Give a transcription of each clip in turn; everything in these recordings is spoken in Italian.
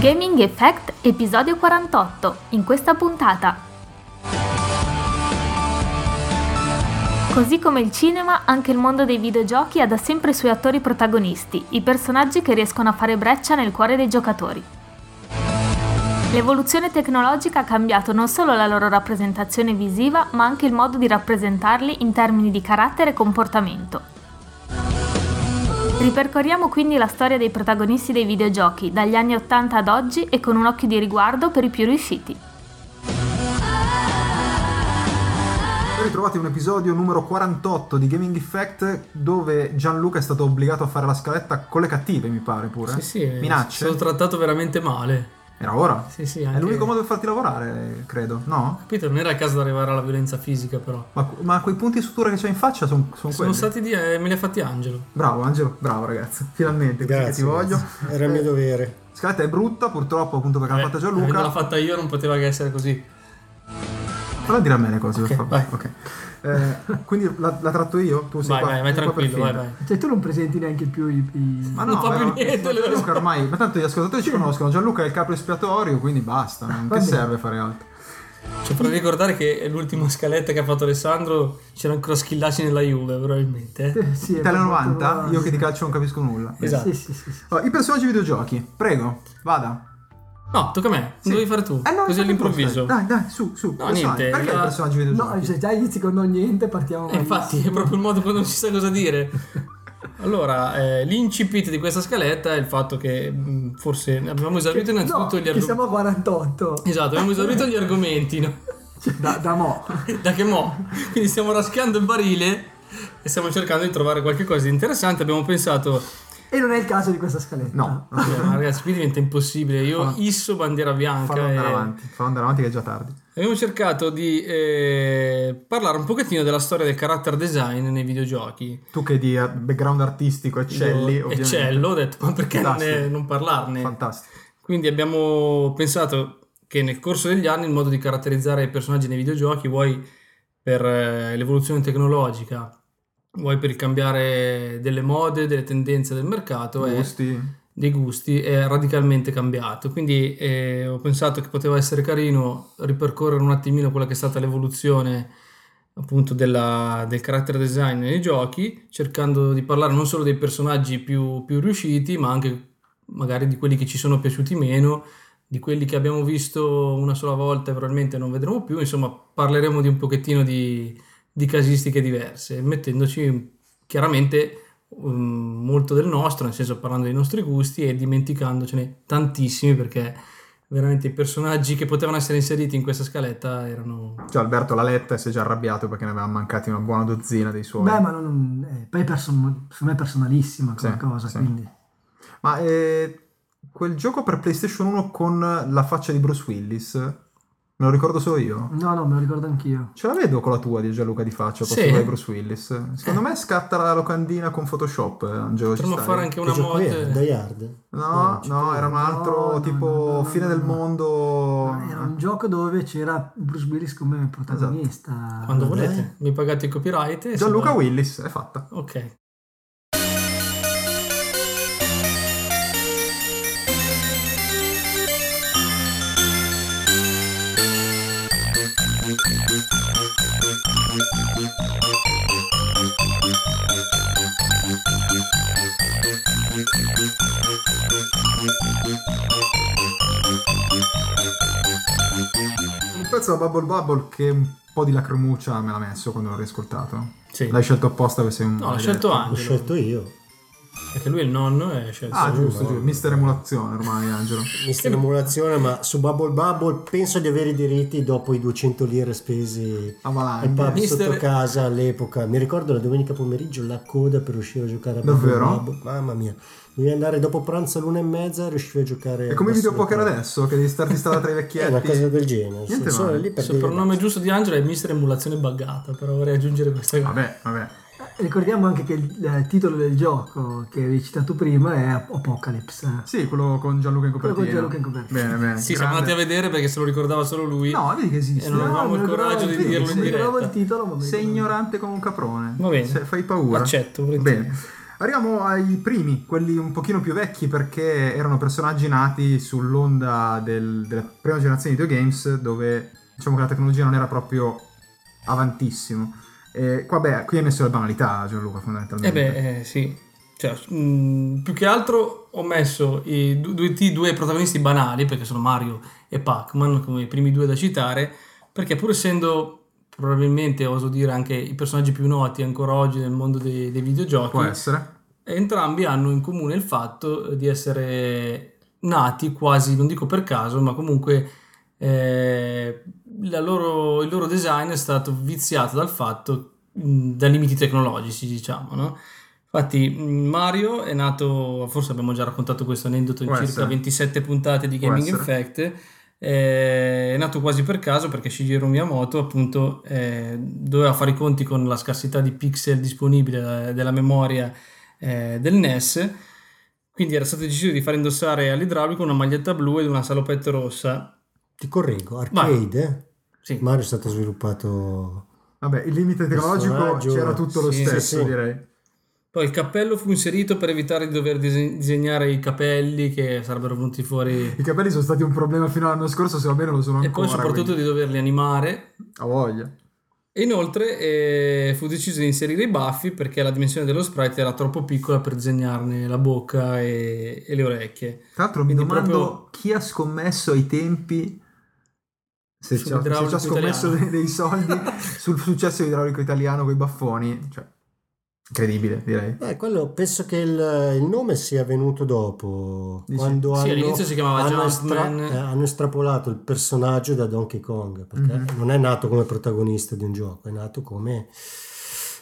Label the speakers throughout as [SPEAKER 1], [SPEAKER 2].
[SPEAKER 1] Gaming Effect, episodio 48. In questa puntata. Così come il cinema, anche il mondo dei videogiochi ha da sempre i suoi attori protagonisti, i personaggi che riescono a fare breccia nel cuore dei giocatori. L'evoluzione tecnologica ha cambiato non solo la loro rappresentazione visiva, ma anche il modo di rappresentarli in termini di carattere e comportamento. Ripercorriamo quindi la storia dei protagonisti dei videogiochi dagli anni 80 ad oggi e con un occhio di riguardo per i più riusciti.
[SPEAKER 2] Ben ritrovati un episodio numero 48 di Gaming Effect dove Gianluca è stato obbligato a fare la scaletta con le cattive, mi pare pure.
[SPEAKER 3] Sì, sì,
[SPEAKER 2] Eh? Minacce.
[SPEAKER 3] sono trattato veramente male.
[SPEAKER 2] Era ora.
[SPEAKER 3] Sì, sì,
[SPEAKER 2] È
[SPEAKER 3] anche...
[SPEAKER 2] l'unico modo per farti lavorare, credo, no?
[SPEAKER 3] Capito, non era il caso di arrivare alla violenza fisica, però.
[SPEAKER 2] Ma, ma quei punti di sutura che c'hai in faccia sono
[SPEAKER 3] Sono
[SPEAKER 2] quelli.
[SPEAKER 3] stati di... eh, me li ha fatti Angelo.
[SPEAKER 2] Bravo Angelo, bravo ragazzo, finalmente, così che ti voglio.
[SPEAKER 4] grazie. Era il mio dovere.
[SPEAKER 2] Scaletta è brutta purtroppo appunto perché Eh. l'ha fatta
[SPEAKER 3] Eh,
[SPEAKER 2] Gianluca.
[SPEAKER 3] l'ha fatta io, non poteva che essere così.
[SPEAKER 2] Falla dire a me le cose per
[SPEAKER 3] Ok,
[SPEAKER 2] favore. Ok. Eh, quindi la, la tratto io? Tu sei
[SPEAKER 3] vai,
[SPEAKER 2] qua,
[SPEAKER 3] vai, vai
[SPEAKER 2] sei qua per
[SPEAKER 3] tranquillo, vai,
[SPEAKER 2] finta.
[SPEAKER 3] vai.
[SPEAKER 5] Cioè, tu non presenti neanche più i. i-
[SPEAKER 2] Ma
[SPEAKER 3] Non
[SPEAKER 2] no,
[SPEAKER 3] fa
[SPEAKER 2] ma-
[SPEAKER 3] più
[SPEAKER 2] ma-
[SPEAKER 3] niente, allora.
[SPEAKER 2] Gianluca ormai, ma tanto gli ascoltatori ci conoscono, Gianluca è il capo espiatorio, quindi basta, non
[SPEAKER 5] Va
[SPEAKER 2] che
[SPEAKER 5] bene.
[SPEAKER 2] serve fare altro.
[SPEAKER 3] Cioè, per ricordare che l'ultima scaletta che ha fatto Alessandro c'era ancora Schillaci nella Juve, probabilmente. eh.
[SPEAKER 5] Eh, sì,
[SPEAKER 2] Italia
[SPEAKER 5] è
[SPEAKER 2] 90,
[SPEAKER 5] molto-
[SPEAKER 2] io che di calcio non capisco nulla.
[SPEAKER 3] Esatto.
[SPEAKER 5] Sì, sì, sì. sì.
[SPEAKER 2] Allora, I personaggi videogiochi, prego, vada.
[SPEAKER 3] No, tocca a me. Non
[SPEAKER 2] Sì.
[SPEAKER 3] Devi fare tu.
[SPEAKER 2] Eh, no,
[SPEAKER 3] Così
[SPEAKER 2] fate
[SPEAKER 3] all'improvviso.
[SPEAKER 2] voi, Dai, dai, su, su.
[SPEAKER 3] No,
[SPEAKER 2] personaggi.
[SPEAKER 3] niente,
[SPEAKER 2] Perché
[SPEAKER 3] la-
[SPEAKER 2] i personaggi videogiochi?
[SPEAKER 5] No, cioè, già inizi con non niente, partiamo.
[SPEAKER 3] Eh, infatti, è proprio il modo quando non si sa cosa dire. Allora, eh, l'incipit di questa scaletta è il fatto che mh, forse abbiamo esaurito
[SPEAKER 5] No,
[SPEAKER 3] innanzitutto gli
[SPEAKER 5] che
[SPEAKER 3] argomenti.
[SPEAKER 5] siamo a 48
[SPEAKER 3] Esatto, abbiamo esaurito gli argomenti, no? Esatto.
[SPEAKER 5] Cioè, da, da mo.
[SPEAKER 3] da che mo? Quindi stiamo raschiando il barile e stiamo cercando di trovare qualche cosa di interessante. Abbiamo pensato,
[SPEAKER 5] E non è il caso di questa scaletta.
[SPEAKER 2] No,
[SPEAKER 3] "Vabbè, ma ragazzi, qui diventa impossibile. Io isso bandiera bianca.
[SPEAKER 2] fallo andare
[SPEAKER 3] e-
[SPEAKER 2] avanti, fallo andare avanti che è già tardi.
[SPEAKER 3] Abbiamo cercato di eh, parlare un pochettino della storia del character design nei videogiochi.
[SPEAKER 2] Tu che di eh, background artistico eccelli,
[SPEAKER 3] Io-
[SPEAKER 2] ovviamente.
[SPEAKER 3] Eccello, ho detto, ma perché non,
[SPEAKER 2] Fantastico.
[SPEAKER 3] ne- non parlarne?
[SPEAKER 2] Fantastico.
[SPEAKER 3] Quindi abbiamo pensato che nel corso degli anni il modo di caratterizzare i personaggi nei videogiochi, vuoi per eh, l'evoluzione tecnologica, vuoi per il cambiare delle mode, delle tendenze del mercato, è-
[SPEAKER 2] Gusti.
[SPEAKER 3] dei gusti, è radicalmente cambiato. Quindi eh, ho pensato che poteva essere carino ripercorrere un attimino quella che è stata l'evoluzione appunto della- del character design nei giochi, cercando di parlare non solo dei personaggi più, più riusciti, ma anche magari di quelli che ci sono piaciuti meno, di quelli che abbiamo visto una sola volta e probabilmente non vedremo più, insomma parleremo di un pochettino di, di casistiche diverse, mettendoci chiaramente um, molto del nostro, nel senso parlando dei nostri gusti e dimenticandocene tantissimi perché veramente i personaggi che potevano essere inseriti in questa scaletta erano...
[SPEAKER 2] Cioè Alberto l'ha letta e si è già arrabbiato perché ne aveva mancati una buona dozzina dei suoi.
[SPEAKER 5] Beh, ma non, eh, poi è person- secondo me è personalissima come
[SPEAKER 2] Sì,
[SPEAKER 5] cosa,
[SPEAKER 2] sì.
[SPEAKER 5] quindi.
[SPEAKER 2] Ma eh, quel gioco per PlayStation 1 con la faccia di Bruce Willis, me lo ricordo solo io.
[SPEAKER 5] No, no, me lo ricordo anch'io.
[SPEAKER 2] Ce la vedo con la tua di Gianluca di faccia, con
[SPEAKER 3] Sì.
[SPEAKER 2] quella di Bruce Willis. Secondo me scatta la locandina con Photoshop, eh, Angelo. ci
[SPEAKER 3] Potremmo
[SPEAKER 2] stai?
[SPEAKER 3] fare anche
[SPEAKER 4] Che
[SPEAKER 3] una
[SPEAKER 4] gioco era?
[SPEAKER 3] mod... eh,
[SPEAKER 4] Die Hard?
[SPEAKER 2] No,
[SPEAKER 4] Oh, ci
[SPEAKER 2] no,
[SPEAKER 4] credo.
[SPEAKER 2] era un altro
[SPEAKER 5] No, no,
[SPEAKER 2] tipo
[SPEAKER 5] no, no, no,
[SPEAKER 2] fine
[SPEAKER 5] no,
[SPEAKER 2] del
[SPEAKER 5] no. Ah,
[SPEAKER 2] mondo.
[SPEAKER 5] Era un gioco dove c'era Bruce Willis come protagonista.
[SPEAKER 2] Esatto.
[SPEAKER 3] Quando
[SPEAKER 4] Ah,
[SPEAKER 3] volete,
[SPEAKER 4] dai.
[SPEAKER 3] mi pagate il copyright. e
[SPEAKER 2] Eh, Gianluca
[SPEAKER 3] se no-
[SPEAKER 2] Willis, è fatta.
[SPEAKER 3] Ok.
[SPEAKER 2] Un pezzo da Bubble Bubble che un po' di lacrimuccia me l'ha messo quando l'ho riascoltato.
[SPEAKER 3] Sì.
[SPEAKER 2] L'hai scelto apposta perché sei un...
[SPEAKER 3] No, l'ha scelto
[SPEAKER 4] L'ho
[SPEAKER 3] Angelo.
[SPEAKER 4] scelto io.
[SPEAKER 3] Perché lui è il nonno e ha scelto.
[SPEAKER 2] Ah, giusto, giusto. Mister emulazione ormai, Angelo.
[SPEAKER 4] Mister emulazione, ma su Bubble Bubble penso di avere i diritti dopo i 200 lire spesi
[SPEAKER 2] Ah,
[SPEAKER 4] al
[SPEAKER 2] Avalante.
[SPEAKER 4] pub
[SPEAKER 3] Mister-
[SPEAKER 4] sotto casa all'epoca. Mi ricordo la domenica pomeriggio la coda per riuscire a giocare a Bubble
[SPEAKER 2] Davvero?
[SPEAKER 4] Bubble. Mamma mia. Devi andare dopo pranzo all'una e mezza e riuscire a giocare.
[SPEAKER 2] È come i
[SPEAKER 4] verso
[SPEAKER 2] video poker
[SPEAKER 4] le-
[SPEAKER 2] adesso, che devi starti strada
[SPEAKER 3] Eh,
[SPEAKER 2] tra i
[SPEAKER 4] È Eh, una cosa
[SPEAKER 2] vecchietti.
[SPEAKER 4] del genere.
[SPEAKER 2] Niente
[SPEAKER 4] Sono solo
[SPEAKER 2] male.
[SPEAKER 4] lì per
[SPEAKER 3] Il
[SPEAKER 4] dire-
[SPEAKER 3] soprannome giusto di Angelo è Mister Emulazione Buggata, però vorrei aggiungere questa cosa.
[SPEAKER 2] Vabbè, vabbè.
[SPEAKER 5] Eh, Ricordiamo anche che il, eh, titolo del gioco che avevi citato prima è Ap- Apocalypse.
[SPEAKER 2] Sì, quello con Gianluca in
[SPEAKER 5] Quello
[SPEAKER 2] copertina.
[SPEAKER 5] con Gianluca in copertina.
[SPEAKER 2] Bene, bene.
[SPEAKER 3] Sì, siamo
[SPEAKER 2] grande.
[SPEAKER 3] andati a vedere perché se lo ricordava solo lui.
[SPEAKER 2] No, vedi che esiste.
[SPEAKER 3] E Eh, non avevamo
[SPEAKER 5] mi
[SPEAKER 3] il
[SPEAKER 5] ricordavo
[SPEAKER 3] coraggio di
[SPEAKER 5] il titolo,
[SPEAKER 3] dirlo in
[SPEAKER 5] mi ricordavo
[SPEAKER 3] diretta.
[SPEAKER 5] il titolo, ma mi
[SPEAKER 2] Sei
[SPEAKER 5] ricordavo-
[SPEAKER 2] ignorante come un caprone.
[SPEAKER 3] Va bene.
[SPEAKER 2] Se- fai paura.
[SPEAKER 3] Accetto, volentieri.
[SPEAKER 2] Bene. Eh, Arriviamo ai primi, quelli un pochino più vecchi perché erano personaggi nati sull'onda del- della prima generazione di videogames dove diciamo che la tecnologia non era proprio avantissimo. E qua, beh, qui hai messo la banalità Gianluca
[SPEAKER 3] Eh
[SPEAKER 2] fondamentalmente.
[SPEAKER 3] beh, eh, sì. Cioè, mh, più che altro ho messo i du- due, i due protagonisti banali, perché sono Mario e Pac-Man, come i primi due da citare, perché pur essendo probabilmente, oso dire, anche i personaggi più noti ancora oggi nel mondo dei, dei videogiochi,
[SPEAKER 2] Può essere.
[SPEAKER 3] entrambi hanno in comune il fatto eh, di essere nati quasi, non dico per caso, ma comunque eh, la loro- il loro design è stato viziato dal fatto, mh, da limiti tecnologici, diciamo, no? Infatti mh, Mario è nato, forse abbiamo già raccontato questo aneddoto in
[SPEAKER 2] Può
[SPEAKER 3] circa
[SPEAKER 2] essere.
[SPEAKER 3] 27 puntate di
[SPEAKER 2] Può
[SPEAKER 3] Gaming
[SPEAKER 2] essere.
[SPEAKER 3] Effect, eh, è nato quasi per caso perché Shigeru Miyamoto appunto eh, doveva fare i conti con la scarsità di pixel disponibile eh, della memoria eh, del NES. Quindi era stato deciso di far indossare all'idraulico una maglietta blu ed una salopette rossa.
[SPEAKER 4] Ti correggo, arcade. eh?
[SPEAKER 3] Sì.
[SPEAKER 4] Mario è stato sviluppato...
[SPEAKER 2] Vabbè, il limite tecnologico
[SPEAKER 4] Personaggio.
[SPEAKER 2] c'era tutto lo
[SPEAKER 3] Sì, sì,
[SPEAKER 2] stesso,
[SPEAKER 4] sì.
[SPEAKER 2] direi.
[SPEAKER 3] Poi il cappello fu inserito per evitare di dover dise- disegnare i capelli che sarebbero venuti fuori
[SPEAKER 2] I capelli sono stati un problema fino all'anno scorso, se va bene lo sono
[SPEAKER 3] e
[SPEAKER 2] ancora.
[SPEAKER 3] poi soprattutto
[SPEAKER 2] quindi-
[SPEAKER 3] di doverli animare
[SPEAKER 2] A voglia.
[SPEAKER 3] E inoltre eh, fu deciso di inserire i baffi perché la dimensione dello sprite era troppo piccola per disegnarne la bocca e, e le orecchie.
[SPEAKER 2] Tra l'altro mi
[SPEAKER 3] Quindi
[SPEAKER 2] domando
[SPEAKER 3] proprio-
[SPEAKER 2] chi ha scommesso ai tempi se ci ha, se ci ha
[SPEAKER 3] Sull'idraulico
[SPEAKER 2] scommesso
[SPEAKER 3] italiano.
[SPEAKER 2] dei, dei soldi sul successo idraulico italiano con i baffoni, cioè incredibile, direi.
[SPEAKER 4] Eh, quello penso che il, il nome sia venuto dopo.
[SPEAKER 2] Dici?
[SPEAKER 4] Quando
[SPEAKER 3] Sì,
[SPEAKER 4] hanno,
[SPEAKER 3] all'inizio si chiamava
[SPEAKER 4] hanno,
[SPEAKER 3] Jumpman.
[SPEAKER 4] eh, hanno estrapolato il personaggio da Donkey Kong, perché
[SPEAKER 2] Mhm.
[SPEAKER 4] non è nato come protagonista di un gioco, è nato come...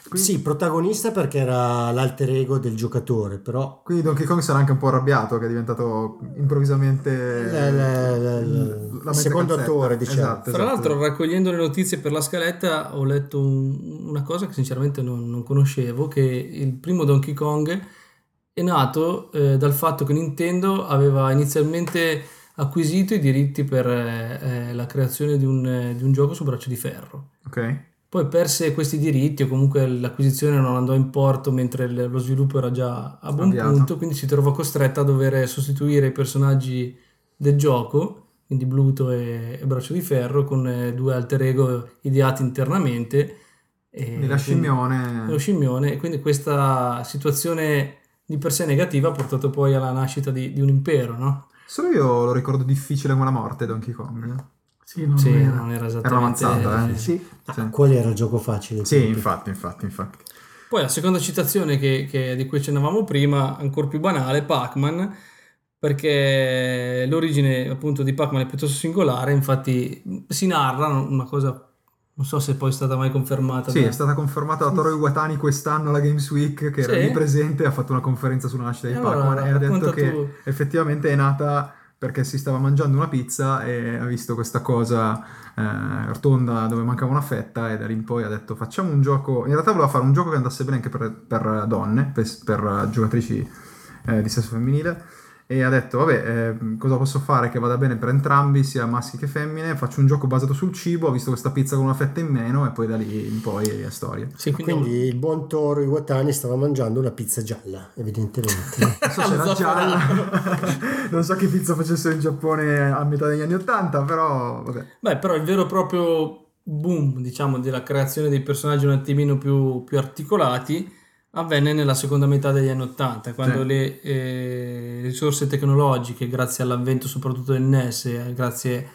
[SPEAKER 2] Quindi-
[SPEAKER 4] Sì, protagonista perché era l'alter ego del giocatore, però...
[SPEAKER 2] Quindi Donkey Kong sarà anche un po' arrabbiato che è diventato improvvisamente
[SPEAKER 4] La- la- la- la-
[SPEAKER 2] mente
[SPEAKER 4] secondo
[SPEAKER 2] calzetta.
[SPEAKER 4] attore, diciamo.
[SPEAKER 2] Esatto,
[SPEAKER 3] Tra
[SPEAKER 2] esatto.
[SPEAKER 3] l'altro, raccogliendo le notizie per la scaletta, ho letto un- una cosa che sinceramente non, non conoscevo, che il primo Donkey Kong è nato eh, dal fatto che Nintendo aveva inizialmente acquisito i diritti per eh, eh, la creazione di un, eh, di un gioco su braccio di ferro.
[SPEAKER 2] Ok.
[SPEAKER 3] Poi perse questi diritti o comunque l'acquisizione non andò in porto mentre il- lo sviluppo era già a buon
[SPEAKER 2] Avviato.
[SPEAKER 3] punto, quindi si trovò costretta a dover sostituire i personaggi del gioco, quindi Bluto e, e Braccio di Ferro, con eh, due alter ego ideati internamente.
[SPEAKER 4] Eh,
[SPEAKER 3] E,
[SPEAKER 2] Quindi la scimmione...
[SPEAKER 3] quindi- lo scimmione, e quindi questa situazione di per sé negativa ha portato poi alla nascita di, di un impero, no?
[SPEAKER 2] Solo io lo ricordo difficile come la morte Donkey Kong.
[SPEAKER 5] Sì, non
[SPEAKER 3] sì,
[SPEAKER 5] era.
[SPEAKER 3] non era
[SPEAKER 2] Era una
[SPEAKER 3] esattamente...
[SPEAKER 2] mazzata, eh.
[SPEAKER 5] Sì,
[SPEAKER 2] Sì.
[SPEAKER 4] Qual era il gioco facile?
[SPEAKER 2] Sì, infatti, infatti, infatti.
[SPEAKER 3] Poi la seconda citazione che, che- di cui accennavamo prima, ancora più banale, Pac-Man, perché l'origine appunto di Pac-Man è piuttosto singolare, infatti si narra una cosa, non so se poi è stata mai confermata.
[SPEAKER 2] Sì,
[SPEAKER 3] da-
[SPEAKER 2] è stata confermata da Toro Iwatani quest'anno alla Games Week, che era
[SPEAKER 3] Sì.
[SPEAKER 2] lì presente, ha fatto una conferenza sulla nascita di
[SPEAKER 3] E allora,
[SPEAKER 2] Pac-Man e ha detto
[SPEAKER 3] racconta
[SPEAKER 2] che
[SPEAKER 3] tu.
[SPEAKER 2] effettivamente è nata perché si stava mangiando una pizza e ha visto questa cosa eh, rotonda dove mancava una fetta e da lì in poi ha detto facciamo un gioco, in realtà voleva fare un gioco che andasse bene anche per, per donne, per, per giocatrici eh, di sesso femminile e ha detto vabbè eh, cosa posso fare che vada bene per entrambi sia maschi che femmine faccio un gioco basato sul cibo ho visto questa pizza con una fetta in meno e poi da lì in poi è storia
[SPEAKER 3] Sì, quindi,
[SPEAKER 4] Quindi il buon Toro Iwatani stava mangiando una pizza gialla, evidentemente.
[SPEAKER 2] non so se era
[SPEAKER 3] Lo
[SPEAKER 2] gialla
[SPEAKER 3] zafferano.
[SPEAKER 2] non so che pizza facessero in Giappone a metà degli anni 80 però vabbè
[SPEAKER 3] Beh, però il vero e proprio boom, diciamo, della creazione dei personaggi un attimino più, più articolati avvenne nella seconda metà degli anni Ottanta, quando
[SPEAKER 2] Sì.
[SPEAKER 3] le eh, risorse tecnologiche, grazie all'avvento soprattutto del NES, eh, grazie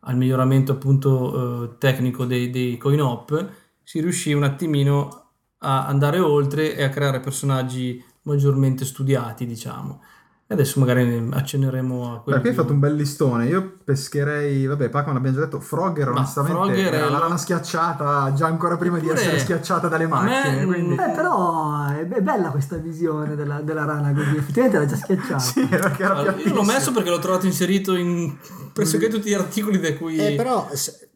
[SPEAKER 3] al miglioramento appunto eh, tecnico dei, dei coin-op, si riuscì un attimino a andare oltre e a creare personaggi maggiormente studiati, diciamo. E adesso magari accenneremo a quello.
[SPEAKER 2] perché hai fatto un bel listone io pescherei vabbè Pac-Man l'abbiamo già detto Frogger
[SPEAKER 3] Ma
[SPEAKER 2] onestamente
[SPEAKER 3] Frogger
[SPEAKER 2] era
[SPEAKER 3] è-
[SPEAKER 2] la lana schiacciata già ancora prima di
[SPEAKER 3] Eppure-
[SPEAKER 2] essere schiacciata dalle
[SPEAKER 3] a me-
[SPEAKER 2] macchine quindi
[SPEAKER 5] Eh, però è è bella questa visione della, della rana così, effettivamente era già schiacciata.
[SPEAKER 2] sì perché era
[SPEAKER 3] Allora, io l'ho
[SPEAKER 2] piattissimo.
[SPEAKER 3] messo perché l'ho trovato inserito in pressoché tutti gli articoli da cui
[SPEAKER 4] Mm. Eh, però se-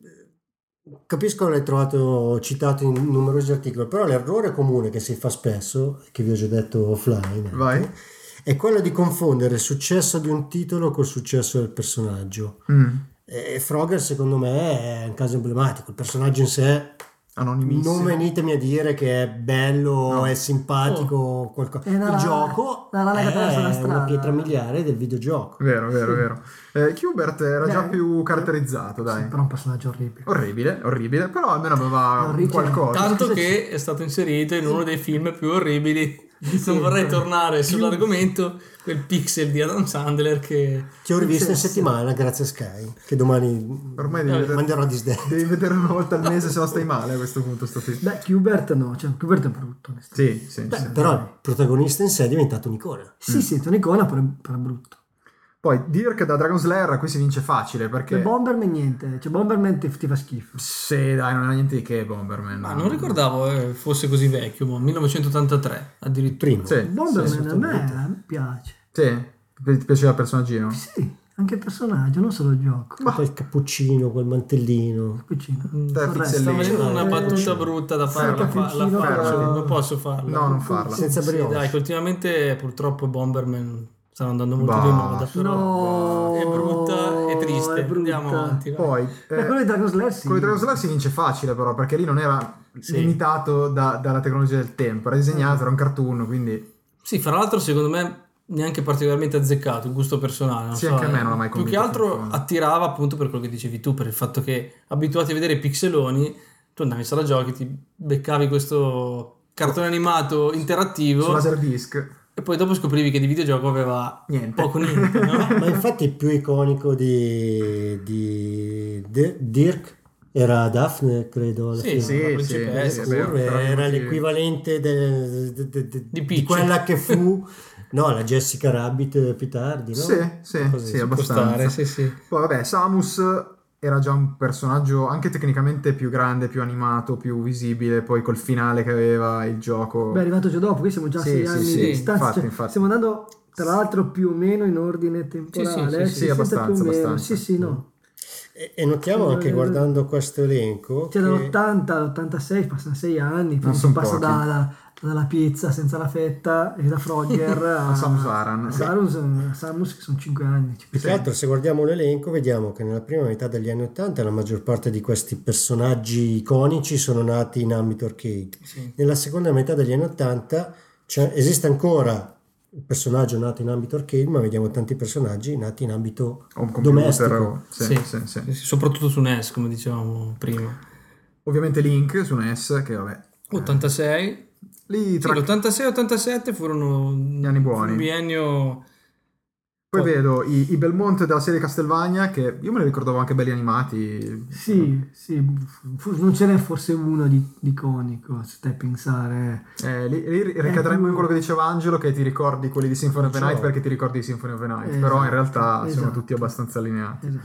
[SPEAKER 4] capisco che l'hai trovato citato in numerosi articoli, però l'errore comune che si fa spesso, che vi ho già detto offline,
[SPEAKER 2] vai
[SPEAKER 4] è quello di confondere il successo di un titolo col successo del personaggio.
[SPEAKER 2] Mm.
[SPEAKER 4] E Frogger secondo me è un caso emblematico, il personaggio in sé
[SPEAKER 2] anonimissimo.
[SPEAKER 4] Non venitemi a dire che è bello,
[SPEAKER 2] No. Oh.
[SPEAKER 4] è simpatico, qualcosa.
[SPEAKER 5] È una
[SPEAKER 4] Il
[SPEAKER 5] rana-
[SPEAKER 4] gioco
[SPEAKER 5] una rana che attraversa la
[SPEAKER 4] è
[SPEAKER 5] strada.
[SPEAKER 4] una pietra miliare del videogioco.
[SPEAKER 2] Vero, vero, vero. Eh, Qbert era già
[SPEAKER 5] Dai.
[SPEAKER 2] più caratterizzato, dai.
[SPEAKER 5] Sì, però è un personaggio orribile.
[SPEAKER 2] Orribile, orribile, però almeno aveva
[SPEAKER 5] Orribile.
[SPEAKER 2] qualcosa.
[SPEAKER 3] Tanto
[SPEAKER 5] scusa,
[SPEAKER 3] che è stato inserito in uno dei film più orribili. Non
[SPEAKER 5] sempre.
[SPEAKER 3] vorrei tornare sull'argomento quel pixel di Adam Sandler che
[SPEAKER 4] Ti ho rivisto in
[SPEAKER 5] Sì, sì.
[SPEAKER 4] settimana, grazie a Sky, che domani
[SPEAKER 2] Ormai devi
[SPEAKER 3] Eh,
[SPEAKER 2] vedere,
[SPEAKER 4] manderò a disdetto.
[SPEAKER 2] devi vedere una volta al mese, se no stai male a questo punto. Sto film.
[SPEAKER 5] Beh, Qbert no, cioè Qbert è brutto. onestamente.
[SPEAKER 2] Sì, sì, sì.
[SPEAKER 4] Però il protagonista in sé è diventato un'icona.
[SPEAKER 5] Sì, sì, è un'icona, però, però è brutto.
[SPEAKER 2] Poi Dirk da Dragon Slayer qui si vince facile perché...
[SPEAKER 5] Cioè, Bomberman niente, cioè Bomberman ti, ti fa schifo.
[SPEAKER 2] Sì, dai, non ha niente di che Bomberman.
[SPEAKER 3] ma non ricordavo eh, fosse così vecchio, ma 1983
[SPEAKER 4] Il
[SPEAKER 3] addirittura.
[SPEAKER 4] primo.
[SPEAKER 2] Sì,
[SPEAKER 5] Bomberman
[SPEAKER 2] sì,
[SPEAKER 5] a me a me piace.
[SPEAKER 2] sì. Ti piaceva il personaggino?
[SPEAKER 5] Sì, anche il personaggio, non solo il gioco.
[SPEAKER 4] Quel cappuccino, quel mantellino.
[SPEAKER 5] Cucina.
[SPEAKER 2] Dai,
[SPEAKER 5] Corretto.
[SPEAKER 3] Sto
[SPEAKER 2] Pixellini.
[SPEAKER 3] vedendo una
[SPEAKER 5] Eh,
[SPEAKER 3] battuta
[SPEAKER 5] sì.
[SPEAKER 3] brutta da
[SPEAKER 5] Sì,
[SPEAKER 3] fare, la, fa- la
[SPEAKER 5] cappuccino,
[SPEAKER 3] faccio,
[SPEAKER 2] però-
[SPEAKER 3] non posso farla.
[SPEAKER 2] No, non farla.
[SPEAKER 4] Senza
[SPEAKER 3] Sì,
[SPEAKER 4] brioche.
[SPEAKER 3] dai, che ultimamente purtroppo Bomberman stanno andando molto
[SPEAKER 2] Bah.
[SPEAKER 3] di moda, però
[SPEAKER 5] No,
[SPEAKER 3] è brutta e triste.
[SPEAKER 5] è brutta.
[SPEAKER 3] Andiamo avanti. vai.
[SPEAKER 2] Poi...
[SPEAKER 5] Beh,
[SPEAKER 2] eh,
[SPEAKER 5] quello di Dragon Slayer sì.
[SPEAKER 2] Con il Dragon Slayer si vince facile però, perché lì non era limitato da- dalla tecnologia del tempo, era disegnato, era un cartoon, quindi
[SPEAKER 3] Sì, fra l'altro, secondo me neanche particolarmente azzeccato il gusto personale. Non
[SPEAKER 2] Sì,
[SPEAKER 3] so,
[SPEAKER 2] anche a me
[SPEAKER 3] eh.
[SPEAKER 2] non ha mai
[SPEAKER 3] Più che
[SPEAKER 2] convinto
[SPEAKER 3] altro
[SPEAKER 2] tanto.
[SPEAKER 3] attirava appunto per quello che dicevi tu, per il fatto che abituati a vedere i pixeloni, tu andavi in sala giochi, ti beccavi questo cartone animato
[SPEAKER 2] su
[SPEAKER 3] interattivo
[SPEAKER 2] Laserdisc
[SPEAKER 3] e poi dopo scoprivi che di videogioco aveva
[SPEAKER 2] niente.
[SPEAKER 3] poco niente, no?
[SPEAKER 4] Ma infatti il più iconico di, di Di- Dirk era Daphne, credo. alla
[SPEAKER 3] Sì,
[SPEAKER 4] fine.
[SPEAKER 2] sì,
[SPEAKER 3] la
[SPEAKER 2] sì,
[SPEAKER 3] principessa,
[SPEAKER 2] sì, è
[SPEAKER 4] Curve
[SPEAKER 2] vero, però
[SPEAKER 4] era
[SPEAKER 2] non ci-
[SPEAKER 4] l'equivalente de- de- de- de-
[SPEAKER 3] Di
[SPEAKER 4] di,
[SPEAKER 3] Peach.
[SPEAKER 4] quella che fu no, la Jessica Rabbit più tardi, no?
[SPEAKER 2] Sì, sì,
[SPEAKER 4] Così,
[SPEAKER 2] sì,
[SPEAKER 4] si
[SPEAKER 3] Può stare,
[SPEAKER 2] abbastanza.
[SPEAKER 3] sì, sì.
[SPEAKER 2] Poi vabbè, Samus era già un personaggio anche tecnicamente più grande, più animato, più visibile, poi col finale che aveva il gioco.
[SPEAKER 5] Beh, è arrivato già dopo, qui siamo già a
[SPEAKER 2] Sì,
[SPEAKER 5] sei
[SPEAKER 2] sì,
[SPEAKER 5] anni
[SPEAKER 2] sì,
[SPEAKER 5] di distanza.
[SPEAKER 2] infatti,
[SPEAKER 5] cioè,
[SPEAKER 2] infatti.
[SPEAKER 5] Stiamo andando, tra l'altro, più o meno in ordine temporale.
[SPEAKER 3] sì, sì,
[SPEAKER 5] si
[SPEAKER 2] sì,
[SPEAKER 5] sente
[SPEAKER 2] abbastanza,
[SPEAKER 5] più o meno.
[SPEAKER 2] abbastanza.
[SPEAKER 5] Sì, sì, no.
[SPEAKER 4] E, e notiamo anche guardando questo elenco
[SPEAKER 5] Cioè,
[SPEAKER 4] che-
[SPEAKER 5] dall'80 all'86 passano sei anni, poi si
[SPEAKER 2] son
[SPEAKER 5] passa
[SPEAKER 2] pochi.
[SPEAKER 5] da- da- dalla pizza senza la fetta e da Frogger a,
[SPEAKER 2] A Samus Aran.
[SPEAKER 5] a Samus, a Samus, che sono cinque anni.
[SPEAKER 4] Più che altro, se guardiamo l'elenco, vediamo che nella prima metà degli anni Ottanta la maggior parte di questi personaggi iconici sono nati in ambito arcade.
[SPEAKER 3] Sì.
[SPEAKER 4] Nella seconda metà degli anni Ottanta c'è- esiste ancora il personaggio nato in ambito arcade, ma vediamo tanti personaggi nati in ambito
[SPEAKER 2] O un computer.
[SPEAKER 4] domestico.
[SPEAKER 2] o- sì,
[SPEAKER 3] Sì.
[SPEAKER 2] sì, Eh. sì.
[SPEAKER 3] Soprattutto su NES, come dicevamo prima.
[SPEAKER 2] Ovviamente Link su NES, che vabbè.
[SPEAKER 3] Oh,
[SPEAKER 2] eh,
[SPEAKER 3] 86,
[SPEAKER 2] Lì tra...
[SPEAKER 3] l'86 e 87 furono gli
[SPEAKER 2] anni buoni.
[SPEAKER 3] Un biennio
[SPEAKER 2] Poi vedo i, i Belmont della serie Castelvania, che io me li ricordavo anche belli animati.
[SPEAKER 5] Sì, sì, fu- non ce n'è forse uno di, di iconico, se stai a pensare.
[SPEAKER 2] Eh, lì, lì ricadremmo in quello che diceva Angelo, che ti ricordi quelli di Symphony of the
[SPEAKER 4] Non so.
[SPEAKER 2] Night perché ti ricordi di Symphony of the Night,
[SPEAKER 5] Esatto,
[SPEAKER 2] però in realtà sono
[SPEAKER 5] esatto.
[SPEAKER 2] tutti abbastanza allineati.
[SPEAKER 5] Esatto.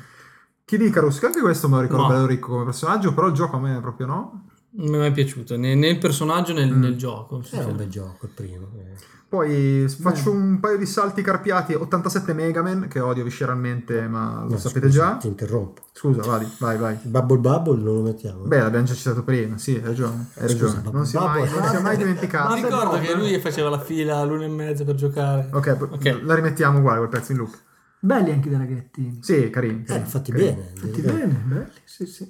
[SPEAKER 2] Kid Icarus, che anche questo me lo ricordo
[SPEAKER 3] No.
[SPEAKER 2] bello ricco come personaggio, però il gioco a me proprio no.
[SPEAKER 3] non mi è mai piaciuto né nel personaggio né nel,
[SPEAKER 2] Mm.
[SPEAKER 3] nel gioco.
[SPEAKER 4] Era un bel gioco il primo. eh.
[SPEAKER 2] Poi s- faccio un paio di salti carpiati, 87 Megaman, che odio visceralmente, ma lo
[SPEAKER 4] No,
[SPEAKER 2] sapete
[SPEAKER 4] scusa,
[SPEAKER 2] già.
[SPEAKER 4] Ti interrompo.
[SPEAKER 2] Scusa, vai, vai, vai.
[SPEAKER 4] Bubble Bubble non lo mettiamo.
[SPEAKER 2] Beh, l'abbiamo già citato prima, sì, hai ragione, hai
[SPEAKER 4] Scusa,
[SPEAKER 2] ragione.
[SPEAKER 4] babbo-
[SPEAKER 2] non si è mai,
[SPEAKER 4] babbo-
[SPEAKER 2] non si è mai dimenticato.
[SPEAKER 3] Mi ricordo che lui faceva la fila all'una e mezza per giocare.
[SPEAKER 2] Ok, p-
[SPEAKER 3] Ok.
[SPEAKER 2] la rimettiamo uguale quel pezzo in loop.
[SPEAKER 5] Belli anche dei raghettini.
[SPEAKER 2] Sì, carino.
[SPEAKER 4] Eh,
[SPEAKER 2] carino,
[SPEAKER 4] fatti
[SPEAKER 2] carino.
[SPEAKER 4] bene.
[SPEAKER 5] Tutti
[SPEAKER 4] devi-
[SPEAKER 5] bene, belli, sì, sì.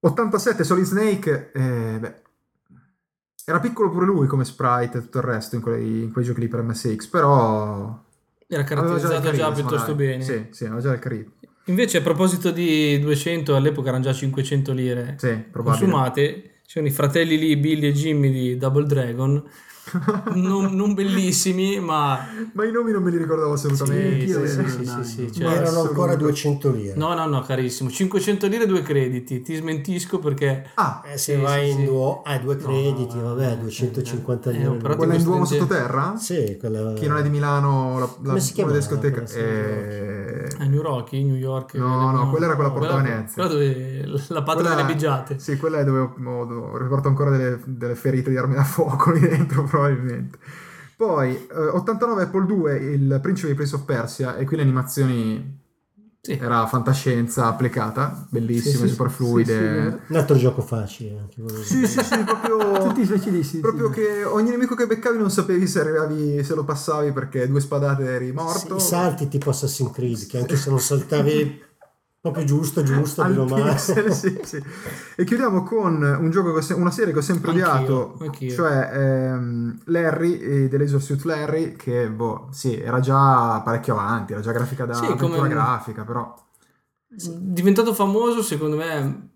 [SPEAKER 2] 87 Solid Snake, eh, beh, era piccolo pure lui come sprite e tutto il resto in quei, in quei giochi lì per MSX, però...
[SPEAKER 3] Era
[SPEAKER 2] aveva già il
[SPEAKER 3] caratterizzato già
[SPEAKER 2] carisma,
[SPEAKER 3] piuttosto
[SPEAKER 2] dai.
[SPEAKER 3] bene.
[SPEAKER 2] Sì, sì, aveva già il carisma.
[SPEAKER 3] Invece, a proposito di 200, all'epoca erano già 500 lire
[SPEAKER 2] Sì, probabile.
[SPEAKER 3] consumate. C'erano i fratelli lì, Billy e Jimmy di Double Dragon, non, non bellissimi, ma
[SPEAKER 2] Ma i nomi non me li ricordavo assolutamente.
[SPEAKER 3] sì,
[SPEAKER 5] io-
[SPEAKER 3] sì,
[SPEAKER 5] io-
[SPEAKER 3] sì,
[SPEAKER 5] dai.
[SPEAKER 3] sì, sì,
[SPEAKER 4] Ma
[SPEAKER 3] cioè-
[SPEAKER 4] erano ancora
[SPEAKER 2] assoluto.
[SPEAKER 4] 200 lire.
[SPEAKER 3] No, no, no, carissimo. 500 lire, due crediti. Ti smentisco perché.
[SPEAKER 2] Ah,
[SPEAKER 4] Eh, se
[SPEAKER 3] Sì,
[SPEAKER 4] vai
[SPEAKER 3] sì,
[SPEAKER 4] in
[SPEAKER 3] sì.
[SPEAKER 4] duo, ah, due crediti,
[SPEAKER 3] No,
[SPEAKER 4] vabbè,
[SPEAKER 3] eh,
[SPEAKER 4] 250
[SPEAKER 3] eh,
[SPEAKER 4] lire.
[SPEAKER 3] però ti
[SPEAKER 2] quella in
[SPEAKER 3] questo
[SPEAKER 2] Duomo
[SPEAKER 3] gente-
[SPEAKER 2] Sottoterra?
[SPEAKER 4] Sì, quella...
[SPEAKER 2] Chi non è di Milano, la, la,
[SPEAKER 4] Come si
[SPEAKER 2] una
[SPEAKER 4] chiamava
[SPEAKER 2] discoteca...
[SPEAKER 4] quella serie?
[SPEAKER 2] Eh,
[SPEAKER 3] A New Rocky, New York.
[SPEAKER 2] No, no, quella era quella a Porta
[SPEAKER 3] quella-
[SPEAKER 2] Venezia.
[SPEAKER 3] Quella dove la patria
[SPEAKER 2] Quella-
[SPEAKER 3] delle bigiate.
[SPEAKER 2] Sì, quella è dove ho, ho- ho- riporto ancora delle, delle ferite di armi da fuoco lì dentro, probabilmente. Poi, eh, 89 Apple 2, il principe di Prince of Persia, e qui le animazioni
[SPEAKER 3] Sì.
[SPEAKER 2] era fantascienza applicata, bellissime,
[SPEAKER 3] Sì, sì,
[SPEAKER 2] super fluide.
[SPEAKER 5] sì,
[SPEAKER 4] Un altro gioco facile. Anche quello.
[SPEAKER 2] Sì, sì, sì, proprio...
[SPEAKER 5] Tutti facilissimi.
[SPEAKER 2] Oh, Proprio che ogni nemico che beccavi non sapevi se arrivavi, se lo passavi perché due spadate eri
[SPEAKER 4] Sì,
[SPEAKER 2] morto.
[SPEAKER 4] I salti tipo Assassin's Creed, che anche se non saltavi Proprio giusto, giusto, meno
[SPEAKER 2] Al
[SPEAKER 4] male.
[SPEAKER 2] pixel, sì, sì. E chiudiamo con un gioco che ho se- una serie che ho sempre
[SPEAKER 3] Anch'io,
[SPEAKER 2] odiato,
[SPEAKER 3] anch'io.
[SPEAKER 2] cioè ehm, Larry, eh, The Laser Suit Larry, che boh, sì, era già parecchio avanti, era già grafica da
[SPEAKER 3] Sì,
[SPEAKER 2] avventura
[SPEAKER 3] come-
[SPEAKER 2] grafica, però
[SPEAKER 3] diventato famoso secondo me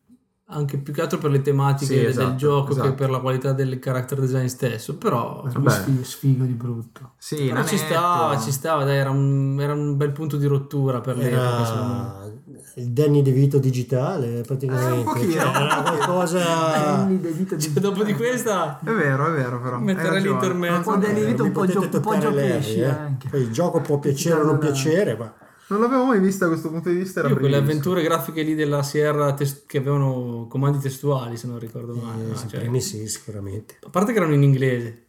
[SPEAKER 3] anche più che altro per le tematiche
[SPEAKER 2] Sì,
[SPEAKER 3] del
[SPEAKER 2] esatto,
[SPEAKER 3] gioco
[SPEAKER 2] esatto.
[SPEAKER 3] che per la qualità del character design stesso però,
[SPEAKER 2] Eh,
[SPEAKER 5] Uno
[SPEAKER 2] Vabbè.
[SPEAKER 5] sfi- sfigo di brutto.
[SPEAKER 2] sì,
[SPEAKER 3] però
[SPEAKER 2] nanetto.
[SPEAKER 3] ci stava ci stava dai, era, un, era un bel punto di rottura per l'epoca secondo me.
[SPEAKER 4] Era il Danny DeVito digitale praticamente.
[SPEAKER 2] Eh, un pochino,
[SPEAKER 4] Cioè, era
[SPEAKER 2] un pochino.
[SPEAKER 4] qualcosa...
[SPEAKER 5] Danny DeVito di-
[SPEAKER 3] Cioè, dopo di questa
[SPEAKER 2] È vero, è vero, però.
[SPEAKER 3] Mettere
[SPEAKER 2] hai ragione.
[SPEAKER 3] l'intermezzo.
[SPEAKER 2] Non-
[SPEAKER 5] Un po' Danny DeVito, un
[SPEAKER 4] vi
[SPEAKER 5] po'
[SPEAKER 4] potete
[SPEAKER 5] gio- un po'
[SPEAKER 4] toccare
[SPEAKER 5] giocheschi
[SPEAKER 4] Larry, eh.
[SPEAKER 5] anche.
[SPEAKER 4] Poi il gioco può piacere o
[SPEAKER 5] Ti
[SPEAKER 4] non
[SPEAKER 5] danno una-
[SPEAKER 4] piacere, ma
[SPEAKER 2] Non l'avevo mai vista a questo punto di vista. Era
[SPEAKER 3] io quelle
[SPEAKER 2] bellissimo.
[SPEAKER 3] avventure grafiche lì della Sierra test- che avevano comandi testuali se non ricordo male
[SPEAKER 4] eh,
[SPEAKER 3] no?
[SPEAKER 4] sì,
[SPEAKER 3] Cioè,
[SPEAKER 4] primi sì, sicuramente.
[SPEAKER 3] a parte che erano in inglese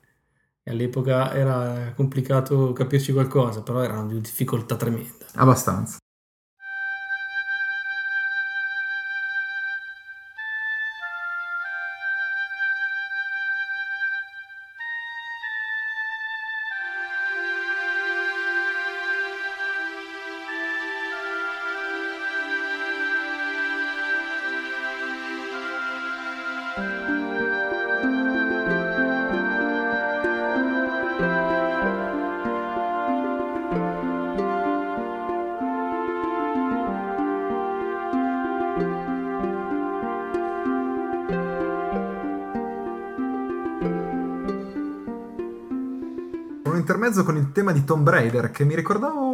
[SPEAKER 3] e all'epoca era complicato capirci qualcosa però erano di difficoltà tremenda
[SPEAKER 2] Abbastanza. Un intermezzo con il tema di Tomb Raider che mi ricordavo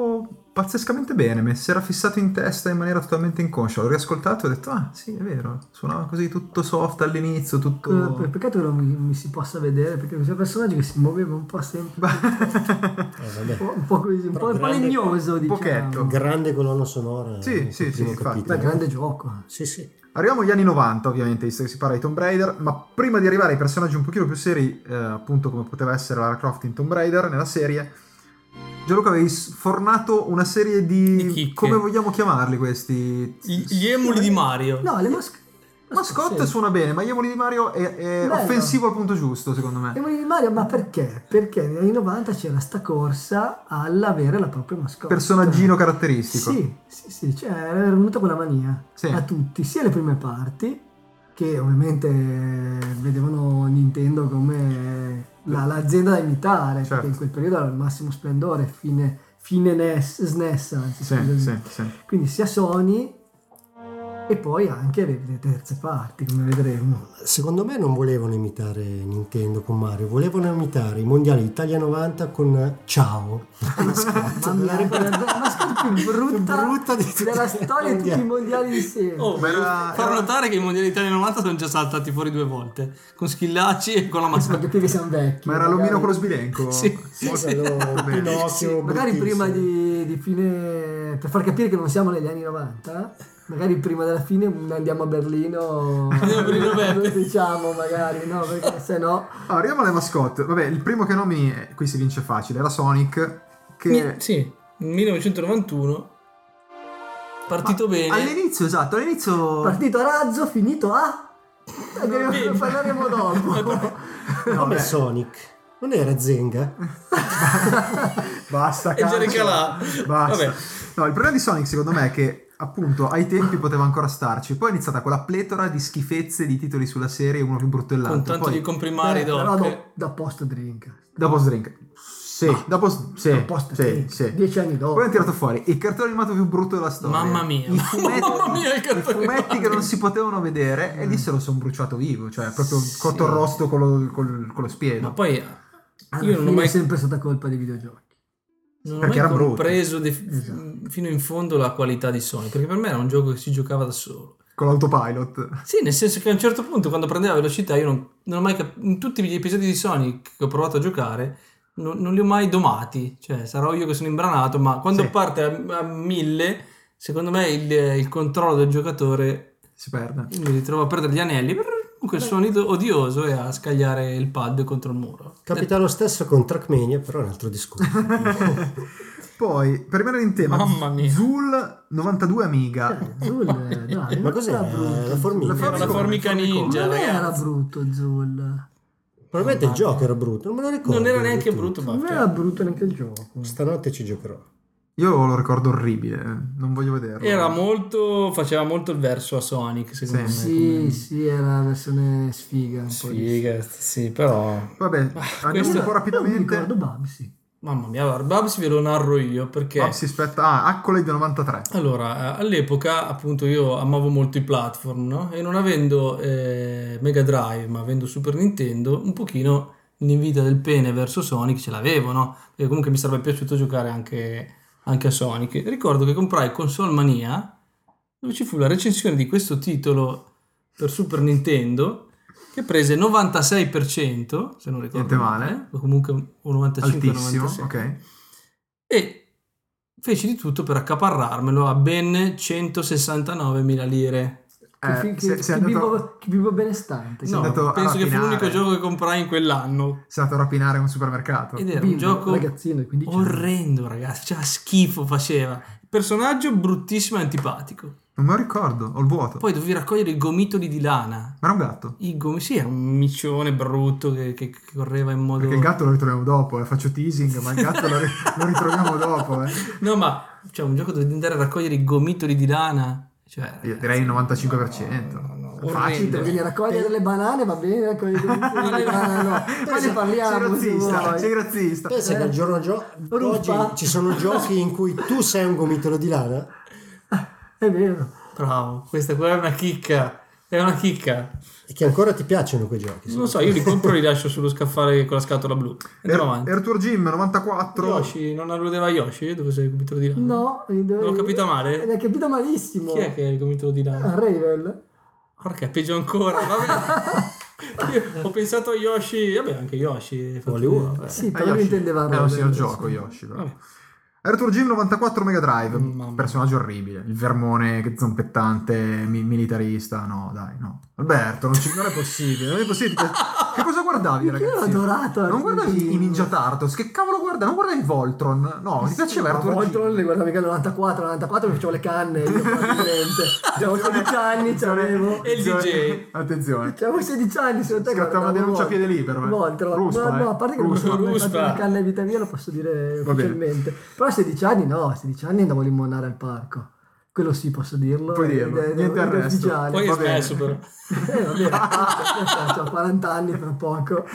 [SPEAKER 2] pazzescamente bene, mi si era fissato in testa in maniera totalmente inconscia. L'ho riascoltato e ho detto, ah sì, è vero, suonava così tutto soft all'inizio,
[SPEAKER 3] Eh,
[SPEAKER 5] Cosa-
[SPEAKER 2] tutto...
[SPEAKER 5] Peccato che non mi, mi si possa vedere perché c'è un personaggio che si muoveva un po' sempre
[SPEAKER 4] Eh, vabbè.
[SPEAKER 5] un po', un po' così, un po', un po'
[SPEAKER 4] Grande-
[SPEAKER 5] legnoso, diciamo.
[SPEAKER 2] pochetto.
[SPEAKER 4] Grande colonna sonora.
[SPEAKER 2] Sì,
[SPEAKER 4] eh,
[SPEAKER 2] sì,
[SPEAKER 4] il
[SPEAKER 2] sì,
[SPEAKER 4] primo
[SPEAKER 2] infatti.
[SPEAKER 5] Beh,
[SPEAKER 4] capitolo.
[SPEAKER 5] grande gioco.
[SPEAKER 4] Sì, sì.
[SPEAKER 2] Arriviamo agli anni 90 ovviamente, visto che si parla di Tomb Raider, ma prima di arrivare ai personaggi un pochino più seri, eh, appunto come poteva essere Lara Croft in Tomb Raider, nella serie, Gianluca avevi sfornato una serie
[SPEAKER 3] Di
[SPEAKER 2] di...
[SPEAKER 3] chicche.
[SPEAKER 2] come vogliamo chiamarli questi?
[SPEAKER 3] I- gli emuli di Mario
[SPEAKER 5] No, le mascotte.
[SPEAKER 2] Mascotte suona bene, ma Iemoli di Mario è, è
[SPEAKER 5] Bello.
[SPEAKER 2] offensivo al punto giusto, secondo me.
[SPEAKER 5] Emily di Mario, ma perché? Perché negli anni 90 c'era sta corsa all'avere la propria mascotte.
[SPEAKER 2] Personaggino caratteristico.
[SPEAKER 5] Sì, sì, sì, cioè era venuta quella mania
[SPEAKER 2] Sì.
[SPEAKER 5] a tutti, sia le prime parti, che ovviamente vedevano Nintendo come la- l'azienda da imitare,
[SPEAKER 2] Certo.
[SPEAKER 5] perché in quel periodo era il massimo splendore, fine, fine NES, SNES, anzi,
[SPEAKER 2] Sì,
[SPEAKER 5] scusami.
[SPEAKER 2] sì, sì.
[SPEAKER 5] quindi sia Sony e poi anche le, le terze parti, come vedremo.
[SPEAKER 4] Secondo me non volevano imitare Nintendo con Mario, volevano imitare i mondiali Italia 90 con Ciao.
[SPEAKER 5] Mamma mia, la mascotte più brutta,
[SPEAKER 4] brutta di tutti
[SPEAKER 5] della
[SPEAKER 4] i
[SPEAKER 5] storia di tutti i
[SPEAKER 4] mondiali.
[SPEAKER 5] mondiali insieme.
[SPEAKER 3] Oh,
[SPEAKER 2] Ma era-
[SPEAKER 3] far
[SPEAKER 2] era-
[SPEAKER 3] notare che i mondiali d'Italia 90 sono già saltati fuori due volte con Schillaci e con la
[SPEAKER 5] Ma
[SPEAKER 3] mascotte.
[SPEAKER 5] capire che siamo vecchi.
[SPEAKER 2] Ma era l'omino
[SPEAKER 5] magari.
[SPEAKER 2] con lo sbilenco?
[SPEAKER 3] Sì, sì,
[SPEAKER 2] Molto
[SPEAKER 3] sì.
[SPEAKER 2] bene.
[SPEAKER 5] Sì,
[SPEAKER 4] Pinocchio.
[SPEAKER 5] magari prima
[SPEAKER 4] bruttissimo.
[SPEAKER 5] di, di fine, per far capire che non siamo negli anni 90, magari prima della fine andiamo a Berlino,
[SPEAKER 3] Andiamo a Berlino Verde.
[SPEAKER 5] diciamo magari, no, perché se no...
[SPEAKER 2] Ah, Arriviamo alle mascotte. Vabbè, il primo che nomini, eh, qui si vince facile, era Sonic, che...
[SPEAKER 3] Mi- Sì, 1991 partito bene.
[SPEAKER 2] All'inizio, esatto, all'inizio...
[SPEAKER 5] Partito a razzo, finito a...
[SPEAKER 3] bene.
[SPEAKER 5] Andiamo- Parleremo dopo.
[SPEAKER 2] No,
[SPEAKER 4] Come
[SPEAKER 2] beh,
[SPEAKER 4] Sonic. Non era Zenga?
[SPEAKER 2] Basta,
[SPEAKER 3] E
[SPEAKER 2] cazzo.
[SPEAKER 3] Gericalà.
[SPEAKER 2] Basta.
[SPEAKER 3] Vabbè.
[SPEAKER 2] No, il problema di Sonic, secondo me, è che appunto ai tempi poteva ancora starci. Poi è iniziata quella pletora di schifezze di titoli sulla serie, uno più brutto dell'altro.
[SPEAKER 3] con tanto
[SPEAKER 2] Esatto, Poi-
[SPEAKER 3] di comprimari
[SPEAKER 5] Eh,
[SPEAKER 3] doc.
[SPEAKER 5] Però da, da post drink.
[SPEAKER 2] Dopo Drink. Sì, dopo sì,
[SPEAKER 5] Da post
[SPEAKER 2] sì,
[SPEAKER 5] drink.
[SPEAKER 2] sì.
[SPEAKER 5] Dieci anni dopo.
[SPEAKER 2] Poi hanno tirato fuori il cartone animato più brutto della storia.
[SPEAKER 3] Mamma mia.
[SPEAKER 2] I fumetti,
[SPEAKER 3] Mamma mia, il
[SPEAKER 2] i
[SPEAKER 3] cartone
[SPEAKER 2] fumetti
[SPEAKER 3] animato.
[SPEAKER 2] che non si potevano vedere e lì se lo sono bruciato vivo, cioè proprio cotto il rosto con lo, col- con lo spiedo.
[SPEAKER 3] Ma poi
[SPEAKER 2] Ah,
[SPEAKER 5] Alla
[SPEAKER 3] io non ho
[SPEAKER 5] fine è
[SPEAKER 3] mai,
[SPEAKER 5] sempre stata colpa dei videogiochi.
[SPEAKER 3] non ho
[SPEAKER 2] perché
[SPEAKER 3] mai
[SPEAKER 2] era brutto.
[SPEAKER 3] compreso def- fino in fondo la qualità di Sony, perché per me era un gioco che si giocava da solo.
[SPEAKER 2] Con l'autopilot.
[SPEAKER 3] Sì, nel senso che a un certo punto quando prendeva velocità io non, non ho mai cap- in tutti gli episodi di Sonic che ho provato a giocare non, non li ho mai domati, cioè sarò io che sono imbranato, ma quando
[SPEAKER 2] Sì.
[SPEAKER 3] parte a, a mille, secondo me il, il controllo del giocatore
[SPEAKER 2] Si perde.
[SPEAKER 3] mi ritrovo a perdere gli anelli, brrr, con quel suonito odioso e a scagliare il pad contro il muro.
[SPEAKER 4] Capita lo stesso con Trackmania, però è un altro discorso.
[SPEAKER 2] Poi, per rimanere in tema,
[SPEAKER 3] Mamma mia.
[SPEAKER 2] Zul 92 Amiga.
[SPEAKER 5] Eh, Zul, dai,
[SPEAKER 4] Ma
[SPEAKER 5] non
[SPEAKER 4] cos'era?
[SPEAKER 5] era brutto.
[SPEAKER 4] La formica?
[SPEAKER 2] La
[SPEAKER 3] Era Cioè, la formica ninja,
[SPEAKER 5] Non era
[SPEAKER 3] ragazzi.
[SPEAKER 5] brutto Zul.
[SPEAKER 4] Probabilmente il gioco era brutto, non me lo ricordo.
[SPEAKER 3] Non era neanche
[SPEAKER 5] cioè,
[SPEAKER 4] tutto.
[SPEAKER 3] brutto, ma
[SPEAKER 5] Non era brutto neanche il gioco.
[SPEAKER 4] Stanotte ci giocherò.
[SPEAKER 2] Io lo ricordo orribile, eh, non voglio vederlo.
[SPEAKER 3] Era molto, faceva molto il verso a Sonic,
[SPEAKER 2] Sì.
[SPEAKER 3] secondo me.
[SPEAKER 5] Sì,
[SPEAKER 3] come-
[SPEAKER 5] sì, era la versione sfiga. Un po' di-
[SPEAKER 3] Sfiga, sì, però...
[SPEAKER 2] Vabbè, andiamo
[SPEAKER 3] Ah, questo-
[SPEAKER 2] un po'
[SPEAKER 5] Non mi ricordo
[SPEAKER 2] rapidamente.
[SPEAKER 5] Babsi.
[SPEAKER 3] Mamma mia, allora, Babs ve lo narro io perché...
[SPEAKER 2] Ah, si aspetta. Ah, Accolade 93.
[SPEAKER 3] Allora, eh, all'epoca appunto io amavo molto i platform, no? E non avendo eh, Mega Drive, ma avendo Super Nintendo, un pochino l'invita del pene verso Sonic ce l'avevo, no? Perché comunque mi sarebbe piaciuto giocare anche, anche a Sonic. Ricordo che comprai Console Mania, dove ci fu la recensione di questo titolo per Super Nintendo, che prese 96%, se non ricordo
[SPEAKER 2] Niente male.
[SPEAKER 3] o comunque un 95
[SPEAKER 2] Altissimo,
[SPEAKER 3] 96
[SPEAKER 2] ok.
[SPEAKER 3] e feci di tutto per accaparrarmelo a ben 169.000 lire.
[SPEAKER 5] Che,
[SPEAKER 2] Eh,
[SPEAKER 5] fi- che,
[SPEAKER 2] se-
[SPEAKER 5] che
[SPEAKER 2] se è andato-
[SPEAKER 5] bimbo, che bimbo benestante.
[SPEAKER 3] No,
[SPEAKER 5] che-
[SPEAKER 2] andato a
[SPEAKER 3] penso che fu
[SPEAKER 2] rapinare.
[SPEAKER 3] l'unico gioco che comprai in quell'anno.
[SPEAKER 2] Sei andato a rapinare un supermercato.
[SPEAKER 3] Ed era un
[SPEAKER 5] bimbo,
[SPEAKER 3] gioco
[SPEAKER 5] ragazzino di
[SPEAKER 2] cioè.
[SPEAKER 5] 15 anni.
[SPEAKER 3] orrendo, ragazzi. Cioè, schifo faceva. Personaggio bruttissimo e antipatico.
[SPEAKER 2] Non me lo ricordo, ho il vuoto.
[SPEAKER 3] Poi dovevi raccogliere i gomitoli di lana.
[SPEAKER 2] Ma era un gatto.
[SPEAKER 3] I gomi- sì, era un miccione brutto che, che- che correva in modo...
[SPEAKER 2] Perché il gatto lo ritroviamo dopo, eh. faccio teasing, ma il gatto lo, ri- lo ritroviamo dopo. Eh.
[SPEAKER 3] No, ma cioè, un gioco dove devi andare a raccogliere i gomitoli di lana. Cioè,
[SPEAKER 2] Io direi il 95%.
[SPEAKER 3] No, no, no,
[SPEAKER 2] È
[SPEAKER 3] orrendo.
[SPEAKER 2] Facile.
[SPEAKER 5] Devi raccogliere le banane, va bene, raccogliere le banane, no. Poi ne
[SPEAKER 2] sei
[SPEAKER 5] parliamo. se
[SPEAKER 2] razzista,
[SPEAKER 5] vuoi.
[SPEAKER 2] sei razzista.
[SPEAKER 4] Pensa che al giorno gio- oggi
[SPEAKER 5] Rufa.
[SPEAKER 4] ci sono giochi in cui tu sei un gomitolo di lana.
[SPEAKER 5] È vero.
[SPEAKER 3] Bravo, questa qua è una chicca. È una chicca.
[SPEAKER 4] E che ancora ti piacciono quei giochi?
[SPEAKER 3] Non so, io li compro e li lascio sullo scaffale con la scatola blu. Andiamo
[SPEAKER 2] Er-
[SPEAKER 3] avanti.
[SPEAKER 2] Ertur Jim 94.
[SPEAKER 3] Yoshi, non alludeva a Yoshi? Dove sei il gomitolo di là?
[SPEAKER 5] No, eh,
[SPEAKER 3] L'ho capita male?
[SPEAKER 5] L'hai capito malissimo.
[SPEAKER 3] Chi è che è il gomitolo di là?
[SPEAKER 5] Ah, Ravel.
[SPEAKER 3] Porca, è peggio ancora. Vabbè. Io ho pensato a Yoshi, vabbè, anche Yoshi. è fatto
[SPEAKER 4] Vuole uno,
[SPEAKER 3] di-
[SPEAKER 5] Sì,
[SPEAKER 2] Eh,
[SPEAKER 5] però lui
[SPEAKER 2] Yoshi.
[SPEAKER 5] intendeva
[SPEAKER 2] È un
[SPEAKER 5] Ravel.
[SPEAKER 2] signor gioco, Yoshi. però.
[SPEAKER 3] Vabbè.
[SPEAKER 2] Ertur Jim 94 Mega Drive.
[SPEAKER 3] Mamma mia.
[SPEAKER 2] Personaggio orribile. Il vermone che zompettante, mi- militarista. No, dai, no. Alberto, non, ci- non è possibile. Non è possibile. Che, che cosa guardavi,
[SPEAKER 5] Perché io l'ho
[SPEAKER 2] ragazzi?
[SPEAKER 5] adorato.
[SPEAKER 2] Non guardavi i Ninja Turtles, che cavolo guarda? Non guardavi Voltron?
[SPEAKER 5] Eh
[SPEAKER 2] No, ti piaceva Ertur
[SPEAKER 5] Molto le
[SPEAKER 2] Jim?
[SPEAKER 5] guardavi che al 94, 94 mi facevo le canne, io probabilmente. Avevo 16 anni, c'avevo.
[SPEAKER 3] E il DJ.
[SPEAKER 2] Attenzione.
[SPEAKER 5] Avevo 16 Cioè, anni, sono te
[SPEAKER 2] Scatta una denuncia a piede libero, eh.
[SPEAKER 5] Voltron.
[SPEAKER 2] Ruspa,
[SPEAKER 5] no, no,
[SPEAKER 2] eh.
[SPEAKER 5] a parte che
[SPEAKER 2] Ruspa.
[SPEAKER 5] non ho fatto
[SPEAKER 3] Ruspa.
[SPEAKER 5] una canna in vita mia, lo posso dire
[SPEAKER 2] Va bene.
[SPEAKER 5] ufficialmente. Però a 16 anni no, a 16 anni andavo a limonare al parco. Quello sì, posso dirlo.
[SPEAKER 2] Puoi
[SPEAKER 5] ed è-
[SPEAKER 2] dirlo,
[SPEAKER 5] ed è-
[SPEAKER 2] niente
[SPEAKER 5] ed è
[SPEAKER 2] arresto.
[SPEAKER 5] ufficiale.
[SPEAKER 3] Poi è
[SPEAKER 2] Va bene.
[SPEAKER 3] smesso però.
[SPEAKER 5] Eh, vabbè, ho 40 anni per poco.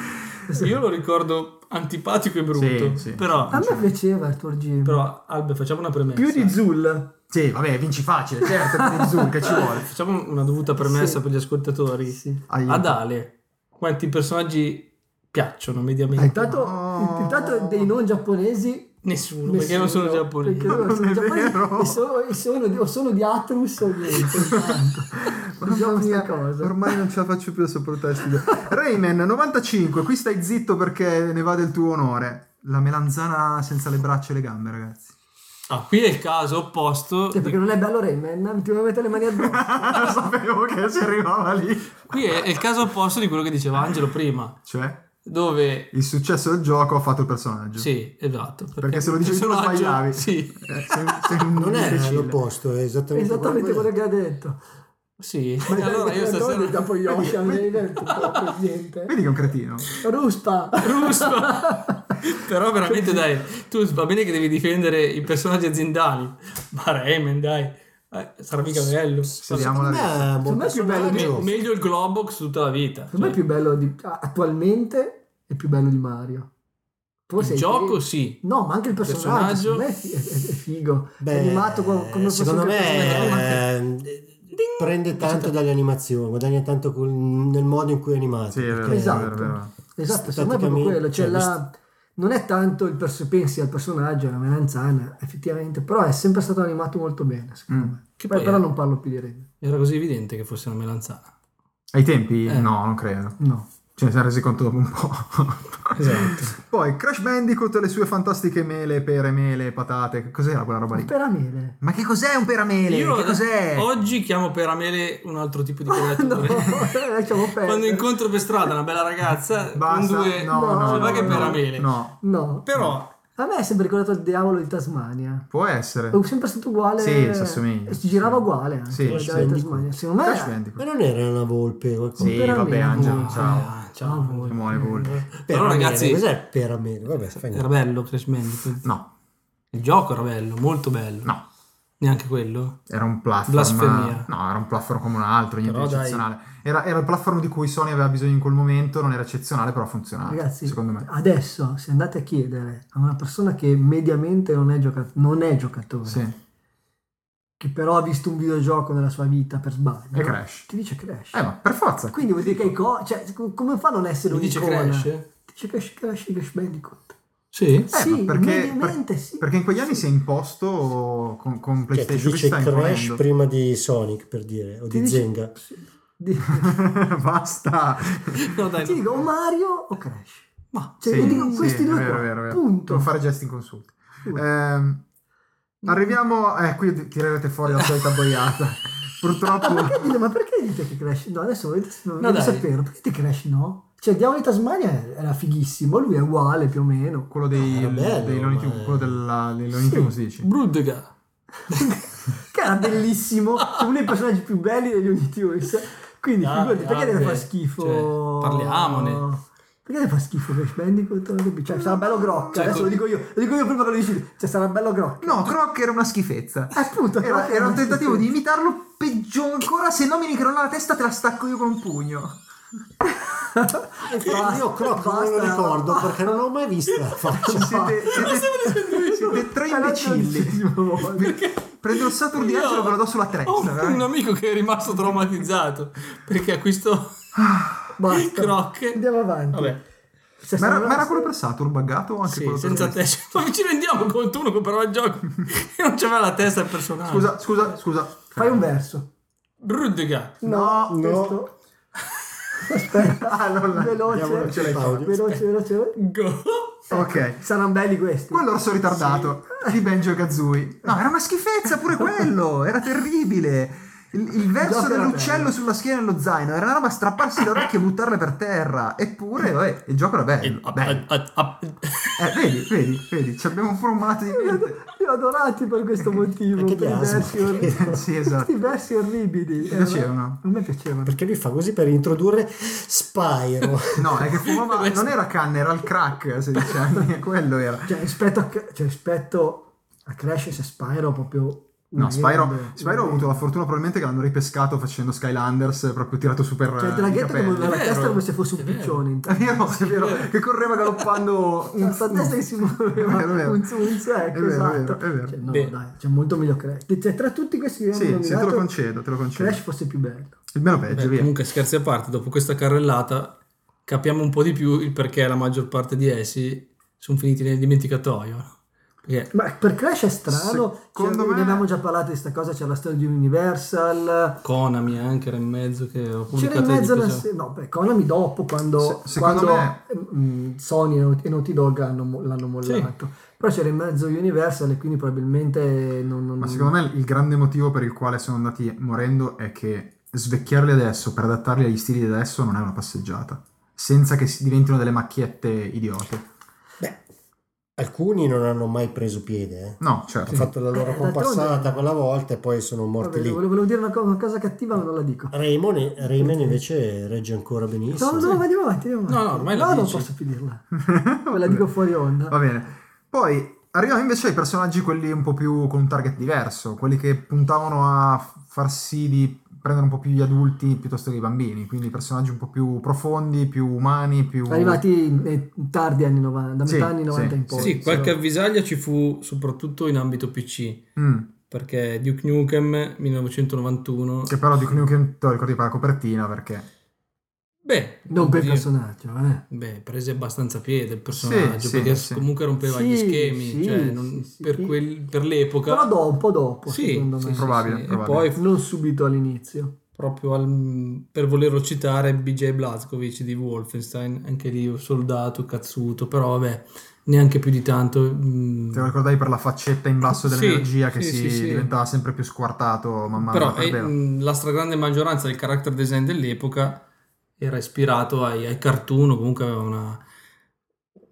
[SPEAKER 3] Io lo ricordo antipatico e brutto.
[SPEAKER 2] Sì, sì.
[SPEAKER 3] Però,
[SPEAKER 5] A me piaceva Arthur Jim.
[SPEAKER 3] però, Albe, facciamo una premessa.
[SPEAKER 5] Più di Zul.
[SPEAKER 2] Sì, vabbè, vinci facile, certo, con il Zoom, che ci vuole.
[SPEAKER 3] Facciamo una dovuta premessa
[SPEAKER 5] Sì.
[SPEAKER 3] per gli ascoltatori.
[SPEAKER 5] Sì.
[SPEAKER 2] Aiuto.
[SPEAKER 3] Ad Ale, quanti personaggi piacciono mediamente?
[SPEAKER 5] Ah, Intanto,
[SPEAKER 2] No.
[SPEAKER 5] intanto dei non giapponesi...
[SPEAKER 3] Nessuno,
[SPEAKER 5] nessuno,
[SPEAKER 3] perché non sono giapponesi.
[SPEAKER 5] perché non sono
[SPEAKER 2] Non è
[SPEAKER 5] giapponesi
[SPEAKER 2] vero.
[SPEAKER 5] e sono, e sono di, o sono di Atrus o di...
[SPEAKER 2] Mamma
[SPEAKER 5] Diciamo
[SPEAKER 2] mia,
[SPEAKER 5] questa cosa.
[SPEAKER 2] Ormai non ce la faccio più a sopportare sti due. Rayman 95, qui stai zitto perché ne va del tuo onore. La melanzana senza le braccia e le gambe, ragazzi.
[SPEAKER 3] Ah, qui è il caso opposto.
[SPEAKER 5] Cioè, perché non è bello Rayman, ti vuoi mettere le mani addosso.
[SPEAKER 2] Sapevo che si arrivava lì.
[SPEAKER 3] Qui è, è il caso opposto di quello che diceva Angelo prima,
[SPEAKER 2] Cioè,
[SPEAKER 3] dove
[SPEAKER 2] il successo del gioco ha fatto il personaggio.
[SPEAKER 3] sì, esatto, perché,
[SPEAKER 2] Perché se lo dicevi tu lo
[SPEAKER 3] personaggio-
[SPEAKER 2] sbagliavi.
[SPEAKER 3] Sì.
[SPEAKER 2] Eh, sei- sei un
[SPEAKER 4] Non è
[SPEAKER 2] imbecille.
[SPEAKER 4] l'opposto, è esattamente,
[SPEAKER 5] Esattamente quello
[SPEAKER 4] quello
[SPEAKER 5] che ha detto.
[SPEAKER 3] Sì. Allora io
[SPEAKER 5] Ricordi
[SPEAKER 3] stasera
[SPEAKER 5] dopo Yoshi, non hai detto proprio niente.
[SPEAKER 2] Vedi che è un cretino.
[SPEAKER 5] Ruspa.
[SPEAKER 3] Ruspa. Però veramente dai, tu va bene che devi difendere i personaggi aziendali, ma Rayman dai, eh, sarà mica bello.
[SPEAKER 2] Saliamo la lista.
[SPEAKER 4] è un
[SPEAKER 5] Secondo
[SPEAKER 4] buon
[SPEAKER 5] me è più bello
[SPEAKER 3] Me-
[SPEAKER 4] personaggio.
[SPEAKER 3] meglio il Globox tutta la vita.
[SPEAKER 5] Secondo me è
[SPEAKER 3] Cioè,
[SPEAKER 5] più bello di, ah, attualmente è più bello di Mario. Forse
[SPEAKER 3] il
[SPEAKER 5] è-
[SPEAKER 3] gioco sì,
[SPEAKER 5] No, ma anche il personaggio,
[SPEAKER 3] Personaggio.
[SPEAKER 5] secondo me è, fi- è- è figo.
[SPEAKER 4] Beh,
[SPEAKER 5] è animato co- come fosse
[SPEAKER 4] secondo
[SPEAKER 5] un cartone animato.
[SPEAKER 4] me ehm, prende tanto dalle animazioni, guadagna tanto col- nel modo in cui è animato.
[SPEAKER 2] Sì, è vero,
[SPEAKER 4] perché-
[SPEAKER 5] Esatto.
[SPEAKER 2] è vero, è vero.
[SPEAKER 5] Esatto, secondo me è proprio
[SPEAKER 4] Esteticamente,
[SPEAKER 5] quello. Cioè,
[SPEAKER 4] cioè,
[SPEAKER 5] la- Non è tanto il perso- pensi al personaggio, alla melanzana, effettivamente, però è sempre stato animato molto bene, secondo
[SPEAKER 2] Mm.
[SPEAKER 5] me.
[SPEAKER 3] Che
[SPEAKER 5] Beh,
[SPEAKER 3] poi
[SPEAKER 5] però
[SPEAKER 3] è-
[SPEAKER 5] non parlo più di Rayman.
[SPEAKER 3] era così evidente che fosse una melanzana.
[SPEAKER 2] Ai tempi?
[SPEAKER 3] Eh.
[SPEAKER 2] No, non credo.
[SPEAKER 5] No.
[SPEAKER 2] Ce ne siamo resi conto dopo un po'.
[SPEAKER 3] Esatto.
[SPEAKER 2] Poi Crash Bandicoot e le sue fantastiche mele, pere, mele, patate. Che Cos'era quella roba lì?
[SPEAKER 5] Peramele.
[SPEAKER 2] Ma che cos'è un peramele?
[SPEAKER 3] Io
[SPEAKER 2] che cos'è?
[SPEAKER 3] oggi chiamo peramele un altro tipo di creatore.
[SPEAKER 5] No, lasciamo perdere.
[SPEAKER 3] Quando incontro per strada una bella ragazza
[SPEAKER 2] Basta,
[SPEAKER 3] con due
[SPEAKER 2] no,
[SPEAKER 5] No,
[SPEAKER 2] no,
[SPEAKER 5] cioè,
[SPEAKER 2] no,
[SPEAKER 5] va
[SPEAKER 2] no,
[SPEAKER 3] che
[SPEAKER 2] no,
[SPEAKER 3] peramele.
[SPEAKER 2] No,
[SPEAKER 5] No.
[SPEAKER 3] Però
[SPEAKER 5] A me è sempre ricordato il diavolo di Tasmania.
[SPEAKER 2] può essere.
[SPEAKER 5] È Oh, sempre stato uguale.
[SPEAKER 2] Sì, si assomiglia.
[SPEAKER 5] E si girava uguale anche.
[SPEAKER 2] Sì,
[SPEAKER 5] il diavolo di
[SPEAKER 4] sì.
[SPEAKER 5] Tasmania. Secondo
[SPEAKER 2] Crash
[SPEAKER 5] me...
[SPEAKER 4] Ma
[SPEAKER 2] Bandicoot.
[SPEAKER 4] non era una volpe? qualcosa?
[SPEAKER 2] Sì,
[SPEAKER 5] peramele.
[SPEAKER 2] vabbè, Angelo,
[SPEAKER 3] Ah,
[SPEAKER 5] Eh,
[SPEAKER 2] ciao.
[SPEAKER 3] ciao.
[SPEAKER 5] voi.
[SPEAKER 4] Eh.
[SPEAKER 2] Come vuole, vuole.
[SPEAKER 3] Però
[SPEAKER 4] Peramele,
[SPEAKER 3] ragazzi,
[SPEAKER 4] Cos'è peramele? Vabbè, fai
[SPEAKER 3] era
[SPEAKER 4] niente.
[SPEAKER 3] bello Crash Bandicoot.
[SPEAKER 2] No.
[SPEAKER 3] Il gioco era bello, molto bello.
[SPEAKER 2] No.
[SPEAKER 3] Neanche quello?
[SPEAKER 2] Era un platform.
[SPEAKER 3] Blasfemia.
[SPEAKER 2] No, era un platform come un altro, niente
[SPEAKER 3] Però
[SPEAKER 2] di
[SPEAKER 3] dai.
[SPEAKER 2] eccezionale. Era, era il platform di cui Sony aveva bisogno in quel momento, non era eccezionale, però funzionava.
[SPEAKER 5] Ragazzi,
[SPEAKER 2] Ah,
[SPEAKER 5] ah,
[SPEAKER 2] secondo me.
[SPEAKER 5] adesso se andate a chiedere a una persona che mediamente non è, gioca- non è giocatore,
[SPEAKER 2] Sì. Eh,
[SPEAKER 5] che però ha visto un videogioco nella sua vita per sbaglio,
[SPEAKER 2] E Crash.
[SPEAKER 5] ti dice Crash.
[SPEAKER 2] Eh, ma per forza.
[SPEAKER 5] Quindi vuol dire che hai co- cioè, co- come fa a non essere
[SPEAKER 3] Lui
[SPEAKER 5] un
[SPEAKER 3] dice
[SPEAKER 5] un'icona?
[SPEAKER 3] Crash? eh?
[SPEAKER 5] Ti dice Crash, Crash, Crash Bandicoot.
[SPEAKER 3] Sì.
[SPEAKER 2] Eh,
[SPEAKER 5] sì,
[SPEAKER 2] ma perché-
[SPEAKER 5] mediamente sì.
[SPEAKER 2] Perché in quegli anni si è imposto con, con
[SPEAKER 4] Cioè, ti
[SPEAKER 2] PlayStation che si
[SPEAKER 4] dice
[SPEAKER 2] sta
[SPEAKER 4] Crash
[SPEAKER 2] imponendo.
[SPEAKER 4] prima di Sonic, per dire, o
[SPEAKER 5] Ti
[SPEAKER 4] di
[SPEAKER 5] dice-
[SPEAKER 4] Zenga.
[SPEAKER 5] sì. Di-
[SPEAKER 2] Basta.
[SPEAKER 3] No, dai,
[SPEAKER 5] ti
[SPEAKER 3] no.
[SPEAKER 5] dico o Mario o Crash.
[SPEAKER 3] Ma
[SPEAKER 5] Cioè,
[SPEAKER 2] Sì,
[SPEAKER 5] io dico
[SPEAKER 2] sì,
[SPEAKER 5] questi
[SPEAKER 2] è
[SPEAKER 5] due
[SPEAKER 2] vero,
[SPEAKER 5] qua,
[SPEAKER 2] è vero, è vero.
[SPEAKER 5] punto.
[SPEAKER 2] Non fare gesti inconsulti.
[SPEAKER 5] Punto.
[SPEAKER 2] Ehm, arriviamo... Eh, qui tirerete fuori la solita boiata.
[SPEAKER 5] Ma
[SPEAKER 2] Purtroppo...
[SPEAKER 5] perché, dite, ma perché dite che Crash? No, adesso volete, non
[SPEAKER 3] No,
[SPEAKER 5] voglio
[SPEAKER 3] dai.
[SPEAKER 5] saperlo. Perché dite Crash no? Cioè, Diavolo di Tasmania era fighissimo, lui è uguale più o meno.
[SPEAKER 2] Quello dei,
[SPEAKER 4] Ah, bello,
[SPEAKER 2] dei Looney
[SPEAKER 4] ma-
[SPEAKER 2] Tunes, quello della, dei Looney
[SPEAKER 5] Sì.
[SPEAKER 2] Tunes dici?
[SPEAKER 3] Brudega.
[SPEAKER 5] Che era bellissimo, cioè uno dei personaggi più belli degli Looney Tunes. Quindi,
[SPEAKER 3] Ah,
[SPEAKER 5] figurati, perché
[SPEAKER 3] grande.
[SPEAKER 5] deve far schifo?
[SPEAKER 3] Cioè, parliamone.
[SPEAKER 5] Perché deve far schifo Crash Bandicoot? Cioè, sarà bello grocca.
[SPEAKER 3] Cioè,
[SPEAKER 5] adesso
[SPEAKER 3] co-
[SPEAKER 5] lo dico io, lo dico io prima che lo dici. tu. Cioè, sarà bello grocca.
[SPEAKER 2] No, Croc era una schifezza.
[SPEAKER 5] Appunto,
[SPEAKER 2] Era, era un tentativo di
[SPEAKER 5] di
[SPEAKER 2] imitarlo peggio ancora. Se nomini che non ha la testa, te la stacco io con un pugno. Eh,
[SPEAKER 4] Io Croc non me lo ricordo perché non l'ho mai vista la faccia.
[SPEAKER 2] Siete, siete, siete tre imbecilli. Prendo il Saturn di
[SPEAKER 3] Io-
[SPEAKER 2] Angelo e ve lo do sulla
[SPEAKER 3] Ho
[SPEAKER 2] testa.
[SPEAKER 3] un
[SPEAKER 2] veramente.
[SPEAKER 3] amico che è rimasto traumatizzato perché acquistò il
[SPEAKER 5] Basta.
[SPEAKER 3] croc.
[SPEAKER 5] Andiamo avanti.
[SPEAKER 3] Vabbè,
[SPEAKER 5] Cioè,
[SPEAKER 2] Ma era,
[SPEAKER 5] sarà-
[SPEAKER 2] ma era quello per Saturn buggato o anche
[SPEAKER 3] sì,
[SPEAKER 2] quello per
[SPEAKER 3] senza
[SPEAKER 2] questo?
[SPEAKER 3] te. Ma ci rendiamo conto uno comprava il gioco e non c'aveva la testa al personaggio.
[SPEAKER 2] Scusa, scusa, scusa.
[SPEAKER 5] Fai un verso.
[SPEAKER 3] Brudega.
[SPEAKER 2] No,
[SPEAKER 4] no.
[SPEAKER 5] questo- Aspetta,
[SPEAKER 2] Ah, non la-
[SPEAKER 5] veloce,
[SPEAKER 2] diavolo, non ce l'hai
[SPEAKER 5] veloce,
[SPEAKER 4] fatta.
[SPEAKER 5] veloce, veloce.
[SPEAKER 3] Go.
[SPEAKER 2] Ok.
[SPEAKER 5] Saranno belli questi.
[SPEAKER 2] Quello orso ritardato di Benjo e Kazooie. No, era una schifezza pure quello. Era terribile. Il, il verso
[SPEAKER 5] Gioco era
[SPEAKER 2] dell'uccello
[SPEAKER 5] bello.
[SPEAKER 2] sulla schiena e lo zaino era una roba a strapparsi le orecchie e buttarle per terra. Eppure, vabbè, il gioco era bello.
[SPEAKER 5] Eh,
[SPEAKER 2] bello. Eh, vedi, vedi, vedi, ci abbiamo pure un malato di mente.
[SPEAKER 5] Li ho adorati per questo motivo.
[SPEAKER 4] Anche
[SPEAKER 5] per i
[SPEAKER 4] di asma.
[SPEAKER 5] versi orribili.
[SPEAKER 2] Sì, esatto.
[SPEAKER 5] Questi versi orribili.
[SPEAKER 2] Ti
[SPEAKER 5] Eh, ma-
[SPEAKER 2] piacevano?
[SPEAKER 5] A me piacevano.
[SPEAKER 4] Perché lui fa così per introdurre Spyro.
[SPEAKER 2] No, è che fumava, non era canna, era il crack a 16 anni, quello era.
[SPEAKER 5] Cioè, rispetto a, cioè, rispetto a Crash e Spyro, proprio.
[SPEAKER 2] No, Spyro,
[SPEAKER 5] grande.
[SPEAKER 2] Spyro ho avuto la fortuna probabilmente che l'hanno ripescato facendo Skylanders, proprio tirato su per
[SPEAKER 5] Cioè, il
[SPEAKER 2] eh, i
[SPEAKER 5] draghetto
[SPEAKER 2] capelli.
[SPEAKER 5] come la
[SPEAKER 3] È
[SPEAKER 5] testa
[SPEAKER 3] vero.
[SPEAKER 5] come se fosse
[SPEAKER 3] È
[SPEAKER 5] un
[SPEAKER 3] vero.
[SPEAKER 5] piccione.
[SPEAKER 2] È
[SPEAKER 5] intanto.
[SPEAKER 2] vero, è vero, che correva galoppando un
[SPEAKER 5] Cioè, sta testa che si muoveva
[SPEAKER 2] È vero.
[SPEAKER 5] un zunzo, ecco,
[SPEAKER 2] È vero, è vero,
[SPEAKER 5] esatto.
[SPEAKER 2] è vero.
[SPEAKER 5] Cioè, no,
[SPEAKER 3] Bene.
[SPEAKER 5] dai, c'è molto meglio Crash. Cioè, tra tutti questi che
[SPEAKER 2] Sì,
[SPEAKER 5] abbiamo
[SPEAKER 2] sì, te lo
[SPEAKER 5] nominato,
[SPEAKER 2] concedo, te lo concedo.
[SPEAKER 5] Crash fosse più bello.
[SPEAKER 2] Il meno peggio,
[SPEAKER 3] Beh,
[SPEAKER 2] via.
[SPEAKER 3] comunque scherzi a parte, dopo questa carrellata capiamo un po' di più il perché la maggior parte di essi sono finiti nel dimenticatoio. Perché
[SPEAKER 5] Ma per Crash è strano.
[SPEAKER 2] Secondo
[SPEAKER 5] cioè,
[SPEAKER 2] me-
[SPEAKER 5] Ne abbiamo già parlato di questa cosa, c'è la storia di Universal.
[SPEAKER 3] Konami anche era in mezzo che ho pubblicato
[SPEAKER 5] C'era in mezzo
[SPEAKER 3] di
[SPEAKER 5] una...
[SPEAKER 3] questo-
[SPEAKER 5] se- No, beh, Konami dopo, quando,
[SPEAKER 2] Se- secondo
[SPEAKER 5] quando,
[SPEAKER 2] me-
[SPEAKER 5] mm, Sony e Naut- e Naughty Dog hanno mo- l'hanno
[SPEAKER 3] Sì.
[SPEAKER 5] mollato. Però c'era in mezzo Universal e quindi probabilmente non... non-
[SPEAKER 2] Ma secondo me il grande motivo per il quale sono andati morendo è che svecchiarli adesso per adattarli agli stili di adesso non è una passeggiata. Senza che si diventino delle macchiette idiote.
[SPEAKER 4] Beh, alcuni non hanno mai preso piede. eh.
[SPEAKER 2] No,
[SPEAKER 4] Hanno
[SPEAKER 2] certo.
[SPEAKER 4] fatto la loro
[SPEAKER 5] Eh,
[SPEAKER 4] comparsata
[SPEAKER 5] d'altronde-
[SPEAKER 4] quella volta e poi sono morti
[SPEAKER 5] Vabbè,
[SPEAKER 4] lì.
[SPEAKER 5] volevo, volevo dire una cosa, una cosa cattiva, ma non la dico.
[SPEAKER 4] Raymond, Rayman invece regge ancora benissimo.
[SPEAKER 5] No, no, ma andiamo avanti, andiamo
[SPEAKER 3] No,
[SPEAKER 5] avanti.
[SPEAKER 3] no, ormai la
[SPEAKER 5] non
[SPEAKER 3] dici. Ah,
[SPEAKER 5] posso finirla. Ve la dico fuori onda.
[SPEAKER 2] Va bene. Poi arriviamo invece ai personaggi quelli un po' più con un target diverso, quelli che puntavano a f- far sì di prendere un po' più gli adulti piuttosto che i bambini, quindi personaggi un po' più profondi, più umani, più...
[SPEAKER 5] Arrivati in- in tardi anni 90, da
[SPEAKER 2] Sì,
[SPEAKER 5] metà anni
[SPEAKER 2] sì,
[SPEAKER 5] 90 in
[SPEAKER 2] sì,
[SPEAKER 5] poi.
[SPEAKER 3] Sì,
[SPEAKER 5] se
[SPEAKER 3] qualche
[SPEAKER 5] no-
[SPEAKER 3] avvisaglia ci fu soprattutto in ambito PC,
[SPEAKER 2] Mm.
[SPEAKER 3] perché Duke Nukem 1991
[SPEAKER 2] Che però di Nukem te lo ricordi per la copertina perché...
[SPEAKER 3] Beh,
[SPEAKER 5] Non per
[SPEAKER 3] dire-
[SPEAKER 5] personaggio, eh.
[SPEAKER 3] Beh, prese abbastanza piede il personaggio
[SPEAKER 2] Sì, sì,
[SPEAKER 3] perché
[SPEAKER 2] sì.
[SPEAKER 3] comunque rompeva
[SPEAKER 5] Sì,
[SPEAKER 3] gli schemi
[SPEAKER 5] sì,
[SPEAKER 3] cioè,
[SPEAKER 5] sì,
[SPEAKER 3] non-
[SPEAKER 5] sì,
[SPEAKER 3] per,
[SPEAKER 5] sì.
[SPEAKER 3] quel- per l'epoca.
[SPEAKER 5] Però do, un po' dopo,
[SPEAKER 3] sì,
[SPEAKER 5] secondo
[SPEAKER 3] sì,
[SPEAKER 5] me.
[SPEAKER 3] sì,
[SPEAKER 2] Probabile,
[SPEAKER 3] sì.
[SPEAKER 2] probabile.
[SPEAKER 3] E poi fu-
[SPEAKER 5] Non subito all'inizio.
[SPEAKER 3] proprio al- per volerlo citare BJ Blazkowicz di Wolfenstein, anche lì un soldato cazzuto, però vabbè, neanche più di tanto. mm.
[SPEAKER 2] Te lo ricordavi per la faccetta in basso
[SPEAKER 3] Sì,
[SPEAKER 2] dell'energia che
[SPEAKER 3] sì,
[SPEAKER 2] si
[SPEAKER 3] sì, sì.
[SPEAKER 2] diventava sempre più squartato man mano
[SPEAKER 3] però
[SPEAKER 2] che perdeva.
[SPEAKER 3] eh, mm, la stragrande maggioranza del character design dell'epoca era ispirato ai, ai cartoon o comunque aveva una,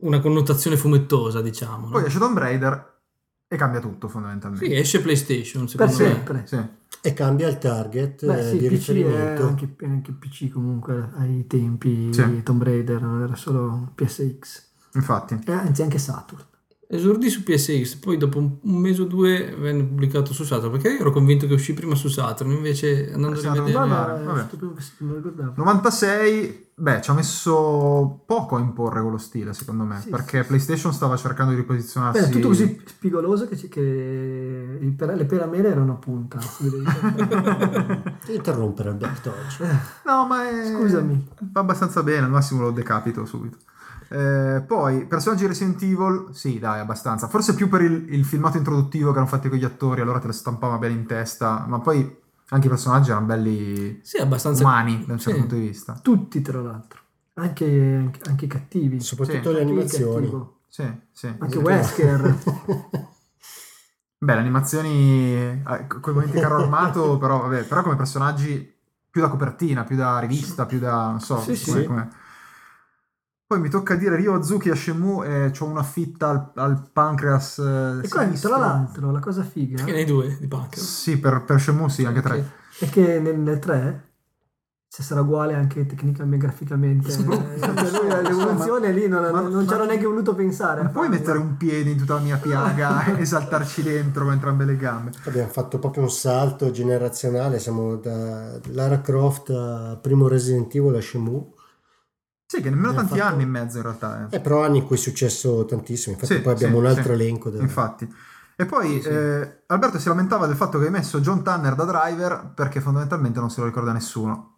[SPEAKER 3] una connotazione fumettosa, diciamo. no?
[SPEAKER 2] Poi esce Tomb Raider e cambia tutto fondamentalmente.
[SPEAKER 3] Sì, eh, esce PlayStation, secondo
[SPEAKER 5] Per
[SPEAKER 3] me.
[SPEAKER 5] sempre.
[SPEAKER 2] Sì.
[SPEAKER 4] E cambia il target
[SPEAKER 5] Beh,
[SPEAKER 4] eh,
[SPEAKER 5] sì,
[SPEAKER 4] di
[SPEAKER 5] PC è
[SPEAKER 4] riferimento.
[SPEAKER 5] anche, anche PC comunque ai tempi
[SPEAKER 2] Sì.
[SPEAKER 5] Tomb Raider, non era solo PSX,
[SPEAKER 2] Infatti,
[SPEAKER 5] Eh, anzi anche Saturn.
[SPEAKER 3] Esordì su PSX, poi dopo un, un mese o due venne pubblicato su Saturn, perché io ero convinto che uscì prima su Saturn, invece andando a
[SPEAKER 2] Saturn,
[SPEAKER 5] No,
[SPEAKER 3] rivedere...
[SPEAKER 5] no,
[SPEAKER 2] vabbè.
[SPEAKER 5] era stupido, non ricordavo.
[SPEAKER 2] 96, beh, ci ha messo poco a imporre quello stile, secondo me,
[SPEAKER 5] Sì,
[SPEAKER 2] perché PlayStation stava cercando di riposizionarsi.
[SPEAKER 5] Era tutto così spigoloso che, che il pera- le peramele erano a punta.
[SPEAKER 4] Ti interrompere Alberto oggi.
[SPEAKER 5] Eh,
[SPEAKER 2] No, ma è...
[SPEAKER 5] Scusami.
[SPEAKER 2] Va abbastanza bene, al massimo lo decapito subito. Eh, poi, personaggi Resident Evil, sì, dai, abbastanza. Forse più per il, il filmato introduttivo che erano fatti con gli attori, allora te lo stampava bene in testa, ma poi anche i personaggi erano belli
[SPEAKER 3] Sì, abbastanza...
[SPEAKER 2] umani da un certo
[SPEAKER 3] sì.
[SPEAKER 2] punto di vista.
[SPEAKER 5] Tutti, tra l'altro. Anche, anche, anche i cattivi.
[SPEAKER 4] Soprattutto
[SPEAKER 2] Sì.
[SPEAKER 4] le
[SPEAKER 5] Anche lui
[SPEAKER 4] animazioni.
[SPEAKER 5] cattivo.
[SPEAKER 2] Sì, sì.
[SPEAKER 5] Anche Wesker.
[SPEAKER 2] Beh, le animazioni eh, co- con i momenti carro armato, però, vabbè, però come personaggi più da copertina, più da rivista, più da non so.
[SPEAKER 5] Sì,
[SPEAKER 2] come-
[SPEAKER 4] sì.
[SPEAKER 2] come- Poi mi tocca dire Ryo Azuki a Shenmue e ho una fitta al, al pancreas. eh,
[SPEAKER 5] E poi,
[SPEAKER 2] sinistro.
[SPEAKER 5] tra l'altro, la cosa figa
[SPEAKER 3] Che ne hai due di punk.
[SPEAKER 2] Sì, per, per Shenmue sì, anche tre.
[SPEAKER 5] è che nel 3 se sarà uguale anche tecnicamente graficamente eh, per lui l'evoluzione lì non,
[SPEAKER 2] Ma-
[SPEAKER 5] non- non
[SPEAKER 2] ma-
[SPEAKER 5] c'ero neanche voluto pensare a
[SPEAKER 2] Non puoi
[SPEAKER 5] farlo.
[SPEAKER 2] mettere un piede in tutta la mia piaga e saltarci dentro con entrambe le gambe.
[SPEAKER 4] Abbiamo fatto proprio un salto generazionale, siamo da Lara Croft a primo Resident Evil a Shenmue.
[SPEAKER 2] Sì, che nemmeno
[SPEAKER 4] Abbiamo
[SPEAKER 2] tanti
[SPEAKER 4] fatto-
[SPEAKER 2] anni e mezzo in realtà. eh.
[SPEAKER 4] Eh, però anni in cui è successo tantissimo, infatti
[SPEAKER 2] Sì,
[SPEAKER 4] poi abbiamo
[SPEAKER 2] sì,
[SPEAKER 4] un altro
[SPEAKER 2] sì.
[SPEAKER 4] elenco. da-
[SPEAKER 2] Infatti. E poi
[SPEAKER 4] Sì, sì.
[SPEAKER 2] eh, Alberto si lamentava del fatto che hai messo John Tanner da driver perché fondamentalmente non se lo ricorda nessuno.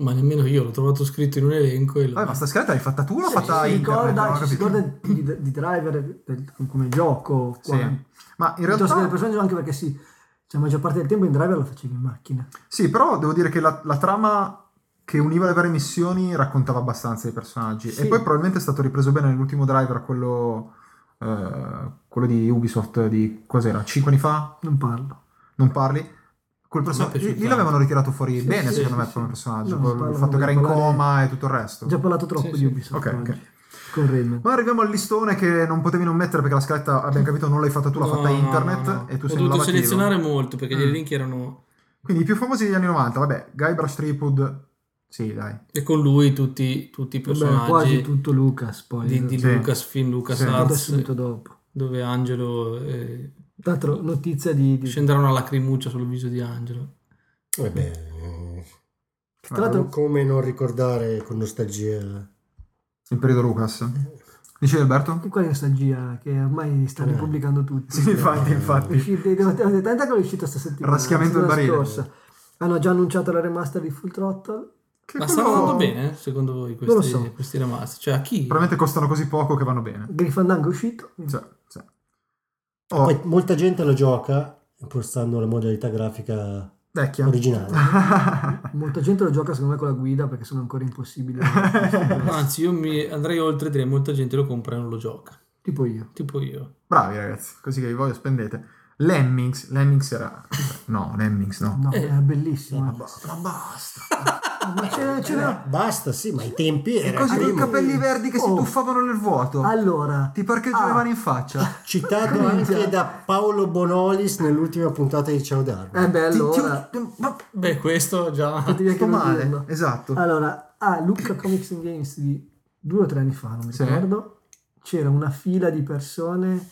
[SPEAKER 3] Ma nemmeno io l'ho trovato scritto in un elenco e lo...
[SPEAKER 2] Vabbè, Eh, ma sta scaletta l'hai fatta tu o l'ha
[SPEAKER 5] Sì,
[SPEAKER 2] fatta
[SPEAKER 5] si
[SPEAKER 2] internet? Non
[SPEAKER 5] ricorda,
[SPEAKER 2] ho
[SPEAKER 5] ci si
[SPEAKER 2] capito.
[SPEAKER 5] ricorda di, di driver del- come gioco
[SPEAKER 2] Sì. Ma in realtà...
[SPEAKER 5] persone anche perché sì cioè, la maggior parte del tempo in driver lo facevi in macchina
[SPEAKER 2] Sì, però devo dire che la, la trama che univa le varie missioni raccontava abbastanza i personaggi. E
[SPEAKER 5] Sì.
[SPEAKER 2] poi probabilmente è stato ripreso bene nell'ultimo driver, quello, eh, quello di Ubisoft di cos'era? 5 anni fa?
[SPEAKER 5] non parlo
[SPEAKER 2] non parli. Quel person-
[SPEAKER 3] piaciuto
[SPEAKER 2] lì, lì
[SPEAKER 3] tanto.
[SPEAKER 2] l'avevano ritirato fuori
[SPEAKER 5] Sì,
[SPEAKER 2] bene,
[SPEAKER 5] sì,
[SPEAKER 2] secondo
[SPEAKER 5] sì,
[SPEAKER 2] me,
[SPEAKER 5] sì.
[SPEAKER 2] come personaggio.
[SPEAKER 5] No,
[SPEAKER 2] col
[SPEAKER 5] parla-
[SPEAKER 2] fatto che era in
[SPEAKER 5] parla-
[SPEAKER 2] coma e tutto il
[SPEAKER 5] ho
[SPEAKER 2] resto.
[SPEAKER 5] già parlato troppo
[SPEAKER 3] Sì,
[SPEAKER 5] di
[SPEAKER 3] sì.
[SPEAKER 5] Ubisoft
[SPEAKER 2] Ok,
[SPEAKER 5] oggi,
[SPEAKER 2] ok.
[SPEAKER 5] con Rayman
[SPEAKER 2] Ma arriviamo al listone che non potevi non mettere perché la scaletta, abbiamo capito, non l'hai fatta tu, l'ha
[SPEAKER 3] No,
[SPEAKER 2] fatta
[SPEAKER 3] no,
[SPEAKER 2] internet
[SPEAKER 3] no, no.
[SPEAKER 2] e tu
[SPEAKER 3] Ho
[SPEAKER 2] sei un
[SPEAKER 3] dovuto
[SPEAKER 2] lavativo.
[SPEAKER 3] selezionare molto perché gli
[SPEAKER 2] Mm.
[SPEAKER 3] elenchi erano...
[SPEAKER 2] Quindi i più famosi degli anni 90, vabbè, Guybrush Threepwood, sì dai.
[SPEAKER 3] E con lui tutti, tutti i
[SPEAKER 5] Vabbè,
[SPEAKER 3] personaggi...
[SPEAKER 5] quasi tutto Lucas poi
[SPEAKER 3] di, di
[SPEAKER 2] Sì.
[SPEAKER 3] Lucasfilm,
[SPEAKER 2] Sì.
[SPEAKER 5] Vado
[SPEAKER 3] LucasArts,
[SPEAKER 5] subito dopo
[SPEAKER 3] dove Angelo eh,
[SPEAKER 5] tra l'altro notizia di, di...
[SPEAKER 3] scenderà una lacrimuccia sul viso di Angelo.
[SPEAKER 4] Eh beh, eh,
[SPEAKER 5] tra l'altro
[SPEAKER 4] come non ricordare con nostalgia?
[SPEAKER 2] Il periodo Lucas. Dicevi Alberto?
[SPEAKER 5] Anche qua è nostalgia che ormai stanno
[SPEAKER 4] Eh.
[SPEAKER 5] pubblicando tutti.
[SPEAKER 2] Sì, infatti,
[SPEAKER 5] È
[SPEAKER 2] infatti.
[SPEAKER 5] uscito- devo- devo- Tentacolo è uscito sta settimana.
[SPEAKER 2] Raschiamento
[SPEAKER 5] la
[SPEAKER 2] del barile.
[SPEAKER 5] scorsa. Hanno già annunciato la remaster di Full Throttle.
[SPEAKER 2] Che
[SPEAKER 3] Ma stanno
[SPEAKER 2] quello-
[SPEAKER 3] andando bene, eh, secondo voi,
[SPEAKER 5] lo
[SPEAKER 3] questi,
[SPEAKER 5] so.
[SPEAKER 3] questi remaster? Cioè, a chi?
[SPEAKER 2] Probabilmente costano così poco che vanno bene.
[SPEAKER 5] Grifandango è uscito.
[SPEAKER 2] Cioè, cioè. Oh,
[SPEAKER 4] Poi molta gente lo gioca impostando la modalità grafica
[SPEAKER 2] vecchia.
[SPEAKER 4] originale.
[SPEAKER 5] Molta gente lo gioca secondo me con la guida perché sono ancora impossibili.
[SPEAKER 3] Anzi, io mi andrei oltre e direi molta gente lo compra e non lo gioca.
[SPEAKER 5] tipo io.
[SPEAKER 3] Tipo io.
[SPEAKER 2] Bravi ragazzi, così che vi voglio spendete. Lemmings, Lemmings era... No, Lemmings no.
[SPEAKER 5] No,
[SPEAKER 3] Eh.
[SPEAKER 5] è bellissimo.
[SPEAKER 2] Ma ba- ma basta.
[SPEAKER 5] Ma c'era-
[SPEAKER 2] Eh,
[SPEAKER 5] c'era-
[SPEAKER 4] Basta, sì, ma i tempi
[SPEAKER 2] E
[SPEAKER 4] erano...
[SPEAKER 2] così
[SPEAKER 5] primo.
[SPEAKER 2] con capelli verdi che si
[SPEAKER 5] Oh.
[SPEAKER 2] tuffavano nel vuoto.
[SPEAKER 5] Allora,
[SPEAKER 2] Ti parcheggiavano in faccia.
[SPEAKER 4] Citato anche da Paolo Bonolis nell'ultima puntata di Ciao Darwin.
[SPEAKER 5] eh beh,
[SPEAKER 2] Ti- ti-
[SPEAKER 5] allora.
[SPEAKER 2] ma-
[SPEAKER 3] Beh, questo già...
[SPEAKER 5] fatevi anche
[SPEAKER 2] Sto
[SPEAKER 5] non
[SPEAKER 2] male,
[SPEAKER 5] dirlo.
[SPEAKER 2] esatto.
[SPEAKER 5] Allora, a Lucca Comics and Games di due o tre anni fa, non mi
[SPEAKER 2] Sì.
[SPEAKER 5] ricordo, c'era una fila di persone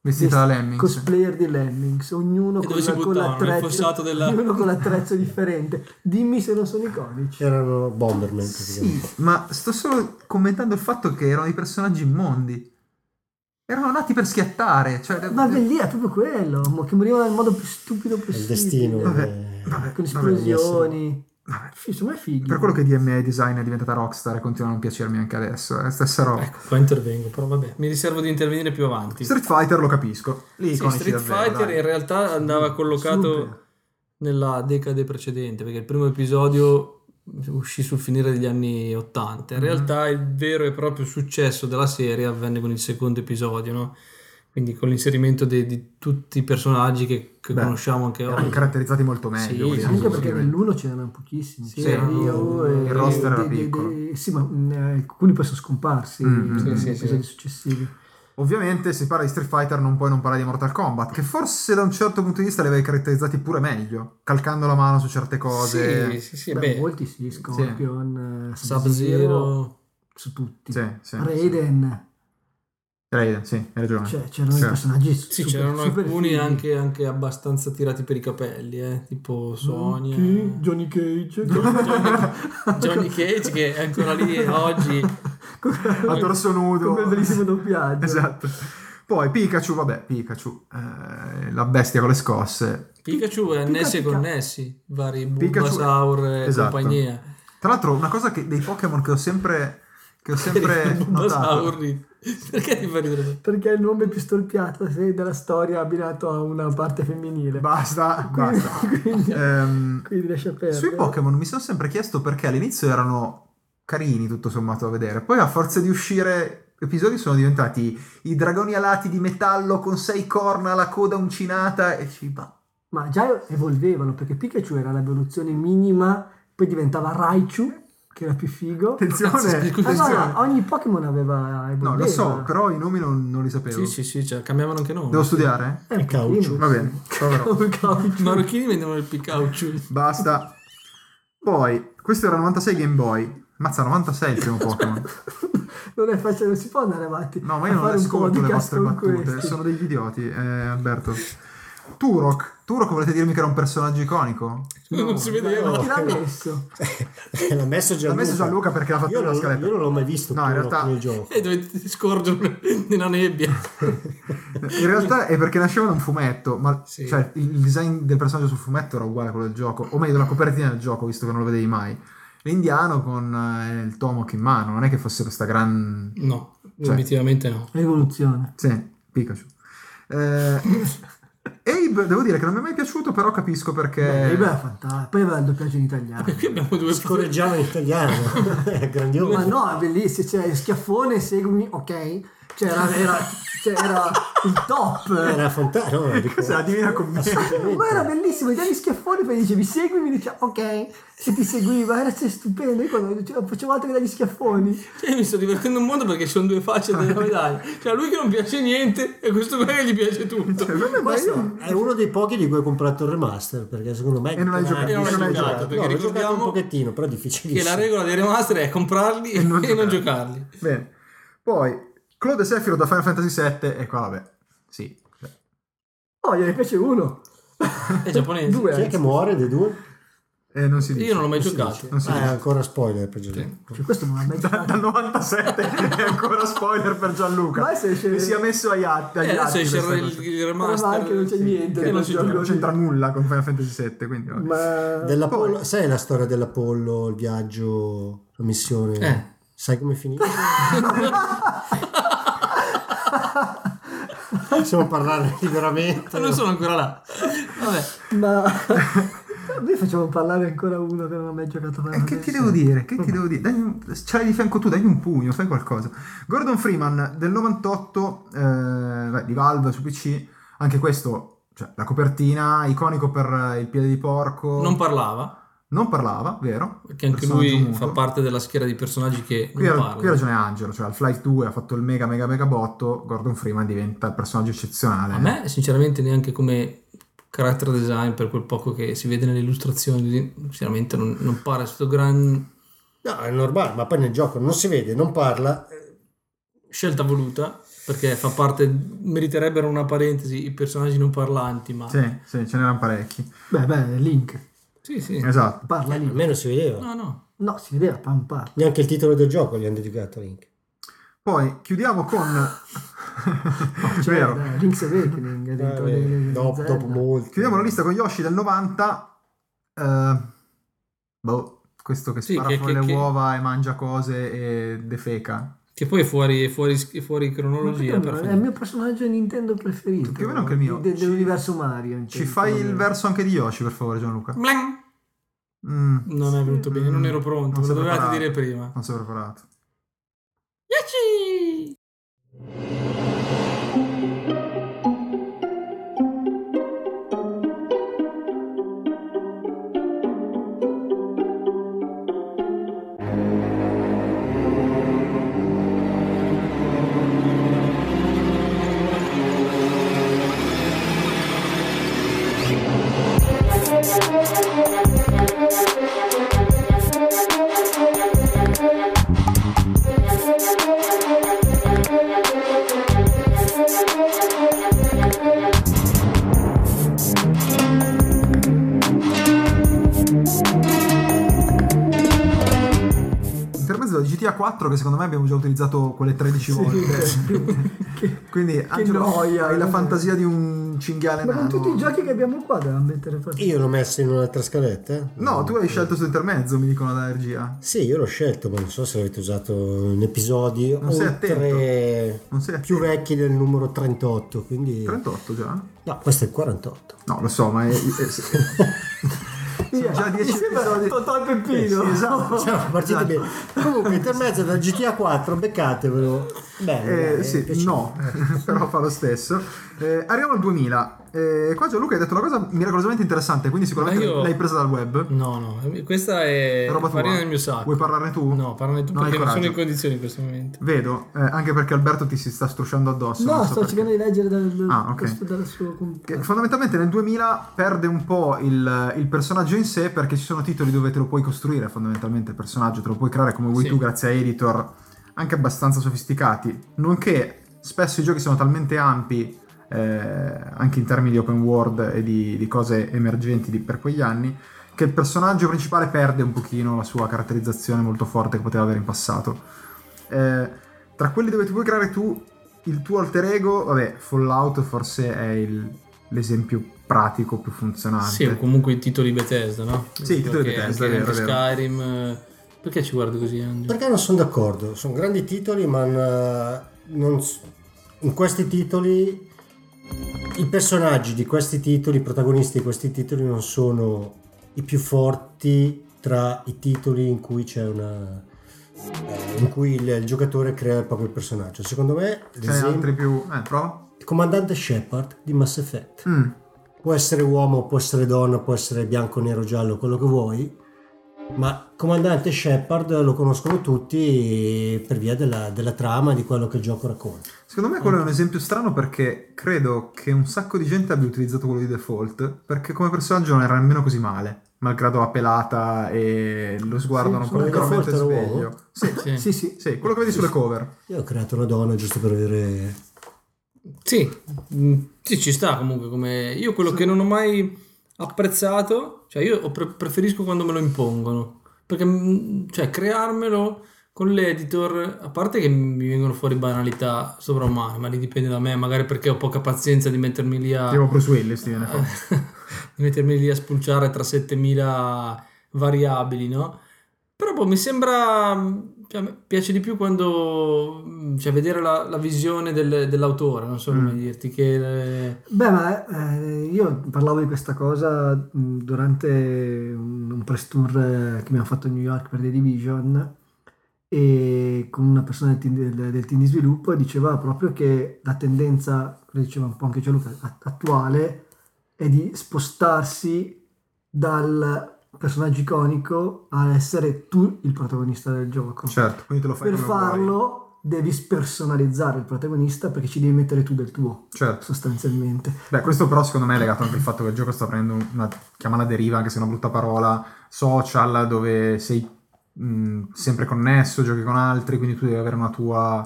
[SPEAKER 2] Vestita da Lemmings.
[SPEAKER 5] cosplayer di Lemmings, ognuno
[SPEAKER 3] E
[SPEAKER 5] con,
[SPEAKER 3] dove si
[SPEAKER 5] la- con
[SPEAKER 3] buttavano? Nel
[SPEAKER 5] l'attrezzo,
[SPEAKER 3] fossato della-
[SPEAKER 5] ognuno con l'attrezzo differente. Dimmi se non sono i codici.
[SPEAKER 4] Erano Bomberman.
[SPEAKER 2] Sì,
[SPEAKER 4] praticamente.
[SPEAKER 2] ma sto solo commentando il fatto che erano dei personaggi immondi. Erano nati per schiattare. Cioè,
[SPEAKER 5] Ma beh, lì è proprio quello, mo- che morivano nel modo più stupido
[SPEAKER 4] È
[SPEAKER 5] possibile.
[SPEAKER 4] Il destino.
[SPEAKER 2] Vabbè.
[SPEAKER 4] eh.
[SPEAKER 2] Vabbè,
[SPEAKER 5] Con
[SPEAKER 2] vabbè.
[SPEAKER 5] esplosioni.
[SPEAKER 2] Vabbè.
[SPEAKER 5] Sì, Insomma, è figo.
[SPEAKER 2] Per quello che DMA Design è diventata Rockstar e continua a non piacermi anche adesso. È la stessa roba.
[SPEAKER 3] Ecco, qua intervengo, però vabbè. Mi riservo di intervenire più avanti.
[SPEAKER 2] Street Fighter lo capisco. Lì
[SPEAKER 3] Sì,
[SPEAKER 2] iconici
[SPEAKER 3] Street
[SPEAKER 2] davvero,
[SPEAKER 3] Fighter
[SPEAKER 2] dai.
[SPEAKER 3] in realtà andava collocato...
[SPEAKER 5] Super.
[SPEAKER 3] nella decade precedente, perché il primo episodio uscì sul finire degli anni 80. In
[SPEAKER 2] Mhm.
[SPEAKER 3] realtà il vero e proprio successo della serie avvenne con il secondo episodio, no? Quindi con l'inserimento de- di tutti i personaggi che, che
[SPEAKER 2] Beh,
[SPEAKER 3] conosciamo anche
[SPEAKER 2] erano
[SPEAKER 3] oggi.
[SPEAKER 2] caratterizzati molto meglio.
[SPEAKER 3] Sì,
[SPEAKER 2] voglio
[SPEAKER 3] sì,
[SPEAKER 5] Anche
[SPEAKER 2] dire.
[SPEAKER 5] perché nell'uno c'erano pochissimi.
[SPEAKER 3] Sì,
[SPEAKER 5] c'era
[SPEAKER 2] erano-
[SPEAKER 5] io
[SPEAKER 3] il
[SPEAKER 5] e-
[SPEAKER 2] roster era
[SPEAKER 5] de- de-
[SPEAKER 2] piccolo.
[SPEAKER 5] de- sì, ma mm, alcuni poi sono scomparsi
[SPEAKER 2] Mm,
[SPEAKER 5] negli
[SPEAKER 2] sì,
[SPEAKER 3] sì,
[SPEAKER 5] episodi
[SPEAKER 3] sì.
[SPEAKER 5] successivi.
[SPEAKER 2] Ovviamente se parla di Street Fighter non puoi non parlare di Mortal Kombat, che forse da un certo punto di vista li avevi caratterizzati pure meglio, calcando la mano su certe cose.
[SPEAKER 3] Sì, sì, sì,
[SPEAKER 5] Beh,
[SPEAKER 3] beh,
[SPEAKER 5] molti sì, Scorpion, eh,
[SPEAKER 3] Sub-Zero,
[SPEAKER 5] su tutti.
[SPEAKER 2] Sì, sì, sì.
[SPEAKER 5] Raiden.
[SPEAKER 2] Raiden, sì, hai ragione.
[SPEAKER 5] Cioè, c'erano
[SPEAKER 2] Sì.
[SPEAKER 5] i personaggi super,
[SPEAKER 3] Sì, c'erano
[SPEAKER 5] super
[SPEAKER 3] alcuni
[SPEAKER 5] fighi.
[SPEAKER 3] anche, anche abbastanza tirati per i capelli, eh, tipo Sonia.
[SPEAKER 5] Chi? Johnny Cage.
[SPEAKER 3] Johnny Cage che è ancora lì oggi.
[SPEAKER 2] A torso nudo.
[SPEAKER 5] Con quel bellissimo doppiaggio.
[SPEAKER 2] Esatto. Poi Pikachu, vabbè, Pikachu, eh, la bestia con le scosse.
[SPEAKER 3] Pikachu è annessi e
[SPEAKER 5] Pikachu.
[SPEAKER 3] connessi, vari
[SPEAKER 2] Pikachu-
[SPEAKER 3] Bulbasaur e
[SPEAKER 2] Esatto.
[SPEAKER 3] compagnia.
[SPEAKER 2] Tra l'altro, una cosa che, dei Pokémon che ho sempre, che ho
[SPEAKER 3] Perché
[SPEAKER 2] sempre
[SPEAKER 3] i
[SPEAKER 2] notato.
[SPEAKER 3] Bulbasauri. Perché ti fa ridere?
[SPEAKER 5] Perché è il nome più storpiato se- della storia abbinato a una parte femminile.
[SPEAKER 2] Basta,
[SPEAKER 5] Quindi-
[SPEAKER 2] basta.
[SPEAKER 5] quindi,
[SPEAKER 2] Ehm,
[SPEAKER 5] quindi lascia perdere.
[SPEAKER 2] sui Pokémon mi sono sempre chiesto perché all'inizio erano carini, tutto sommato, a vedere. Poi, a forza di uscire, episodi sono diventati i dragoni alati di metallo con sei corna, la coda uncinata. E ci ma
[SPEAKER 5] Ma già evolvevano perché Pikachu era l'evoluzione minima, poi diventava Raichu, che era più figo.
[SPEAKER 2] Attenzione,
[SPEAKER 3] scusa,
[SPEAKER 5] Ah, no,
[SPEAKER 2] attenzione.
[SPEAKER 5] no, ogni Pokémon aveva
[SPEAKER 2] No, lo so, però i nomi non, non li sapevo.
[SPEAKER 3] Sì, sì, sì, cioè, cambiavano anche nome.
[SPEAKER 2] Devo studiare?
[SPEAKER 5] È un
[SPEAKER 4] Caucciù.
[SPEAKER 5] caucciù.
[SPEAKER 2] Va bene, proverò.
[SPEAKER 3] I marocchini vendono il Pikachu.
[SPEAKER 2] Basta. Poi, questo era 96 Game Boy. Mazza, 96 il primo Pokémon.
[SPEAKER 5] non è facile, non si può andare avanti.
[SPEAKER 2] No, ma
[SPEAKER 5] a
[SPEAKER 2] io non
[SPEAKER 5] fare un
[SPEAKER 2] ascolto le
[SPEAKER 5] podcast
[SPEAKER 2] vostre
[SPEAKER 5] con
[SPEAKER 2] battute.
[SPEAKER 5] questi.
[SPEAKER 2] Sono degli idioti, eh, Alberto. Turok. Turok volete dirmi che era un personaggio iconico?
[SPEAKER 3] non si vedeva.
[SPEAKER 5] Ma chi l'ha messo?
[SPEAKER 4] L'ha messo Gianluca.
[SPEAKER 2] L'ha messo Gianluca perché l'ha fatto
[SPEAKER 4] io
[SPEAKER 2] nella
[SPEAKER 4] non,
[SPEAKER 2] scaletta.
[SPEAKER 4] io non l'ho mai visto
[SPEAKER 2] No, in
[SPEAKER 4] Turok
[SPEAKER 2] realtà-
[SPEAKER 4] nel gioco.
[SPEAKER 3] E dove ti scorgono nella nebbia.
[SPEAKER 2] In realtà è perché nasceva da un fumetto, ma
[SPEAKER 3] Sì.
[SPEAKER 2] cioè, il il design del personaggio sul fumetto era uguale a quello del gioco, o meglio, la copertina del gioco, visto che non lo vedevi mai. L'indiano con eh, il tomok in mano, non è che fossero sta gran...
[SPEAKER 3] No,
[SPEAKER 2] Cioè.
[SPEAKER 3] obiettivamente no.
[SPEAKER 5] Evoluzione.
[SPEAKER 2] Sì, Pikachu. Eh, Abe, devo dire che non mi è mai piaciuto, però capisco perché...
[SPEAKER 5] Eh, beh, fantastico. Poi aveva il doppiaggio in italiano.
[SPEAKER 3] Qui abbiamo due
[SPEAKER 4] Scorreggiava in italiano. è grandioso.
[SPEAKER 5] Ma no, è bellissimo. Cioè, schiaffone, seguimi, ok. Cioè, era, era, cioè, era il top.
[SPEAKER 4] Era fantastico. No, dico-
[SPEAKER 2] Cos'è la divina commedia?
[SPEAKER 4] assolutamente.
[SPEAKER 5] Ma era bellissimo, gli schiaffoni poi dicevi seguimi, diceva ok, e ti seguiva, era cioè, stupendo, io quando cioè, facevo altro che dagli schiaffoni.
[SPEAKER 3] Cioè, mi sto divertendo un mondo perché ci sono due facce della medaglia. Cioè, a lui che non piace niente e questo qua che gli piace tutto.
[SPEAKER 5] Ma
[SPEAKER 4] Questo
[SPEAKER 5] io-
[SPEAKER 4] è uno dei pochi di cui ho comprato il remaster perché secondo me
[SPEAKER 2] E non hai giocato,
[SPEAKER 4] è
[SPEAKER 2] e non hai
[SPEAKER 4] difficile.
[SPEAKER 2] giocato,
[SPEAKER 3] perché
[SPEAKER 4] No, l'ho giocato un
[SPEAKER 3] ricordiamo
[SPEAKER 4] pochettino però è
[SPEAKER 3] Che
[SPEAKER 4] difficilissimo
[SPEAKER 3] la regola dei remaster è comprarli e non,
[SPEAKER 2] giocarli.
[SPEAKER 3] giocarli.
[SPEAKER 2] Bene. Poi, Claude e Sephiroth da Final Fantasy VII, e qua vabbè, sì.
[SPEAKER 5] Oh, gliene piace uno.
[SPEAKER 3] È giapponese.
[SPEAKER 5] Due.
[SPEAKER 4] chi è che muore dei due?
[SPEAKER 2] Eh, non si dice.
[SPEAKER 3] Io non l'ho mai
[SPEAKER 4] si
[SPEAKER 3] giocato. Eh.
[SPEAKER 2] Non si
[SPEAKER 4] Ah, è
[SPEAKER 2] dice.
[SPEAKER 4] ancora spoiler per Gianluca.
[SPEAKER 5] Cioè, questo non l'ha mai
[SPEAKER 2] Da-
[SPEAKER 5] giocato.
[SPEAKER 2] dal 97 è ancora spoiler per Gianluca.
[SPEAKER 5] Ma se esce-
[SPEAKER 2] Che si è messo agli atti. agli
[SPEAKER 3] E adesso
[SPEAKER 2] atti
[SPEAKER 3] esce
[SPEAKER 2] questa
[SPEAKER 3] Eh, il,
[SPEAKER 2] cosa.
[SPEAKER 3] il
[SPEAKER 5] Ma
[SPEAKER 3] remaster.
[SPEAKER 5] anche non c'è
[SPEAKER 3] sì.
[SPEAKER 5] niente,
[SPEAKER 2] Che
[SPEAKER 3] E non
[SPEAKER 2] non,
[SPEAKER 3] si
[SPEAKER 5] gioca-
[SPEAKER 3] gioca.
[SPEAKER 2] non c'entra nulla con Final Fantasy VII, quindi vabbè.
[SPEAKER 5] Ma
[SPEAKER 4] Dell'Apollo-
[SPEAKER 2] Poi-
[SPEAKER 4] sai la storia dell'Apollo il viaggio la missione
[SPEAKER 3] Eh.
[SPEAKER 4] sai come finisce? possiamo parlare liberamente
[SPEAKER 3] Ma Eh, non sono ancora là. Vabbè.
[SPEAKER 5] Ma noi facciamo parlare ancora uno che non ha mai giocato a
[SPEAKER 2] Eh, che ti devo dire? Che ti devo dire? Dagli un- ce l'hai di fianco tu, dagli un pugno, fai qualcosa. Gordon Freeman del 98 eh, beh, di Valve su PC, anche questo, cioè, la copertina, iconico per eh, il piede di porco.
[SPEAKER 3] Non parlava,
[SPEAKER 2] Non parlava, vero?
[SPEAKER 3] perché anche
[SPEAKER 2] Personaggio
[SPEAKER 3] lui
[SPEAKER 2] muto.
[SPEAKER 3] fa parte della schiera di personaggi che
[SPEAKER 2] Qui
[SPEAKER 3] non
[SPEAKER 2] ha, qui ha
[SPEAKER 3] parlano.
[SPEAKER 2] ragione Angelo, cioè al Flight 2 ha fatto il mega mega mega botto, Gordon Freeman diventa il personaggio eccezionale.
[SPEAKER 3] A me, sinceramente, neanche come character design, per quel poco che si vede nelle illustrazioni, sinceramente non, non pare questo gran
[SPEAKER 4] no è normale ma poi nel gioco non si vede non parla
[SPEAKER 3] scelta voluta, perché fa parte, meriterebbero una parentesi, i personaggi non parlanti, ma...
[SPEAKER 2] Sì, sì, ce n'erano parecchi.
[SPEAKER 5] Beh, beh, Link,
[SPEAKER 3] Sì, sì.
[SPEAKER 2] Esatto.
[SPEAKER 5] parla Link.
[SPEAKER 4] almeno si vedeva
[SPEAKER 3] No, no.
[SPEAKER 5] No, si vedeva, pam parla.
[SPEAKER 4] neanche il titolo del gioco gli hanno dedicato Link
[SPEAKER 2] Poi chiudiamo con.
[SPEAKER 5] Cioè,
[SPEAKER 2] Vero.
[SPEAKER 5] dai, Link's Awakening è dentro
[SPEAKER 4] Eh,
[SPEAKER 5] le-
[SPEAKER 4] dopo,
[SPEAKER 5] Zelda.
[SPEAKER 4] dopo molti
[SPEAKER 2] Chiudiamo la lista con Yoshi del 90. eh, boh, questo che
[SPEAKER 3] Sì,
[SPEAKER 2] spara
[SPEAKER 3] che-
[SPEAKER 2] fuori
[SPEAKER 3] che-
[SPEAKER 2] le
[SPEAKER 3] che-
[SPEAKER 2] uova e mangia cose e defeca.
[SPEAKER 3] Che poi è fuori, è fuori, è fuori
[SPEAKER 5] Ma perché
[SPEAKER 3] cronologia.
[SPEAKER 5] no?
[SPEAKER 3] per
[SPEAKER 5] è
[SPEAKER 3] finire.
[SPEAKER 5] il mio personaggio Nintendo preferito.
[SPEAKER 2] Più o meno anche il mio.
[SPEAKER 5] de-
[SPEAKER 2] Ci-
[SPEAKER 5] dell'universo Mario. certo intendo.
[SPEAKER 2] Ci fai il verso anche di Yoshi, per favore, Gianluca.
[SPEAKER 3] Blang!
[SPEAKER 2] Mm,
[SPEAKER 3] Non è venuto bene, non ero
[SPEAKER 2] Non
[SPEAKER 3] pronto, me
[SPEAKER 2] sei
[SPEAKER 3] lo dovevate
[SPEAKER 2] preparato.
[SPEAKER 3] dire prima.
[SPEAKER 2] non sono preparato.
[SPEAKER 3] Yachi!
[SPEAKER 2] 4 che secondo me abbiamo già utilizzato quelle 13 volte. Quindi Angelo,
[SPEAKER 5] noia,
[SPEAKER 2] hai la
[SPEAKER 5] vabbè.
[SPEAKER 2] fantasia di un cinghiale
[SPEAKER 5] Ma con
[SPEAKER 2] nano.
[SPEAKER 5] tutti i giochi che abbiamo qua dobbiamo mettere forse.
[SPEAKER 4] Io l'ho messo in un'altra scaletta? eh?
[SPEAKER 2] No, tu hai scelto su intermezzo, mi dicono da regia.
[SPEAKER 4] Sì, io l'ho scelto, ma non so se l'avete usato in episodi
[SPEAKER 2] Non sei
[SPEAKER 4] oltre
[SPEAKER 2] Non sei
[SPEAKER 4] più
[SPEAKER 2] attento.
[SPEAKER 4] vecchi del numero 38, quindi...
[SPEAKER 2] 38 già?
[SPEAKER 4] No, questo è il 48.
[SPEAKER 2] No, lo so, ma è, è- è- sono già 10 episodi. Eh,
[SPEAKER 5] Totò e Peppino.
[SPEAKER 2] Sì, esatto.
[SPEAKER 4] Siamo partiti
[SPEAKER 2] Esatto.
[SPEAKER 4] bene. Comunque, intermezzo da GTA 4, beccatevelo. Bene,
[SPEAKER 2] Eh,
[SPEAKER 4] dai,
[SPEAKER 2] sì,
[SPEAKER 4] è piacevole.
[SPEAKER 2] no, però fa lo stesso. Eh, arriviamo al 2000. Eh, qua Gianluca hai detto una cosa miracolosamente interessante, quindi sicuramente
[SPEAKER 3] Ma io-
[SPEAKER 2] l'hai presa dal web.
[SPEAKER 3] No, no, questa è
[SPEAKER 2] È roba tua.
[SPEAKER 3] farina del mio sacco.
[SPEAKER 2] Vuoi parlarne tu?
[SPEAKER 3] No, parlane tu
[SPEAKER 2] Non hai
[SPEAKER 3] perché non sono
[SPEAKER 2] coraggio.
[SPEAKER 3] in condizioni in questo momento.
[SPEAKER 2] Vedo, eh, anche perché Alberto ti si sta strusciando addosso.
[SPEAKER 5] No,
[SPEAKER 2] non so
[SPEAKER 5] sto
[SPEAKER 2] perché.
[SPEAKER 5] cercando di leggere dal, dal,
[SPEAKER 2] Ah, ok.
[SPEAKER 5] questo- dalla sua comp-
[SPEAKER 2] Che fondamentalmente nel 2000 perde un po' il, il personaggio in sé perché ci sono titoli dove te lo puoi costruire fondamentalmente il personaggio, te lo puoi creare come vuoi
[SPEAKER 3] Sì.
[SPEAKER 2] tu grazie a editor anche abbastanza sofisticati, nonché spesso i giochi sono talmente ampi eh, anche in termini di open world e di, di cose emergenti di- per quegli anni che il personaggio principale perde un pochino la sua caratterizzazione molto forte che poteva avere in passato. Eh, tra quelli dove ti puoi creare tu il tuo alter ego, vabbè, Fallout forse è il- l'esempio pratico più funzionante.
[SPEAKER 3] Sì, o comunque i titoli Bethesda, no?
[SPEAKER 2] Sì, i titoli
[SPEAKER 3] Perché
[SPEAKER 2] Bethesda,
[SPEAKER 3] anche-
[SPEAKER 2] è vero,
[SPEAKER 3] anche
[SPEAKER 2] è vero.
[SPEAKER 3] Skyrim. eh, Perché ci guardi così, Angelo?
[SPEAKER 4] Perché non sono d'accordo? Sono grandi titoli, ma n- eh, non s- in questi titoli i personaggi di questi titoli, i protagonisti di questi titoli non sono i più forti tra i titoli in cui c'è una eh, in cui il, il giocatore crea il proprio personaggio. Secondo me, ad
[SPEAKER 2] Ce ne
[SPEAKER 4] esempio,
[SPEAKER 2] altri più... Eh, prova?
[SPEAKER 4] il comandante Shepard di Mass Effect.
[SPEAKER 2] Mm.
[SPEAKER 4] può essere uomo, può essere donna, può essere bianco, nero, giallo, quello che vuoi. Ma comandante Shepard lo conoscono tutti per via della, della trama di quello che il gioco racconta.
[SPEAKER 2] Secondo me quello è un esempio strano perché credo che un sacco di gente abbia utilizzato quello di default perché come personaggio non era nemmeno così male, malgrado la pelata e lo sguardo
[SPEAKER 5] Sì,
[SPEAKER 2] non
[SPEAKER 5] quello di
[SPEAKER 2] particolarmente
[SPEAKER 4] default era
[SPEAKER 2] sveglio.
[SPEAKER 4] uomo?
[SPEAKER 2] Sì,
[SPEAKER 3] Sì.
[SPEAKER 5] Sì, sì.
[SPEAKER 2] sì, quello che vedi sulle cover.
[SPEAKER 4] Io ho creato una donna giusto per avere.
[SPEAKER 3] Sì, mm, sì, ci sta comunque. Come... Io quello che non ho mai apprezzato, cioè io ho pre- preferisco quando me lo impongono, perché mm, cioè, crearmelo con l'editor, a parte che mi vengono fuori banalità sovraumane, ma lì dipende da me, magari perché ho poca pazienza di mettermi lì a...
[SPEAKER 2] Ah. Tipo Bruce Willis ti viene fuori.
[SPEAKER 3] Eh, di mettermi lì a spulciare tra 7000 variabili, no? Però boh, mi sembra, cioè, mi piace di più quando, cioè, vedere la, la visione del- dell'autore, non so come dirti, che...
[SPEAKER 5] Beh, ma eh, io parlavo di questa cosa mh, durante un, un press tour eh, che abbiamo fatto a New York per The Division e con una persona del team, del- del team di sviluppo e diceva proprio che la tendenza, lo diceva un po' anche Gianluca, a- attuale è di spostarsi dal personaggio iconico a essere tu il protagonista del gioco.
[SPEAKER 2] Certo, quindi te lo fai
[SPEAKER 5] per
[SPEAKER 2] come vuoi.
[SPEAKER 5] farlo devi spersonalizzare il protagonista perché ci devi mettere tu del tuo
[SPEAKER 2] Certo.
[SPEAKER 5] sostanzialmente.
[SPEAKER 2] Beh, questo però secondo me è legato anche al fatto che il gioco sta prendendo una, chiamala deriva, anche se è una brutta parola, social dove sei mh, sempre connesso, giochi con altri, quindi tu devi avere una tua,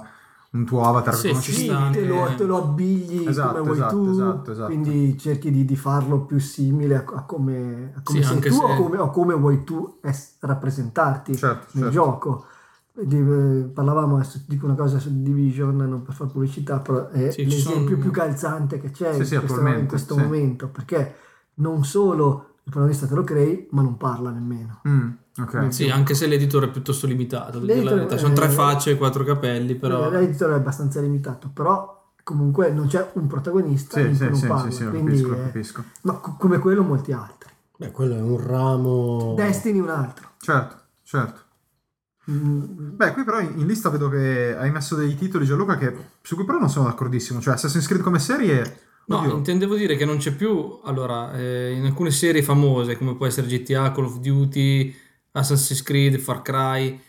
[SPEAKER 2] un tuo avatar
[SPEAKER 3] Sì,
[SPEAKER 2] riconoscibile.
[SPEAKER 5] Sì,
[SPEAKER 3] ci sta
[SPEAKER 5] te, lo,
[SPEAKER 3] anche-
[SPEAKER 5] te lo abbigli
[SPEAKER 2] Esatto,
[SPEAKER 5] come vuoi
[SPEAKER 2] esatto,
[SPEAKER 5] tu,
[SPEAKER 2] esatto, esatto.
[SPEAKER 5] quindi cerchi di, di farlo più simile a, a come, a come
[SPEAKER 3] Sì,
[SPEAKER 5] sei
[SPEAKER 3] anche
[SPEAKER 5] tu
[SPEAKER 3] se-
[SPEAKER 5] o, come, o come vuoi tu es- rappresentarti
[SPEAKER 2] Certo,
[SPEAKER 5] nel
[SPEAKER 2] certo.
[SPEAKER 5] gioco. Di- eh, parlavamo, adesso dico una cosa su Division, non per fare pubblicità, però è
[SPEAKER 3] Sì, ci sono-
[SPEAKER 5] l'esempio più calzante che c'è
[SPEAKER 2] Sì,
[SPEAKER 5] in
[SPEAKER 2] sì,
[SPEAKER 5] questo,
[SPEAKER 2] attualmente,
[SPEAKER 5] in questo
[SPEAKER 2] sì.
[SPEAKER 5] momento, perché non solo il protagonista te lo crei, ma non parla nemmeno.
[SPEAKER 2] Mm, ok.
[SPEAKER 3] Sì, anche se l'editore è piuttosto limitato, devo dire la
[SPEAKER 5] L'editor-
[SPEAKER 3] verità. Sono tre
[SPEAKER 5] eh,
[SPEAKER 3] facce e quattro capelli, però...
[SPEAKER 5] L'editor è abbastanza limitato, però comunque non c'è un protagonista
[SPEAKER 2] Sì,
[SPEAKER 5] in cui
[SPEAKER 2] sì,
[SPEAKER 5] non
[SPEAKER 2] sì,
[SPEAKER 5] parla,
[SPEAKER 2] sì, sì, lo
[SPEAKER 5] quindi
[SPEAKER 2] capisco, lo
[SPEAKER 5] è-
[SPEAKER 2] capisco.
[SPEAKER 5] ma co- come quello molti altri.
[SPEAKER 4] Beh, quello è un ramo.
[SPEAKER 5] Destiny un altro.
[SPEAKER 2] Certo, certo.
[SPEAKER 5] Mm,
[SPEAKER 2] Beh, qui però in, in lista vedo che hai messo dei titoli, Gianluca, che, su cui però non sono d'accordissimo. Cioè, Assassin's Creed come serie...
[SPEAKER 3] No,
[SPEAKER 2] oddio,
[SPEAKER 3] intendevo dire che non c'è più, allora, eh, in alcune serie famose come può essere GTA, Call of Duty, Assassin's Creed, Far Cry,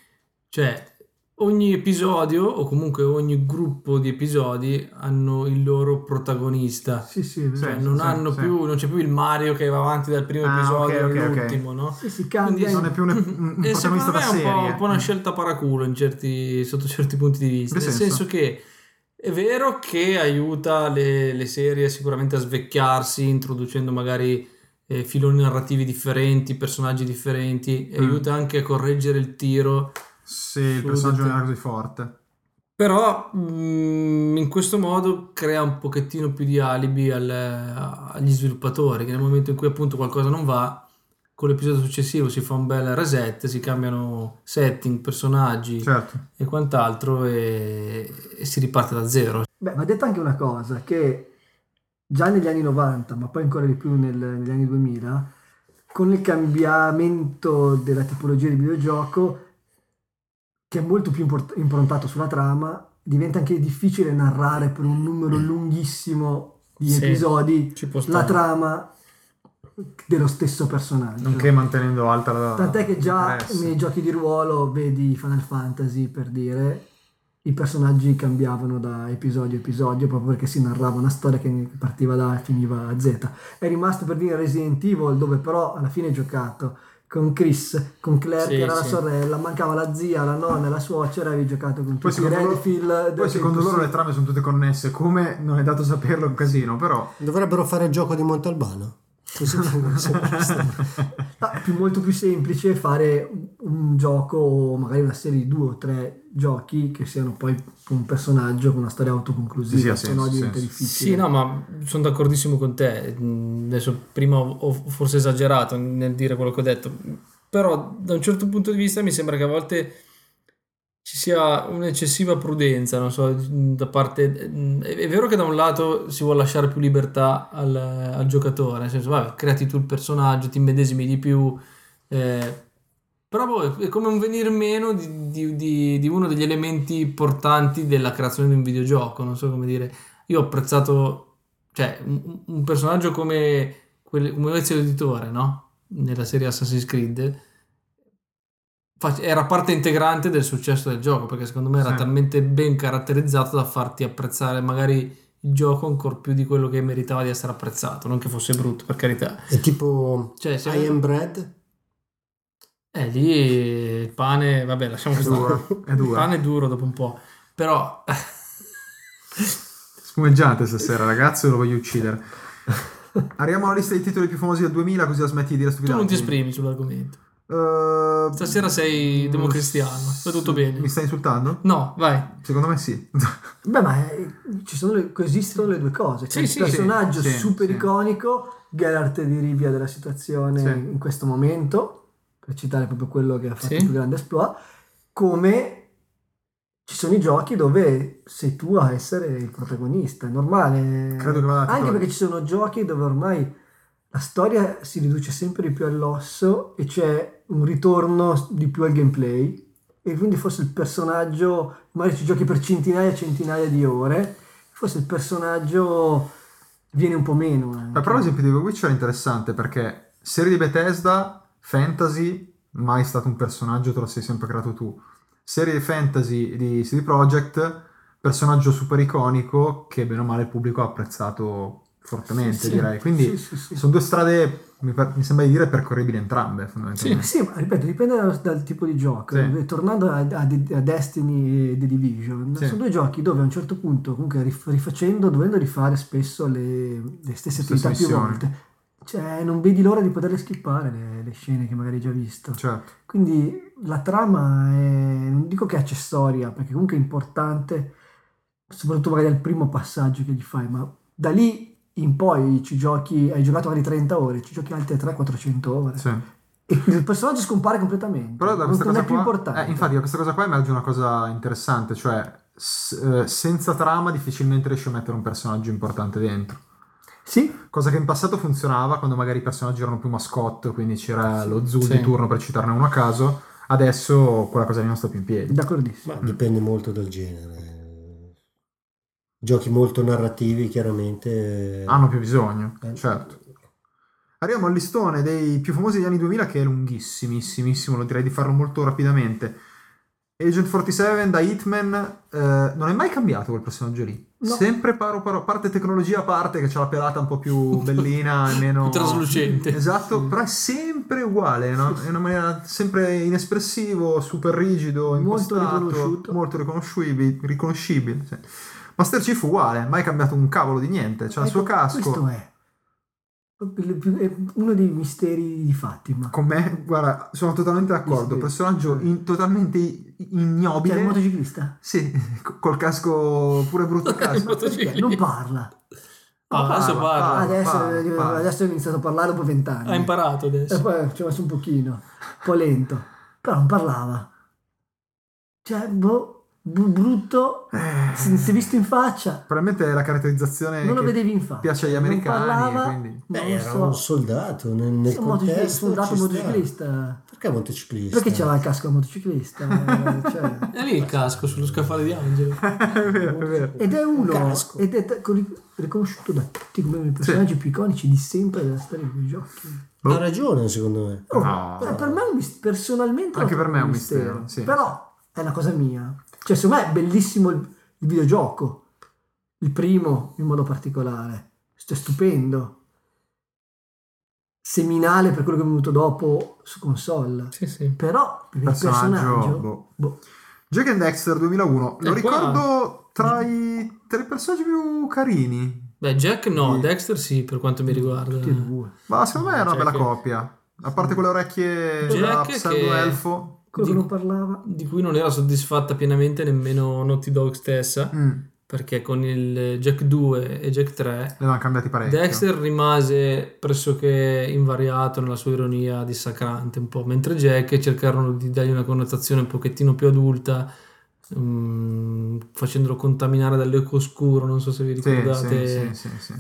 [SPEAKER 3] cioè ogni episodio o comunque ogni gruppo di episodi hanno il loro protagonista.
[SPEAKER 5] Sì, sì, è vero.
[SPEAKER 3] Cioè,
[SPEAKER 2] Sì,
[SPEAKER 3] non,
[SPEAKER 2] sì,
[SPEAKER 3] hanno
[SPEAKER 2] sì.
[SPEAKER 3] più, non c'è più il Mario che va avanti dal primo
[SPEAKER 2] Ah,
[SPEAKER 3] episodio
[SPEAKER 2] ok, ok, ok.
[SPEAKER 3] all'ultimo, no?
[SPEAKER 5] Sì, si cambia.
[SPEAKER 3] Quindi
[SPEAKER 2] non è più un, un protagonista
[SPEAKER 3] E Eh, secondo me
[SPEAKER 2] da
[SPEAKER 3] è un po',
[SPEAKER 2] serie. Mm.
[SPEAKER 3] un po' una scelta paraculo in certi- sotto certi punti di vista.
[SPEAKER 2] Che
[SPEAKER 3] nel
[SPEAKER 2] senso?
[SPEAKER 3] senso che è vero che aiuta le, le serie sicuramente a svecchiarsi, introducendo magari eh, filoni narrativi differenti, personaggi differenti, e
[SPEAKER 2] Mm.
[SPEAKER 3] aiuta anche a correggere il tiro
[SPEAKER 2] se il personaggio non era così forte.
[SPEAKER 3] Però mh, in questo modo crea un pochettino più di alibi al- agli sviluppatori, che nel momento in cui appunto qualcosa non va, con l'episodio successivo si fa un bel reset, si cambiano setting, personaggi
[SPEAKER 2] Certo.
[SPEAKER 3] e quant'altro e, e si riparte da zero.
[SPEAKER 5] Beh, ma detto anche una cosa, che già negli anni 90, ma poi ancora di più nel- negli anni 2000, con il cambiamento della tipologia di videogioco, che è molto più import- improntato sulla trama, diventa anche difficile narrare per un numero lunghissimo di
[SPEAKER 3] Sì.
[SPEAKER 5] episodi
[SPEAKER 3] Ci può
[SPEAKER 5] la
[SPEAKER 3] stare.
[SPEAKER 5] trama dello stesso personaggio.
[SPEAKER 2] Nonché mantenendo alta la...
[SPEAKER 5] Tant'è che già
[SPEAKER 2] l'interesse.
[SPEAKER 5] nei giochi di ruolo vedi Final Fantasy per dire i personaggi cambiavano da episodio a episodio proprio perché si narrava una storia che partiva da A e finiva a Z. È rimasto per dire Resident Evil dove però alla fine è giocato con Chris, con Claire
[SPEAKER 3] Sì,
[SPEAKER 5] che era la
[SPEAKER 3] sì.
[SPEAKER 5] sorella, mancava la zia, la nonna, la suocera, avevi giocato con
[SPEAKER 2] Poi
[SPEAKER 5] tutti
[SPEAKER 2] secondo loro-
[SPEAKER 5] Redfield,
[SPEAKER 2] Poi
[SPEAKER 5] Dave
[SPEAKER 2] secondo loro
[SPEAKER 5] Cossino.
[SPEAKER 2] le trame sono tutte connesse, come non è dato saperlo è un casino, però...
[SPEAKER 4] Dovrebbero fare il gioco di Montalbano. Così vengono sempre le storie.
[SPEAKER 5] Ah, più- molto più semplice fare un- un gioco, o magari una serie di due o tre giochi che siano poi un personaggio con una storia autoconclusiva,
[SPEAKER 2] Sì, sì, ha
[SPEAKER 5] se
[SPEAKER 2] senso,
[SPEAKER 5] no diventa
[SPEAKER 2] senso.
[SPEAKER 5] difficile.
[SPEAKER 3] Sì, no, ma sono d'accordissimo con te. Mm, Adesso prima ho ho forse esagerato nel dire quello che ho detto, però da un certo punto di vista mi sembra che a volte ci sia un'eccessiva prudenza, non so, da parte... mm, È è vero che da un lato si vuole lasciare più libertà al, al giocatore, nel senso, vabbè, creati tu il personaggio, ti immedesimi di più, eh, però boh, è come un venir meno di, di- di- di uno degli elementi portanti della creazione di un videogioco, non so come dire io ho apprezzato cioè, un, un personaggio come, quel, come Ezio l'editore no? nella serie Assassin's Creed fa- era parte integrante del successo del gioco perché secondo me era
[SPEAKER 2] Sì.
[SPEAKER 3] talmente ben caratterizzato da farti apprezzare magari il gioco ancora più di quello che meritava di essere apprezzato non che fosse brutto per carità
[SPEAKER 4] È tipo
[SPEAKER 3] cioè se-
[SPEAKER 4] I Am Bread.
[SPEAKER 3] eh, lì il pane vabbè lasciamo
[SPEAKER 2] È dura,
[SPEAKER 3] stare
[SPEAKER 2] è
[SPEAKER 3] il
[SPEAKER 2] dura.
[SPEAKER 3] pane è duro dopo un po' però eh,
[SPEAKER 2] Spumeggiate stasera, ragazzi, lo voglio uccidere. Arriviamo alla lista dei titoli più famosi del 2000, così la smetti di dire
[SPEAKER 3] tu
[SPEAKER 2] stupidaggini.
[SPEAKER 3] non ti esprimi sull'argomento
[SPEAKER 2] Eh,
[SPEAKER 3] Stasera sei democristiano,
[SPEAKER 2] s-
[SPEAKER 3] va tutto bene.
[SPEAKER 2] Mi stai insultando?
[SPEAKER 3] no vai
[SPEAKER 2] Secondo me sì.
[SPEAKER 5] Beh, ma eh, ci sono le- coesistono le due cose. C'è
[SPEAKER 3] Sì,
[SPEAKER 5] il
[SPEAKER 3] sì,
[SPEAKER 5] personaggio
[SPEAKER 2] sì, sì,
[SPEAKER 5] super
[SPEAKER 2] sì.
[SPEAKER 5] iconico, Geralt di Rivia della situazione
[SPEAKER 2] Sì.
[SPEAKER 5] in questo momento, per citare proprio quello che ha fatto
[SPEAKER 3] Sì.
[SPEAKER 5] il più grande exploit, come ci sono i giochi dove sei tu a essere il protagonista, è normale.
[SPEAKER 2] Credo che vada
[SPEAKER 5] Anche
[SPEAKER 2] titolo-
[SPEAKER 5] perché ci sono giochi dove ormai la storia si riduce sempre di più all'osso e c'è un ritorno di più al gameplay e quindi forse il personaggio, magari ci giochi per centinaia e centinaia di ore, forse il personaggio viene un po' meno. eh. anche.
[SPEAKER 2] Ma però l'esempio di The Witcher è interessante perché serie di Bethesda, fantasy, mai stato un personaggio, te lo sei sempre creato tu. Serie fantasy di CD Projekt, personaggio super iconico che bene o male il pubblico ha apprezzato fortemente,
[SPEAKER 5] Sì, sì.
[SPEAKER 2] direi. Quindi
[SPEAKER 5] Sì, sì, sì.
[SPEAKER 2] sono due strade, mi, par- mi sembra di dire, percorribili entrambe, fondamentalmente.
[SPEAKER 5] Sì, ma ripeto, dipende dal, dal tipo di gioco. Eh,
[SPEAKER 2] Sì.
[SPEAKER 5] Tornando a, a De- a Destiny e The Division,
[SPEAKER 2] Sì.
[SPEAKER 5] sono due giochi dove a un certo punto, comunque rif- rifacendo, dovendo rifare spesso le, le
[SPEAKER 2] Stesse
[SPEAKER 5] stesse attività più
[SPEAKER 2] missioni.
[SPEAKER 5] volte, cioè non vedi l'ora di poterle skippare le, le scene che magari hai già visto.
[SPEAKER 2] Certo.
[SPEAKER 5] Quindi la trama è, non dico che è accessoria, perché comunque è importante, soprattutto magari al primo passaggio che gli fai, ma da lì in poi ci giochi, hai giocato magari 30 ore, ci giochi altre 300-400 ore
[SPEAKER 2] sì.
[SPEAKER 5] e il personaggio scompare completamente.
[SPEAKER 2] Però da
[SPEAKER 5] non,
[SPEAKER 2] questa
[SPEAKER 5] non
[SPEAKER 2] cosa
[SPEAKER 5] è più
[SPEAKER 2] qua,
[SPEAKER 5] importante.
[SPEAKER 2] eh, infatti, da questa cosa qua emerge una cosa interessante, cioè s- eh, senza trama difficilmente riesci a mettere un personaggio importante dentro.
[SPEAKER 5] Sì,
[SPEAKER 2] Cosa che in passato funzionava quando magari i personaggi erano più mascotte, quindi c'era
[SPEAKER 5] Sì.
[SPEAKER 2] lo zoo
[SPEAKER 3] Sì.
[SPEAKER 2] di turno per citarne uno a caso. Adesso quella cosa lì non sta più in
[SPEAKER 5] Eh.
[SPEAKER 2] piedi.
[SPEAKER 5] d'accordissimo.
[SPEAKER 4] Ma dipende molto dal genere. Giochi molto narrativi, chiaramente.
[SPEAKER 2] Hanno più bisogno,
[SPEAKER 4] Eh.
[SPEAKER 2] certo. Arriviamo al listone dei più famosi degli anni 2000 che è lunghissimissimissimo, lo direi di farlo molto rapidamente. Agent 47 da Hitman eh, non è mai cambiato quel personaggio lì.
[SPEAKER 5] No.
[SPEAKER 2] Sempre paro paro, parte tecnologia a parte che c'ha la pelata un po' più Uh, bellina e meno
[SPEAKER 3] più traslucente
[SPEAKER 2] Esatto, però è sempre uguale, no? è una maniera sempre inespressivo, super rigido,
[SPEAKER 5] Molto
[SPEAKER 2] impostato,
[SPEAKER 5] riconosciuto.
[SPEAKER 2] molto riconoscibile. riconoscibile sì. Master Chief uguale, mai cambiato un cavolo di niente, c'ha il
[SPEAKER 5] Ecco,
[SPEAKER 2] suo casco.
[SPEAKER 5] Questo è. uno dei misteri di Fatima.
[SPEAKER 2] Con me, guarda, sono totalmente d'accordo.
[SPEAKER 5] Sì, sì.
[SPEAKER 2] Personaggio in- totalmente i-
[SPEAKER 5] Cioè, il
[SPEAKER 2] ignobile.
[SPEAKER 5] motociclista.
[SPEAKER 2] Sì, co- col casco pure brutto casco.
[SPEAKER 5] Perché? Eh, Non parla.
[SPEAKER 3] Ah,
[SPEAKER 2] parla,
[SPEAKER 3] adesso parla.
[SPEAKER 2] parla.
[SPEAKER 5] adesso, eh,
[SPEAKER 2] parla.
[SPEAKER 5] adesso ho iniziato a parlare dopo vent'anni.
[SPEAKER 3] Ha imparato
[SPEAKER 2] Eh,
[SPEAKER 5] E
[SPEAKER 3] adesso.
[SPEAKER 5] poi ci ho messo un pochino, un po' lento, però non parlava. Cioè, boh, bu- brutto, si si è visto in faccia,
[SPEAKER 2] Eh, Probabilmente è la caratterizzazione
[SPEAKER 5] non lo
[SPEAKER 2] Eh, che
[SPEAKER 5] vedevi in faccia.
[SPEAKER 2] piace agli
[SPEAKER 5] non
[SPEAKER 2] americani,
[SPEAKER 5] parlava,
[SPEAKER 2] quindi-
[SPEAKER 5] non
[SPEAKER 4] Beh,
[SPEAKER 5] lo
[SPEAKER 4] era
[SPEAKER 5] so.
[SPEAKER 4] un soldato nel, nel
[SPEAKER 5] Sì, un motociclista,
[SPEAKER 4] contesto.
[SPEAKER 5] un soldato
[SPEAKER 4] ci sta.
[SPEAKER 5] motociclista.
[SPEAKER 4] Perché motociclista?
[SPEAKER 5] Perché c'era il casco da motociclista? eh, cioè.
[SPEAKER 3] È lì il casco sullo scaffale di Angelo.
[SPEAKER 2] è vero, è vero.
[SPEAKER 5] Ed è
[SPEAKER 4] Un
[SPEAKER 5] uno,
[SPEAKER 4] casco.
[SPEAKER 5] ed è t- con- riconosciuto da tutti come uno dei personaggi più iconici di sempre della storia dei giochi.
[SPEAKER 2] Boh.
[SPEAKER 4] Ha ragione, secondo me.
[SPEAKER 5] Oh,
[SPEAKER 2] No.
[SPEAKER 5] eh, per me è un mis- personalmente
[SPEAKER 2] Anche
[SPEAKER 5] lo
[SPEAKER 2] per
[SPEAKER 5] trovo
[SPEAKER 2] me è un mistero, sì.
[SPEAKER 5] Però è una cosa mia. Cioè, secondo me è bellissimo il, il videogioco. Il primo in modo particolare. Cioè, stupendo. Seminale per quello che è venuto dopo su console.
[SPEAKER 3] Sì, sì.
[SPEAKER 5] Però il
[SPEAKER 2] Personaggio,
[SPEAKER 5] personaggio,
[SPEAKER 2] boh.
[SPEAKER 5] boh,
[SPEAKER 2] Jack and Dexter 2001. Lo
[SPEAKER 3] Eh, qua- mm.
[SPEAKER 2] ricordo tra i, tra i personaggi più carini.
[SPEAKER 3] Beh, Jack no,
[SPEAKER 2] Sì.
[SPEAKER 3] Dexter sì, per quanto mi riguarda.
[SPEAKER 5] tutti e due.
[SPEAKER 2] Ma secondo me è una
[SPEAKER 3] Jack- Mm.
[SPEAKER 2] bella coppia. A parte quelle orecchie da
[SPEAKER 3] Jack
[SPEAKER 2] pseudo
[SPEAKER 3] che-
[SPEAKER 2] elfo.
[SPEAKER 5] Quello
[SPEAKER 3] Dico-
[SPEAKER 5] che non parlava.
[SPEAKER 3] Di cui non era soddisfatta pienamente nemmeno Naughty Dog stessa,
[SPEAKER 2] Mm,
[SPEAKER 3] perché con il Jack 2 e Jack 3
[SPEAKER 2] le hanno cambiati parecchio.
[SPEAKER 3] Dexter rimase pressoché invariato nella sua ironia dissacrante un po', mentre Jack cercarono di dargli una connotazione un pochettino più adulta, mm, facendolo contaminare dall'eco oscuro, non so se vi
[SPEAKER 2] Sì, sì,
[SPEAKER 3] ricordate. Cioè,
[SPEAKER 2] sì, sì, sì.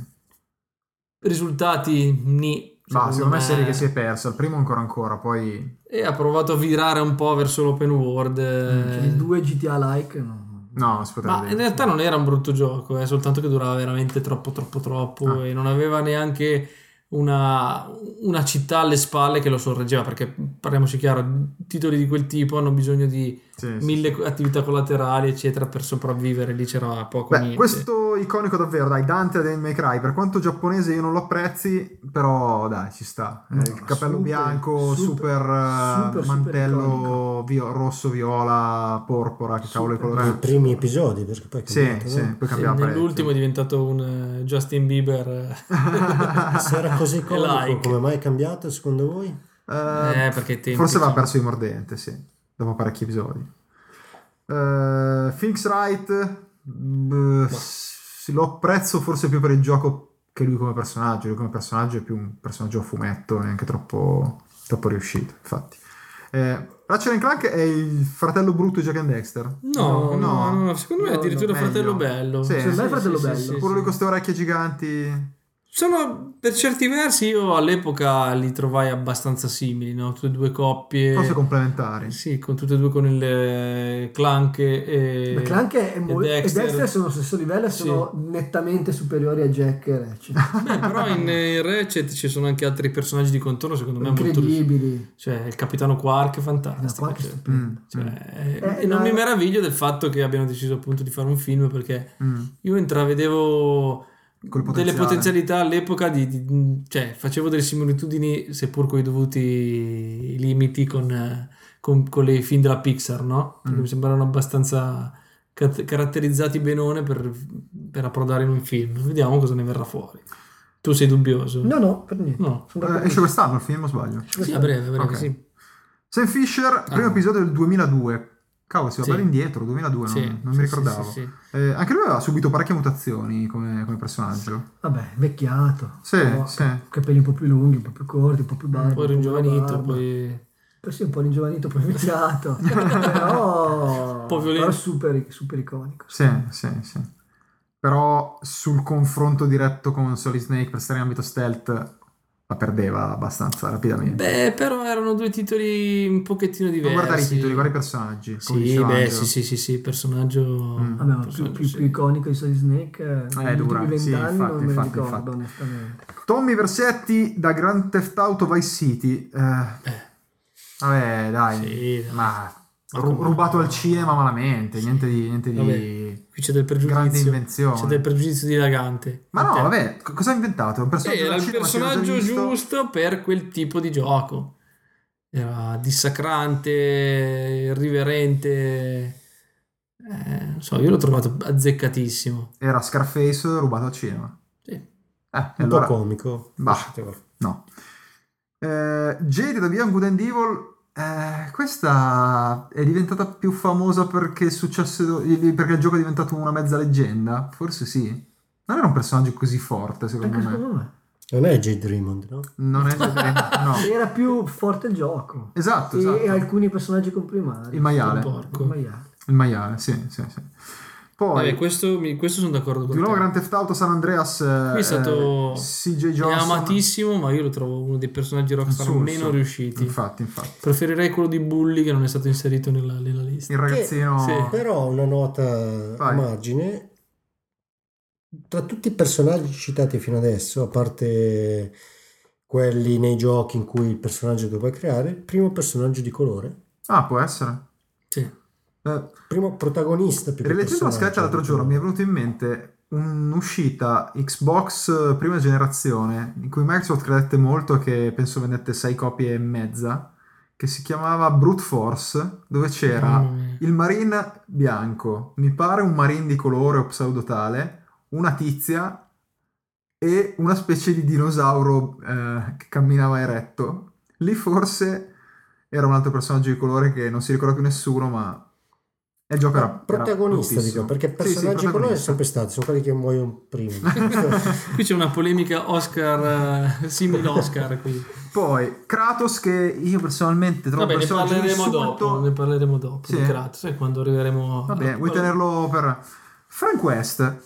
[SPEAKER 3] Risultati ni.
[SPEAKER 2] Ma secondo me è serie che si è persa. Il primo ancora ancora, poi...
[SPEAKER 3] E ha provato a virare un po' verso l'open world.
[SPEAKER 2] Mm,
[SPEAKER 3] eh,
[SPEAKER 5] Cioè, i due GTA-like. no.
[SPEAKER 2] No, non si poteva
[SPEAKER 3] Ma
[SPEAKER 2] dire.
[SPEAKER 3] in realtà non era un brutto gioco, è soltanto che durava veramente troppo troppo troppo
[SPEAKER 2] Ah.
[SPEAKER 3] e non aveva neanche una, una città alle spalle che lo sorreggeva, perché parliamoci chiaro, titoli di quel tipo hanno bisogno di
[SPEAKER 2] Eh, Sì, sì,
[SPEAKER 3] mille
[SPEAKER 2] sì.
[SPEAKER 3] attività collaterali eccetera per sopravvivere, lì c'era poco
[SPEAKER 2] Beh,
[SPEAKER 3] niente.
[SPEAKER 2] questo iconico davvero, dai, Dante dei May Cry, per quanto giapponese io non lo apprezzi, però dai, ci sta. Eh,
[SPEAKER 5] No,
[SPEAKER 2] il capello
[SPEAKER 5] super,
[SPEAKER 2] bianco, super,
[SPEAKER 5] super,
[SPEAKER 2] eh,
[SPEAKER 5] super, super
[SPEAKER 2] mantello
[SPEAKER 5] iconico.
[SPEAKER 2] vio- rosso, viola, porpora, che cavolo è
[SPEAKER 5] Super.
[SPEAKER 2] colore.
[SPEAKER 4] Nei primi episodi, perché poi è
[SPEAKER 2] Sì,
[SPEAKER 4] cambiato,
[SPEAKER 2] sì,
[SPEAKER 4] no?
[SPEAKER 2] poi
[SPEAKER 3] Sì,
[SPEAKER 2] cambiava
[SPEAKER 3] nell'ultimo è diventato un eh, Justin Bieber. eh,
[SPEAKER 4] Se era così comico,
[SPEAKER 3] like.
[SPEAKER 4] come mai è cambiato secondo voi?
[SPEAKER 2] Eh,
[SPEAKER 3] eh, perché i tempi
[SPEAKER 2] forse aveva
[SPEAKER 3] sono-
[SPEAKER 2] perso i mordente, sì, dopo parecchi episodi. Eh, Phoenix Wright, mh, s- lo apprezzo forse più per il gioco che lui come personaggio. Lui come personaggio è più un personaggio a fumetto, neanche troppo, troppo riuscito, infatti. Eh, Ratchet and Clank è il fratello brutto di Jack and Dexter?
[SPEAKER 3] No, no, no, secondo me è
[SPEAKER 5] No, no,
[SPEAKER 3] addirittura
[SPEAKER 2] meglio.
[SPEAKER 3] Fratello Bello.
[SPEAKER 2] Sì,
[SPEAKER 5] Secondo me è Fratello Bello.
[SPEAKER 2] Pure lui con queste orecchie giganti.
[SPEAKER 3] Eh, Sono per certi versi io all'epoca li trovai abbastanza simili, no? Tutte e due coppie.
[SPEAKER 2] Forse complementari.
[SPEAKER 3] Sì, con tutte e due con il eh, Clank e
[SPEAKER 5] Ma Clank è mo-
[SPEAKER 3] e
[SPEAKER 5] e Dexter. sono allo stesso livello e
[SPEAKER 3] Sì.
[SPEAKER 5] sono nettamente superiori a Jack e Ratchet.
[SPEAKER 3] Beh, però in, eh, in Ratchet ci sono anche altri personaggi di contorno, secondo me molto
[SPEAKER 5] Incredibili.
[SPEAKER 3] cioè il capitano Quark è fantastico.
[SPEAKER 5] Quark è
[SPEAKER 3] cioè,
[SPEAKER 5] stupendo.
[SPEAKER 2] Mm,
[SPEAKER 3] cioè,
[SPEAKER 5] Eh,
[SPEAKER 3] e non
[SPEAKER 5] ma-
[SPEAKER 3] mi meraviglio del fatto che abbiano deciso appunto di fare un film perché
[SPEAKER 2] mm.
[SPEAKER 3] Io intravedevo
[SPEAKER 2] Col
[SPEAKER 3] delle
[SPEAKER 2] potenziale.
[SPEAKER 3] potenzialità all'epoca, di, di- cioè facevo delle similitudini, seppur con i dovuti limiti, con, eh, con, con le film della Pixar, no? Perché
[SPEAKER 2] Mm.
[SPEAKER 3] mi sembravano abbastanza cat- caratterizzati benone per, per approdare in un film. Vediamo cosa ne verrà fuori. Tu sei dubbioso?
[SPEAKER 5] No, no, per niente.
[SPEAKER 3] No.
[SPEAKER 5] Sono
[SPEAKER 2] Eh,
[SPEAKER 5] d'accordo.
[SPEAKER 2] esce quest'anno il film, o sbaglio?
[SPEAKER 3] Sì, a breve, a breve,
[SPEAKER 2] Ok.
[SPEAKER 3] sì.
[SPEAKER 2] Sam Fisher, primo
[SPEAKER 3] Ah.
[SPEAKER 2] episodio del 2002. Cavolo, si va
[SPEAKER 3] Sì.
[SPEAKER 2] bello indietro, 2002,
[SPEAKER 3] Sì,
[SPEAKER 2] non, non
[SPEAKER 3] sì,
[SPEAKER 2] mi ricordavo.
[SPEAKER 3] sì, sì, sì.
[SPEAKER 2] Eh, anche lui aveva subito parecchie mutazioni come, come personaggio.
[SPEAKER 5] Vabbè, vecchiato.
[SPEAKER 2] Sì,
[SPEAKER 5] Però,
[SPEAKER 2] sì.
[SPEAKER 5] Capelli un po' più lunghi, un po' più corti, un po' più
[SPEAKER 2] Eh,
[SPEAKER 3] Poi
[SPEAKER 5] barba. un po' più
[SPEAKER 3] ringiovanito,
[SPEAKER 5] barba.
[SPEAKER 3] poi...
[SPEAKER 5] Poi sì, un po' ringiovanito, poi vecchiato. però...
[SPEAKER 3] Un po' violento.
[SPEAKER 5] Però super, super iconico.
[SPEAKER 2] Sì, sì, sì. Però sul confronto diretto con Solid Snake per stare in ambito stealth la perdeva abbastanza rapidamente.
[SPEAKER 3] Beh, però erano due titoli un pochettino
[SPEAKER 2] non
[SPEAKER 3] diversi.
[SPEAKER 2] guardare i titoli, guarda i personaggi. come
[SPEAKER 3] Sì,
[SPEAKER 2] diceva
[SPEAKER 3] beh,
[SPEAKER 2] Angelo.
[SPEAKER 3] sì, sì, sì, sì, personaggio...
[SPEAKER 2] Mm.
[SPEAKER 5] Vabbè, ma più,
[SPEAKER 3] personaggio,
[SPEAKER 5] più,
[SPEAKER 3] sì.
[SPEAKER 5] più iconico di Solid Snake eh, negli
[SPEAKER 2] dura,
[SPEAKER 5] ultimi
[SPEAKER 2] sì,
[SPEAKER 5] vent'anni
[SPEAKER 2] infatti,
[SPEAKER 5] non me
[SPEAKER 2] infatti,
[SPEAKER 5] lo ricordo,
[SPEAKER 2] infatti.
[SPEAKER 5] onestamente.
[SPEAKER 2] Tommy Versetti da Grand Theft Auto Vice City. Eh, Vabbè, dai.
[SPEAKER 3] Sì, dai.
[SPEAKER 2] Ma
[SPEAKER 3] Ma
[SPEAKER 2] ru-
[SPEAKER 3] come-
[SPEAKER 2] rubato al cinema malamente,
[SPEAKER 3] Sì.
[SPEAKER 2] niente di... Niente di...
[SPEAKER 3] Vabbè, Qui c'è del
[SPEAKER 2] grande
[SPEAKER 3] pregiudizio.
[SPEAKER 2] invenzione.
[SPEAKER 3] C'è del pregiudizio dilagante. Cioè,
[SPEAKER 2] Ma no,
[SPEAKER 3] Te-
[SPEAKER 2] vabbè, co- cosa ha inventato? Un personaggio
[SPEAKER 3] Eh, Era
[SPEAKER 2] del
[SPEAKER 3] il
[SPEAKER 2] cinema che non si era
[SPEAKER 3] personaggio
[SPEAKER 2] visto?
[SPEAKER 3] giusto per quel tipo di gioco. Era dissacrante, irriverente. Eh, non so, io l'ho trovato azzeccatissimo.
[SPEAKER 2] Era Scarface rubato al cinema.
[SPEAKER 3] Sì.
[SPEAKER 2] Eh,
[SPEAKER 4] un
[SPEAKER 2] allora-
[SPEAKER 4] po' comico.
[SPEAKER 2] Bah.
[SPEAKER 4] Lasciatelo.
[SPEAKER 2] No. Eh, Jade da Beyond Good and Evil. eh, questa è diventata più famosa perché, è successo, eh, perché il gioco è diventato una mezza leggenda? Forse sì. Non era un personaggio così forte, secondo
[SPEAKER 5] Anche
[SPEAKER 2] me.
[SPEAKER 5] secondo me.
[SPEAKER 4] Non è Jade Raymond, no?
[SPEAKER 2] Non è no.
[SPEAKER 5] Era più forte il gioco.
[SPEAKER 2] Esatto,
[SPEAKER 5] E- E
[SPEAKER 2] esatto.
[SPEAKER 5] alcuni personaggi comprimari.
[SPEAKER 2] Il maiale.
[SPEAKER 5] Il
[SPEAKER 3] Porco.
[SPEAKER 5] maiale.
[SPEAKER 2] Il maiale, sì, sì, sì. Poi,
[SPEAKER 3] Vabbè, questo, mi- questo sono d'accordo
[SPEAKER 2] di
[SPEAKER 3] con
[SPEAKER 2] nuovo
[SPEAKER 3] te.
[SPEAKER 2] Grand Theft Auto San Andreas. eh,
[SPEAKER 3] Qui è stato-
[SPEAKER 2] eh, CJ
[SPEAKER 3] È
[SPEAKER 2] Johnson.
[SPEAKER 3] amatissimo, ma io lo trovo uno dei personaggi rockstar
[SPEAKER 2] Insulso. Mm.
[SPEAKER 3] meno riusciti.
[SPEAKER 2] Infatti, infatti.
[SPEAKER 3] Preferirei quello di Bully che non è stato inserito nella, nella lista.
[SPEAKER 2] Il ragazzino...
[SPEAKER 3] sì.
[SPEAKER 4] Però una nota a
[SPEAKER 2] Vai.
[SPEAKER 4] margine. Tra tutti i personaggi citati fino adesso, a parte quelli nei giochi in cui il personaggio lo puoi creare, il primo personaggio di colore,
[SPEAKER 2] Ah, può essere.
[SPEAKER 3] Sì.
[SPEAKER 2] Eh,
[SPEAKER 4] primo protagonista più che
[SPEAKER 2] Rileggendo la
[SPEAKER 4] personaggio
[SPEAKER 2] scaletta l'altro
[SPEAKER 4] di
[SPEAKER 2] giorno mi
[SPEAKER 4] colore.
[SPEAKER 2] è venuto in mente un'uscita Xbox eh, prima generazione in cui Microsoft credette molto che penso vendette 6 copie e mezza che si chiamava Brute Force dove c'era
[SPEAKER 3] Mamma mia.
[SPEAKER 2] il marine bianco mi pare un marine di colore o pseudo tale una tizia e una specie di dinosauro eh, che camminava eretto lì forse era un altro personaggio di colore che non si ricorda più nessuno ma il gioco era era
[SPEAKER 4] Ah, protagonista dico,
[SPEAKER 2] bruttissimo.
[SPEAKER 4] perché
[SPEAKER 2] Sì, sì,
[SPEAKER 4] personaggi di colore
[SPEAKER 2] protagonista.
[SPEAKER 4] sono sempre stati, sono quelli che muoiono prima. Cioè,
[SPEAKER 3] Qui c'è una polemica Oscar, eh, simile Oscar. Qui.
[SPEAKER 2] Poi Kratos che io personalmente trovo
[SPEAKER 3] Vabbè,
[SPEAKER 2] un
[SPEAKER 3] ne
[SPEAKER 2] personaggio
[SPEAKER 3] parleremo
[SPEAKER 2] insulto.
[SPEAKER 3] dopo. Ne parleremo dopo.
[SPEAKER 2] Sì.
[SPEAKER 3] di Kratos, eh, quando arriveremo.
[SPEAKER 2] Vabbè,
[SPEAKER 3] a-
[SPEAKER 2] vuoi tenerlo per Frank West.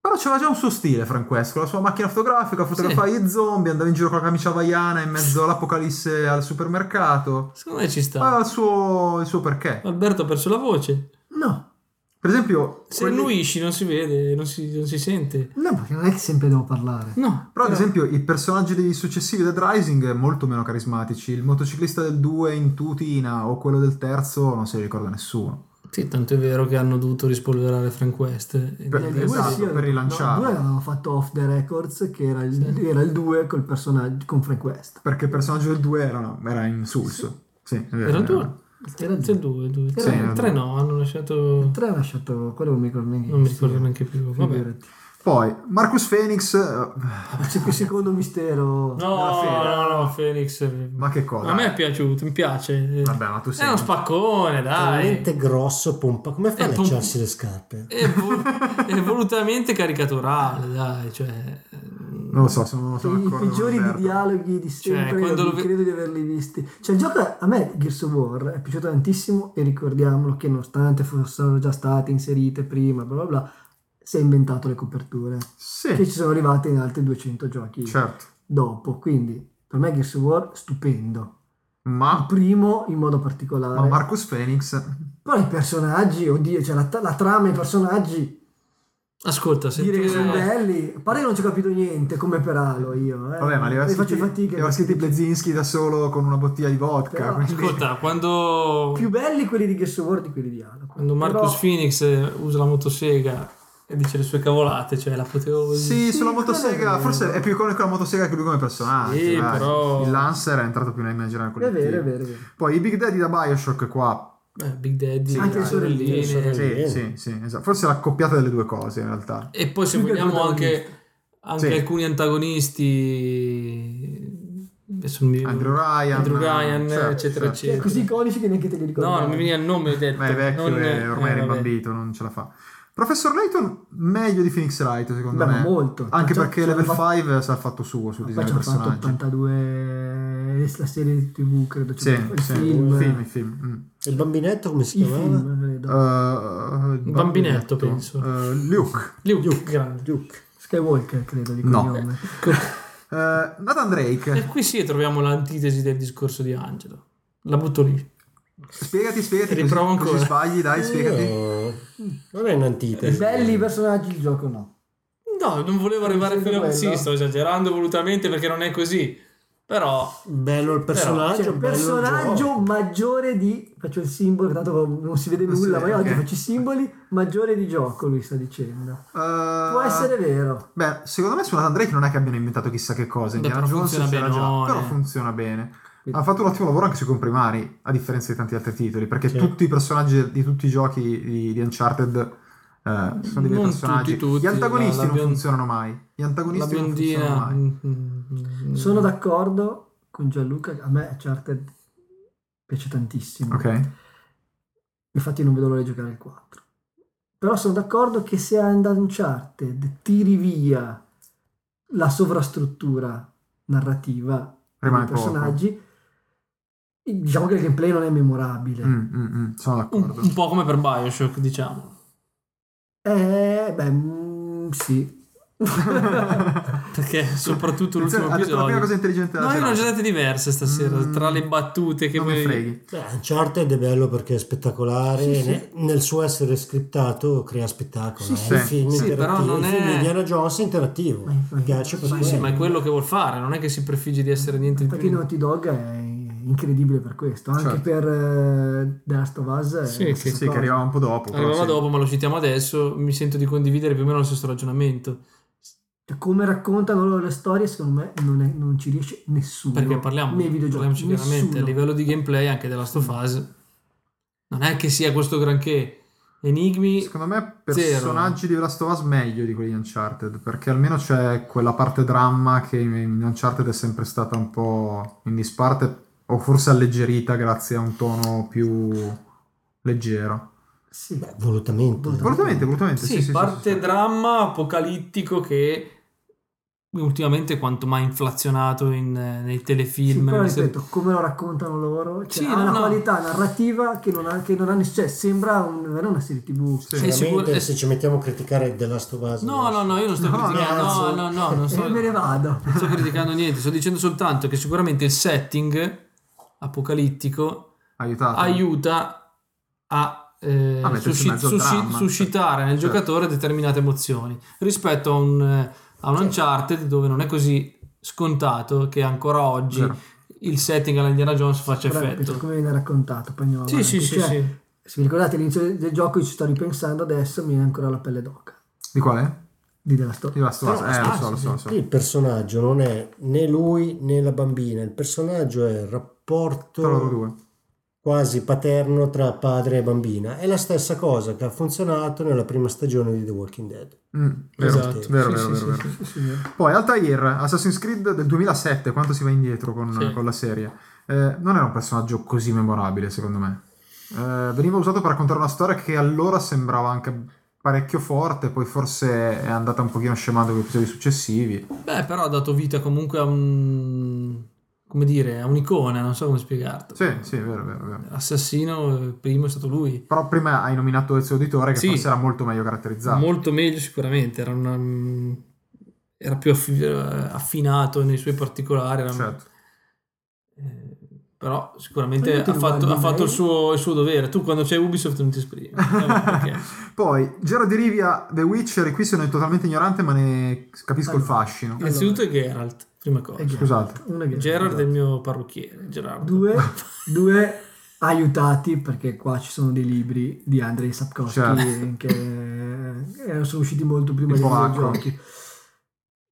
[SPEAKER 2] Però c'era già un suo stile Frank West, con la sua macchina fotografica, fotografava gli zombie, andava in giro con la camicia vaiana in mezzo all'apocalisse al supermercato.
[SPEAKER 3] Secondo me ci sta.
[SPEAKER 2] Aveva il suo, il suo perché.
[SPEAKER 3] Alberto ha perso la voce.
[SPEAKER 5] No,
[SPEAKER 2] Per esempio,
[SPEAKER 3] Se
[SPEAKER 2] quelli-
[SPEAKER 3] annuisci non si vede, non si, non si sente.
[SPEAKER 5] no, perché non è che sempre devo parlare.
[SPEAKER 3] No.
[SPEAKER 2] Però ad esempio i personaggi dei successivi Dead Rising molto meno carismatici, il motociclista del 2 in tutina o quello del terzo non se li ricorda nessuno.
[SPEAKER 3] Sì, tanto è vero che hanno dovuto rispolverare Frank West. E-
[SPEAKER 2] Per-
[SPEAKER 5] Nel
[SPEAKER 3] e-
[SPEAKER 5] due
[SPEAKER 2] esatto,
[SPEAKER 5] sì,
[SPEAKER 2] per
[SPEAKER 5] era-
[SPEAKER 2] rilanciarlo.
[SPEAKER 5] No, il 2 avevamo fatto Off the Records, che era il, 2 col personaggio con Frank West.
[SPEAKER 2] Perché il personaggio del 2 era, no, era insulso. Sì, è vero,
[SPEAKER 3] Era
[SPEAKER 2] è
[SPEAKER 3] due?
[SPEAKER 2] vero.
[SPEAKER 5] Era
[SPEAKER 3] Era due, due.
[SPEAKER 5] Sì,
[SPEAKER 3] Tre-
[SPEAKER 2] era
[SPEAKER 3] tre
[SPEAKER 2] due.
[SPEAKER 3] no, hanno lasciato...
[SPEAKER 5] Il 3 ha lasciato, quello non mi ricordo neanche.
[SPEAKER 3] Non mi ricordo neanche più. Vabbè.
[SPEAKER 5] Figurati.
[SPEAKER 2] Poi Marcus Phoenix, eh,
[SPEAKER 5] C'è quel secondo mistero.
[SPEAKER 3] No,
[SPEAKER 2] fede.
[SPEAKER 3] no, no, Felix.
[SPEAKER 2] ma che cosa?
[SPEAKER 3] A me è piaciuto, mi piace.
[SPEAKER 2] Vabbè, ma tu
[SPEAKER 3] È
[SPEAKER 2] sei
[SPEAKER 3] uno spaccone,
[SPEAKER 2] Ah, eh.
[SPEAKER 3] dai.
[SPEAKER 4] Talmente grosso, pompa. Come fa a
[SPEAKER 3] Eh, pom-
[SPEAKER 4] lecciarsi le scarpe?
[SPEAKER 3] È, vol- è volutamente caricaturale, dai. Cioè,
[SPEAKER 2] Non lo so, sono, sono
[SPEAKER 5] I
[SPEAKER 2] d'accordo con
[SPEAKER 5] peggiori di
[SPEAKER 2] Alberto.
[SPEAKER 5] dialoghi di sempre,
[SPEAKER 3] Cioè, quando lo
[SPEAKER 5] non
[SPEAKER 3] ve-
[SPEAKER 5] credo di averli visti. Cioè, il gioco a me Gears of War è piaciuto tantissimo e ricordiamolo che nonostante fossero già state inserite prima, bla bla bla, si è inventato le coperture
[SPEAKER 2] Eh. Sì,
[SPEAKER 5] che ci sono arrivate in altri 200 giochi
[SPEAKER 2] certo.
[SPEAKER 5] dopo. Quindi, per me Gears of War stupendo. Il
[SPEAKER 2] Ma,
[SPEAKER 5] primo in modo particolare.
[SPEAKER 2] ma Marcus Phoenix,
[SPEAKER 5] Poi i personaggi, oddio, cioè la, la trama, i personaggi,
[SPEAKER 3] ascolta, se
[SPEAKER 5] dire
[SPEAKER 3] tu-
[SPEAKER 5] che sono belli. A parte che non ci ho capito niente, come per Alo io. Eh.
[SPEAKER 2] vabbè, ma li aveva
[SPEAKER 5] Ne faccio
[SPEAKER 2] scritti, li
[SPEAKER 5] fatica.
[SPEAKER 2] aveva scritti Blezinski da solo con una bottiglia di vodka.
[SPEAKER 5] Però-
[SPEAKER 2] quindi-
[SPEAKER 3] ascolta, quando,
[SPEAKER 5] Più belli quelli di Gears of War di quelli di Alo.
[SPEAKER 3] quando Marcus Phoenix usa la motosega e dice le sue cavolate, cioè la potevo...
[SPEAKER 2] Sì,
[SPEAKER 5] Sì,
[SPEAKER 2] sulla
[SPEAKER 5] quello è
[SPEAKER 2] motosega,
[SPEAKER 5] vero.
[SPEAKER 2] forse è più iconico la motosega che lui come personaggio.
[SPEAKER 3] Sì,
[SPEAKER 2] dai.
[SPEAKER 3] però-
[SPEAKER 2] Il Lancer è entrato più nell'immaginario
[SPEAKER 5] È
[SPEAKER 2] collettivo.
[SPEAKER 5] vero, è vero, è vero.
[SPEAKER 2] Poi i Big Daddy da Bioshock qua.
[SPEAKER 3] Eh, Big Daddy,
[SPEAKER 5] Anche
[SPEAKER 3] dai,
[SPEAKER 5] le sorelline,
[SPEAKER 3] sorelline.
[SPEAKER 4] le sorelle.
[SPEAKER 2] Sì,
[SPEAKER 4] Bene.
[SPEAKER 2] sì, sì, esatto. Forse la coppiata delle due cose in realtà.
[SPEAKER 3] E poi se
[SPEAKER 5] Più che il
[SPEAKER 3] vogliamo anche,
[SPEAKER 5] protagonista.
[SPEAKER 3] anche
[SPEAKER 2] Sì.
[SPEAKER 3] alcuni antagonisti... adesso non mi-
[SPEAKER 2] Andrew Ryan,
[SPEAKER 3] Andrew Ryan,
[SPEAKER 2] certo,
[SPEAKER 3] eccetera,
[SPEAKER 2] certo.
[SPEAKER 5] Cioè,
[SPEAKER 3] eccetera.
[SPEAKER 5] così iconici che neanche te li ricordi.
[SPEAKER 3] No, non mi veniva il nome, ho detto.
[SPEAKER 2] Ma è vecchio
[SPEAKER 3] Certo. non-
[SPEAKER 2] e ormai
[SPEAKER 3] eh,
[SPEAKER 2] è
[SPEAKER 3] vabbè.
[SPEAKER 2] rimbambito, non ce la fa. Professor Layton meglio di Phoenix Wright secondo
[SPEAKER 5] Beh,
[SPEAKER 2] me.
[SPEAKER 5] molto.
[SPEAKER 2] Anche
[SPEAKER 5] Cioè,
[SPEAKER 2] perché
[SPEAKER 5] cioè,
[SPEAKER 2] Level
[SPEAKER 5] fa-
[SPEAKER 2] 5 si è fatto suo sul
[SPEAKER 5] Poi
[SPEAKER 2] design
[SPEAKER 5] ci
[SPEAKER 2] del
[SPEAKER 5] hanno fatto
[SPEAKER 2] personaggio.
[SPEAKER 5] 82 la serie di tv, credo.
[SPEAKER 2] Sì,
[SPEAKER 5] c'è il
[SPEAKER 2] sì,
[SPEAKER 5] film.
[SPEAKER 2] il film, il film, mm.
[SPEAKER 4] Il bambinetto come
[SPEAKER 5] I
[SPEAKER 4] si chiamava?
[SPEAKER 5] film,
[SPEAKER 2] Eh,
[SPEAKER 5] credo.
[SPEAKER 2] bambinetto,
[SPEAKER 3] Bambinetto, penso.
[SPEAKER 2] Eh, Luke.
[SPEAKER 3] Luke, grande.
[SPEAKER 4] Duke.
[SPEAKER 5] Skywalker, credo, di
[SPEAKER 2] No.
[SPEAKER 5] cognome.
[SPEAKER 2] Eh, Nathan Drake.
[SPEAKER 3] E qui sì troviamo l'antitesi del discorso di Angelo. La butto lì.
[SPEAKER 2] Spiegati, spiegati. così-
[SPEAKER 3] Riprovo
[SPEAKER 2] così
[SPEAKER 3] ancora.
[SPEAKER 2] sbagli, dai, spiegati.
[SPEAKER 4] Eh, Non è un'antitesi.
[SPEAKER 5] Belli personaggi, il gioco no.
[SPEAKER 3] No, non volevo arrivare
[SPEAKER 5] Non
[SPEAKER 3] fino a...
[SPEAKER 5] quello.
[SPEAKER 3] Sì, sto esagerando volutamente perché non è così. Però...
[SPEAKER 4] Bello il personaggio,
[SPEAKER 5] Cioè,
[SPEAKER 4] bello il
[SPEAKER 5] personaggio
[SPEAKER 4] gioco.
[SPEAKER 5] maggiore di faccio il simbolo tanto non si vede
[SPEAKER 2] Non si
[SPEAKER 5] nulla
[SPEAKER 2] vede,
[SPEAKER 5] ma io oggi
[SPEAKER 2] ok.
[SPEAKER 5] faccio i simboli maggiore di gioco lui sta dicendo
[SPEAKER 2] Eh,
[SPEAKER 5] può essere vero
[SPEAKER 2] Beh, secondo me su Nathan Drake non è che abbiano inventato chissà che cosa.
[SPEAKER 3] Beh,
[SPEAKER 2] Indiana
[SPEAKER 3] però
[SPEAKER 2] Jones
[SPEAKER 3] funziona
[SPEAKER 2] c'era già,
[SPEAKER 3] benone.
[SPEAKER 2] però funziona bene. Ha fatto un ottimo lavoro anche sui comprimari, a differenza di tanti altri titoli, perché
[SPEAKER 4] Sì.
[SPEAKER 2] tutti i personaggi di tutti i giochi di, di Uncharted eh, sono dei
[SPEAKER 3] Non
[SPEAKER 2] personaggi.
[SPEAKER 3] tutti, tutti,
[SPEAKER 2] Gli antagonisti
[SPEAKER 3] la- la
[SPEAKER 2] non
[SPEAKER 3] bion-
[SPEAKER 2] funzionano mai. Gli
[SPEAKER 3] La
[SPEAKER 2] antagonisti non funzionano
[SPEAKER 3] biondina.
[SPEAKER 2] mai.
[SPEAKER 3] mm, mm,
[SPEAKER 5] Sono d'accordo con Gianluca, a me Charted piace
[SPEAKER 3] eh,
[SPEAKER 5] tantissimo.
[SPEAKER 2] Ok.
[SPEAKER 5] Infatti non vedo l'ora di giocare il 4. Però sono d'accordo che se a Uncharted tiri via la sovrastruttura narrativa dei
[SPEAKER 2] Rimane poco.
[SPEAKER 5] personaggi, diciamo che il gameplay non è memorabile.
[SPEAKER 2] Mm, mm, mm, sono
[SPEAKER 3] Un,
[SPEAKER 2] d'accordo.
[SPEAKER 3] un po' come per Bioshock, diciamo.
[SPEAKER 5] Eh, beh, mm, sì.
[SPEAKER 3] Perché soprattutto
[SPEAKER 2] Attenzione,
[SPEAKER 3] l'ultimo
[SPEAKER 2] ha detto la prima cosa
[SPEAKER 3] episodio.
[SPEAKER 2] intelligente
[SPEAKER 3] No,
[SPEAKER 2] della serata.
[SPEAKER 3] erano giornate diverse stasera,
[SPEAKER 2] Mm.
[SPEAKER 3] tra le battute che
[SPEAKER 2] Non mi
[SPEAKER 3] poi-
[SPEAKER 2] freghi.
[SPEAKER 4] Beh, Cioè, Uncharted è bello perché è spettacolare,
[SPEAKER 5] Sì, sì.
[SPEAKER 4] ne- nel suo essere scriptato crea spettacolo.
[SPEAKER 5] Sì,
[SPEAKER 4] è
[SPEAKER 5] sì.
[SPEAKER 4] un film
[SPEAKER 3] Sì,
[SPEAKER 4] interattivo,
[SPEAKER 3] però non
[SPEAKER 4] il film
[SPEAKER 3] è-
[SPEAKER 4] Indiana Jones è interattivo.
[SPEAKER 5] Ma infatti-
[SPEAKER 4] Mi piace per
[SPEAKER 5] Sì,
[SPEAKER 3] Sì,
[SPEAKER 4] quello.
[SPEAKER 3] sì, ma è quello che vuol fare, non è che si prefigge di essere niente di
[SPEAKER 5] Infatti
[SPEAKER 3] più.
[SPEAKER 5] Naughty Dog è incredibile per questo, anche
[SPEAKER 2] Certo.
[SPEAKER 5] per eh, The Last of Us. è
[SPEAKER 3] Sì,
[SPEAKER 5] la
[SPEAKER 3] che-
[SPEAKER 2] Sì,
[SPEAKER 5] stessa
[SPEAKER 2] sì, che
[SPEAKER 5] cosa.
[SPEAKER 2] arrivava un po' dopo. però
[SPEAKER 3] Arriviamo
[SPEAKER 2] sì.
[SPEAKER 3] dopo, ma lo citiamo adesso. Mi sento di condividere più o meno lo stesso ragionamento.
[SPEAKER 5] Cioè, come raccontano loro le storie, secondo me non, è- non ci riesce nessuno.
[SPEAKER 3] Perché parliamo,
[SPEAKER 5] nei videogiochi.
[SPEAKER 3] parliamoci chiaramente, a
[SPEAKER 5] nessuno.
[SPEAKER 3] livello di gameplay anche della Stofase, non è che sia questo granché. Enigmi,
[SPEAKER 2] Secondo me personaggi di Last of Us meglio di quelli di Uncharted, perché almeno c'è quella parte dramma che in Uncharted è sempre stata un po' in disparte o forse alleggerita grazie a un tono più leggero.
[SPEAKER 5] Sì.
[SPEAKER 4] Beh, volutamente.
[SPEAKER 2] Volutamente, volutamente,
[SPEAKER 3] sì,
[SPEAKER 2] sì, sì,
[SPEAKER 3] parte
[SPEAKER 2] sì, sì.
[SPEAKER 3] dramma apocalittico che ultimamente quanto mai inflazionato in, eh, nei
[SPEAKER 5] Sì,
[SPEAKER 3] telefilm.
[SPEAKER 5] però
[SPEAKER 3] nelle serie-
[SPEAKER 5] ripeto, come lo raccontano loro, cioè,
[SPEAKER 3] Sì,
[SPEAKER 5] ha
[SPEAKER 3] no,
[SPEAKER 5] una
[SPEAKER 3] no.
[SPEAKER 5] qualità narrativa che non ha, che non ha ness- cioè, sembra un- davvero una serie tv.
[SPEAKER 2] Sì.
[SPEAKER 3] Sì,
[SPEAKER 4] Veramente,
[SPEAKER 3] sicuro-
[SPEAKER 4] se ci mettiamo a criticare The Last of Us
[SPEAKER 3] No, no,
[SPEAKER 4] adesso.
[SPEAKER 3] no, io non sto
[SPEAKER 2] No,
[SPEAKER 3] criticando, no,
[SPEAKER 2] cazzo.
[SPEAKER 3] no, no, non sto,
[SPEAKER 5] e eh, me ne vado.
[SPEAKER 3] non sto criticando niente, sto dicendo soltanto che sicuramente il setting apocalittico
[SPEAKER 2] Aiutato.
[SPEAKER 3] aiuta a eh,
[SPEAKER 2] Ah, metterci ah.
[SPEAKER 3] susci-
[SPEAKER 2] in mezzo al
[SPEAKER 3] susci-
[SPEAKER 2] dramma.
[SPEAKER 3] suscitare nel
[SPEAKER 2] Certo.
[SPEAKER 3] giocatore determinate emozioni rispetto a un, eh, a un Uncharted dove non è così scontato che ancora oggi
[SPEAKER 2] Vero.
[SPEAKER 3] il setting alla Indiana Jones faccia
[SPEAKER 5] Però, ripeto,
[SPEAKER 3] effetto.
[SPEAKER 5] come viene raccontato, poi andiamo
[SPEAKER 3] Sì,
[SPEAKER 5] avanti.
[SPEAKER 3] sì, sì,
[SPEAKER 5] Cioè,
[SPEAKER 3] sì.
[SPEAKER 5] Se vi ricordate all'inizio del gioco, io ci sto ripensando adesso, mi viene ancora la pelle d'oca
[SPEAKER 2] Di quale?
[SPEAKER 5] di della storia.
[SPEAKER 2] Di Last of Us.
[SPEAKER 4] Però,
[SPEAKER 2] Eh, lo
[SPEAKER 4] ah,
[SPEAKER 2] so, lo so, lo so.
[SPEAKER 4] Qui il personaggio non è né lui né la bambina, il personaggio è il
[SPEAKER 2] Tra loro
[SPEAKER 4] rapporto
[SPEAKER 2] due.
[SPEAKER 4] quasi paterno tra padre e bambina. È la stessa cosa che ha funzionato nella prima stagione di The Walking Dead.
[SPEAKER 2] Mm, vero,
[SPEAKER 4] Esatto.
[SPEAKER 2] vero,
[SPEAKER 3] Sì,
[SPEAKER 2] vero,
[SPEAKER 3] sì,
[SPEAKER 2] vero,
[SPEAKER 3] sì,
[SPEAKER 2] vero.
[SPEAKER 5] Sì, sì, vero.
[SPEAKER 2] Poi Altair, Assassin's Creed del 2007, quanto si va indietro con,
[SPEAKER 3] Sì.
[SPEAKER 2] con la serie, eh, non era un personaggio così memorabile secondo me. Eh, veniva usato per raccontare una storia che allora sembrava anche parecchio forte, poi forse è andata un pochino scemando con gli episodi successivi.
[SPEAKER 3] Beh, però ha dato vita comunque a un come dire, a un'icona, non so come spiegarlo.
[SPEAKER 2] Sì, sì, vero, vero, vero.
[SPEAKER 3] Assassino eh, primo è stato lui.
[SPEAKER 2] Però prima hai nominato Ezio Auditore che
[SPEAKER 3] Sì.
[SPEAKER 2] forse era molto meglio caratterizzato.
[SPEAKER 3] Molto meglio sicuramente, era, una, mm, era più affi- eh, affinato nei suoi particolari, era-
[SPEAKER 2] Certo.
[SPEAKER 3] eh, però sicuramente
[SPEAKER 5] Io ti
[SPEAKER 3] ha fatto, ha
[SPEAKER 5] guardi
[SPEAKER 3] fatto il,
[SPEAKER 5] bene.
[SPEAKER 3] suo, il suo dovere. Tu quando c'è Ubisoft non ti esprimi. Eh, Vabbè, perché-
[SPEAKER 2] Poi Gero di Rivia, The Witcher, e qui sono totalmente ignorante ma ne capisco il
[SPEAKER 5] Allora.
[SPEAKER 2] fascino.
[SPEAKER 3] Innanzitutto è Geralt, prima cosa.
[SPEAKER 5] E Geralt.
[SPEAKER 2] Scusate.
[SPEAKER 5] Una Geralt. esatto.
[SPEAKER 3] Geralt è il mio parrucchiere, Gerardo.
[SPEAKER 5] due, due aiutati perché qua ci sono dei libri di Andrei Sapkowski
[SPEAKER 2] Certo.
[SPEAKER 5] che eh, sono usciti molto prima
[SPEAKER 2] Il
[SPEAKER 5] dei
[SPEAKER 2] polacco.
[SPEAKER 5] videogiochi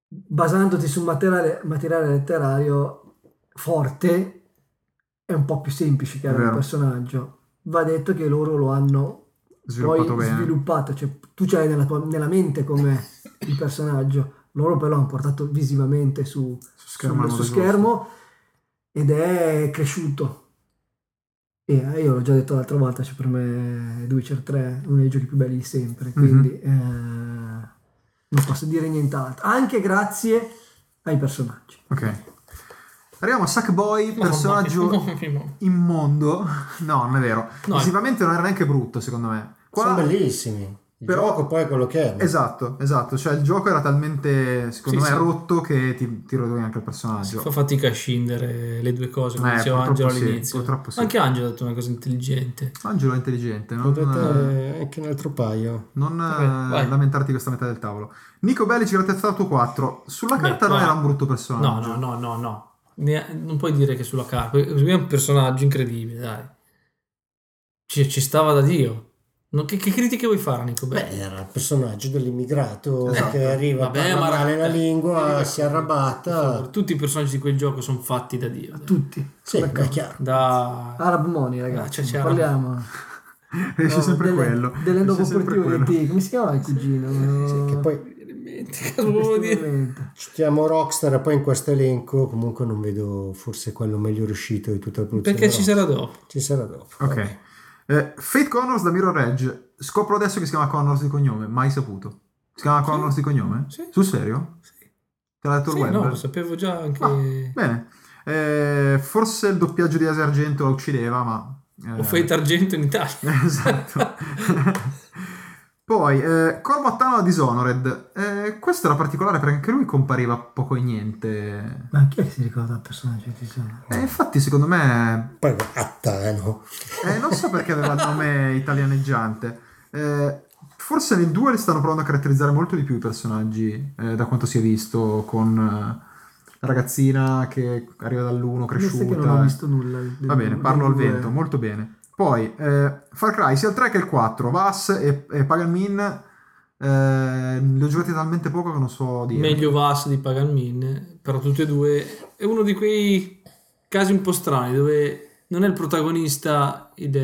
[SPEAKER 5] basandoti su materiale, materiale letterario forte è un po' più semplice che
[SPEAKER 2] È
[SPEAKER 5] era un
[SPEAKER 2] vero.
[SPEAKER 5] personaggio va detto che loro lo hanno
[SPEAKER 2] Sviluppato
[SPEAKER 5] poi
[SPEAKER 2] bene.
[SPEAKER 5] sviluppato cioè tu ce l'hai nella, tua- nella mente come il personaggio loro però hanno portato visivamente su,
[SPEAKER 2] Su schermo
[SPEAKER 5] sul-
[SPEAKER 2] al
[SPEAKER 5] su
[SPEAKER 2] modo giusto.
[SPEAKER 5] schermo ed è cresciuto. E eh, io l'ho già detto l'altra volta, cioè per me The Witcher 3 è uno dei giochi più belli di
[SPEAKER 2] Mhm.
[SPEAKER 5] sempre, quindi eh, non posso dire nient'altro, anche grazie ai personaggi.
[SPEAKER 2] Ok. Arriviamo a Sackboy,
[SPEAKER 3] Mamma mia,
[SPEAKER 2] personaggio
[SPEAKER 3] mamma mia.
[SPEAKER 2] immondo. No, non è vero.
[SPEAKER 3] No,
[SPEAKER 2] Visivamente non era neanche brutto, secondo me.
[SPEAKER 4] Sono
[SPEAKER 2] Qua...
[SPEAKER 4] bellissimi. Il
[SPEAKER 2] però-
[SPEAKER 4] gioco poi è quello che è. ma-
[SPEAKER 2] Esatto, esatto. Cioè, il gioco era talmente, secondo
[SPEAKER 3] Sì,
[SPEAKER 2] me,
[SPEAKER 3] sì.
[SPEAKER 2] rotto che ti, ti rovini anche il
[SPEAKER 3] Si
[SPEAKER 2] personaggio.
[SPEAKER 3] fa fatica a scindere le due cose, come
[SPEAKER 2] Eh,
[SPEAKER 3] diceva
[SPEAKER 2] purtroppo
[SPEAKER 3] Angelo
[SPEAKER 2] sì,
[SPEAKER 3] all'inizio.
[SPEAKER 2] purtroppo sì.
[SPEAKER 3] Anche Angelo ha detto una cosa intelligente.
[SPEAKER 2] Angelo è intelligente, non,
[SPEAKER 4] Potete anche un altro paio.
[SPEAKER 2] non,
[SPEAKER 3] Vabbè,
[SPEAKER 2] eh,
[SPEAKER 3] vai.
[SPEAKER 2] lamentarti di questa metà del tavolo. Nico Bellic, Grand Theft Auto 4. Sulla carta
[SPEAKER 3] Beh,
[SPEAKER 2] non
[SPEAKER 3] no.
[SPEAKER 2] era un brutto
[SPEAKER 3] No,
[SPEAKER 2] personaggio.
[SPEAKER 3] no, no, no, no. Ne- non puoi dire che sulla carta. Lui è un personaggio incredibile, dai. Ci, ci stava da Dio. No, che, che critiche vuoi fare, Nico? Beh,
[SPEAKER 4] Beh, era il personaggio dell'immigrato
[SPEAKER 2] Esatto.
[SPEAKER 4] che arriva,
[SPEAKER 3] Vabbè,
[SPEAKER 4] parla
[SPEAKER 3] ma-
[SPEAKER 4] male la
[SPEAKER 3] eh,
[SPEAKER 4] lingua,
[SPEAKER 3] eh,
[SPEAKER 4] si
[SPEAKER 2] Esatto.
[SPEAKER 4] arrabatta.
[SPEAKER 3] tutti i personaggi di quel gioco sono fatti da Dio. eh.
[SPEAKER 5] A tutti.
[SPEAKER 4] Sì,
[SPEAKER 5] D'accordo.
[SPEAKER 4] è chiaro.
[SPEAKER 3] Da...
[SPEAKER 5] Arab Money, ragazzi,
[SPEAKER 3] Ah, cioè, c'è
[SPEAKER 5] parliamo.
[SPEAKER 2] esce
[SPEAKER 5] No,
[SPEAKER 2] sempre
[SPEAKER 5] delle-
[SPEAKER 2] quello.
[SPEAKER 5] Delle
[SPEAKER 2] Esce
[SPEAKER 5] nuove
[SPEAKER 2] sempre quello.
[SPEAKER 5] opportunity. Come si chiama il cugino?
[SPEAKER 4] Sì, che poi
[SPEAKER 3] Dimentica, cosa volevo dire?
[SPEAKER 4] citiamo Rockstar e poi in questo elenco comunque non vedo forse quello meglio riuscito di tutta la produzione.
[SPEAKER 3] Perché ci
[SPEAKER 4] Rockstar.
[SPEAKER 3] sarà dopo?
[SPEAKER 4] Ci sarà dopo.
[SPEAKER 2] Ok. Eh, Fate Connors da Mirror Edge. Scopro adesso che si chiama Connors di cognome, mai saputo. Si chiama Connors di cognome?
[SPEAKER 3] Sì.
[SPEAKER 2] Sul serio?
[SPEAKER 3] Sì.
[SPEAKER 2] Te l'ha detto
[SPEAKER 3] Sì,
[SPEAKER 2] il web?
[SPEAKER 3] no, lo sapevo già anche...
[SPEAKER 2] Ah, Bene. Eh, forse il doppiaggio di Asia Argento la uccideva, ma... eh,
[SPEAKER 3] Ho Fate Argento in Italia.
[SPEAKER 2] esatto. Poi, eh, Corvattano a Dishonored. Eh, questo era particolare perché anche lui compariva poco e niente.
[SPEAKER 5] Ma chi è che si ricorda il personaggio di Zona?
[SPEAKER 2] E infatti, secondo me,
[SPEAKER 4] Poi Attano.
[SPEAKER 2] eh, non so perché aveva il nome italianeggiante. Eh, forse nel 2 stanno provando a caratterizzare molto di più i personaggi, eh, da quanto si è visto, con eh, la ragazzina che arriva dall'1
[SPEAKER 5] Penso
[SPEAKER 2] cresciuta.
[SPEAKER 5] che non ho visto nulla.
[SPEAKER 2] Va bene, parlo al vento, molto bene. Poi, eh, Far Cry sia il 3 che il 4, Vass e, e Pagan Min, eh, li ho giocati talmente poco che non so dire.
[SPEAKER 3] Meglio Vas di Pagan Min, però tutti e due... È uno di quei casi un po' strani dove non è il protagonista il,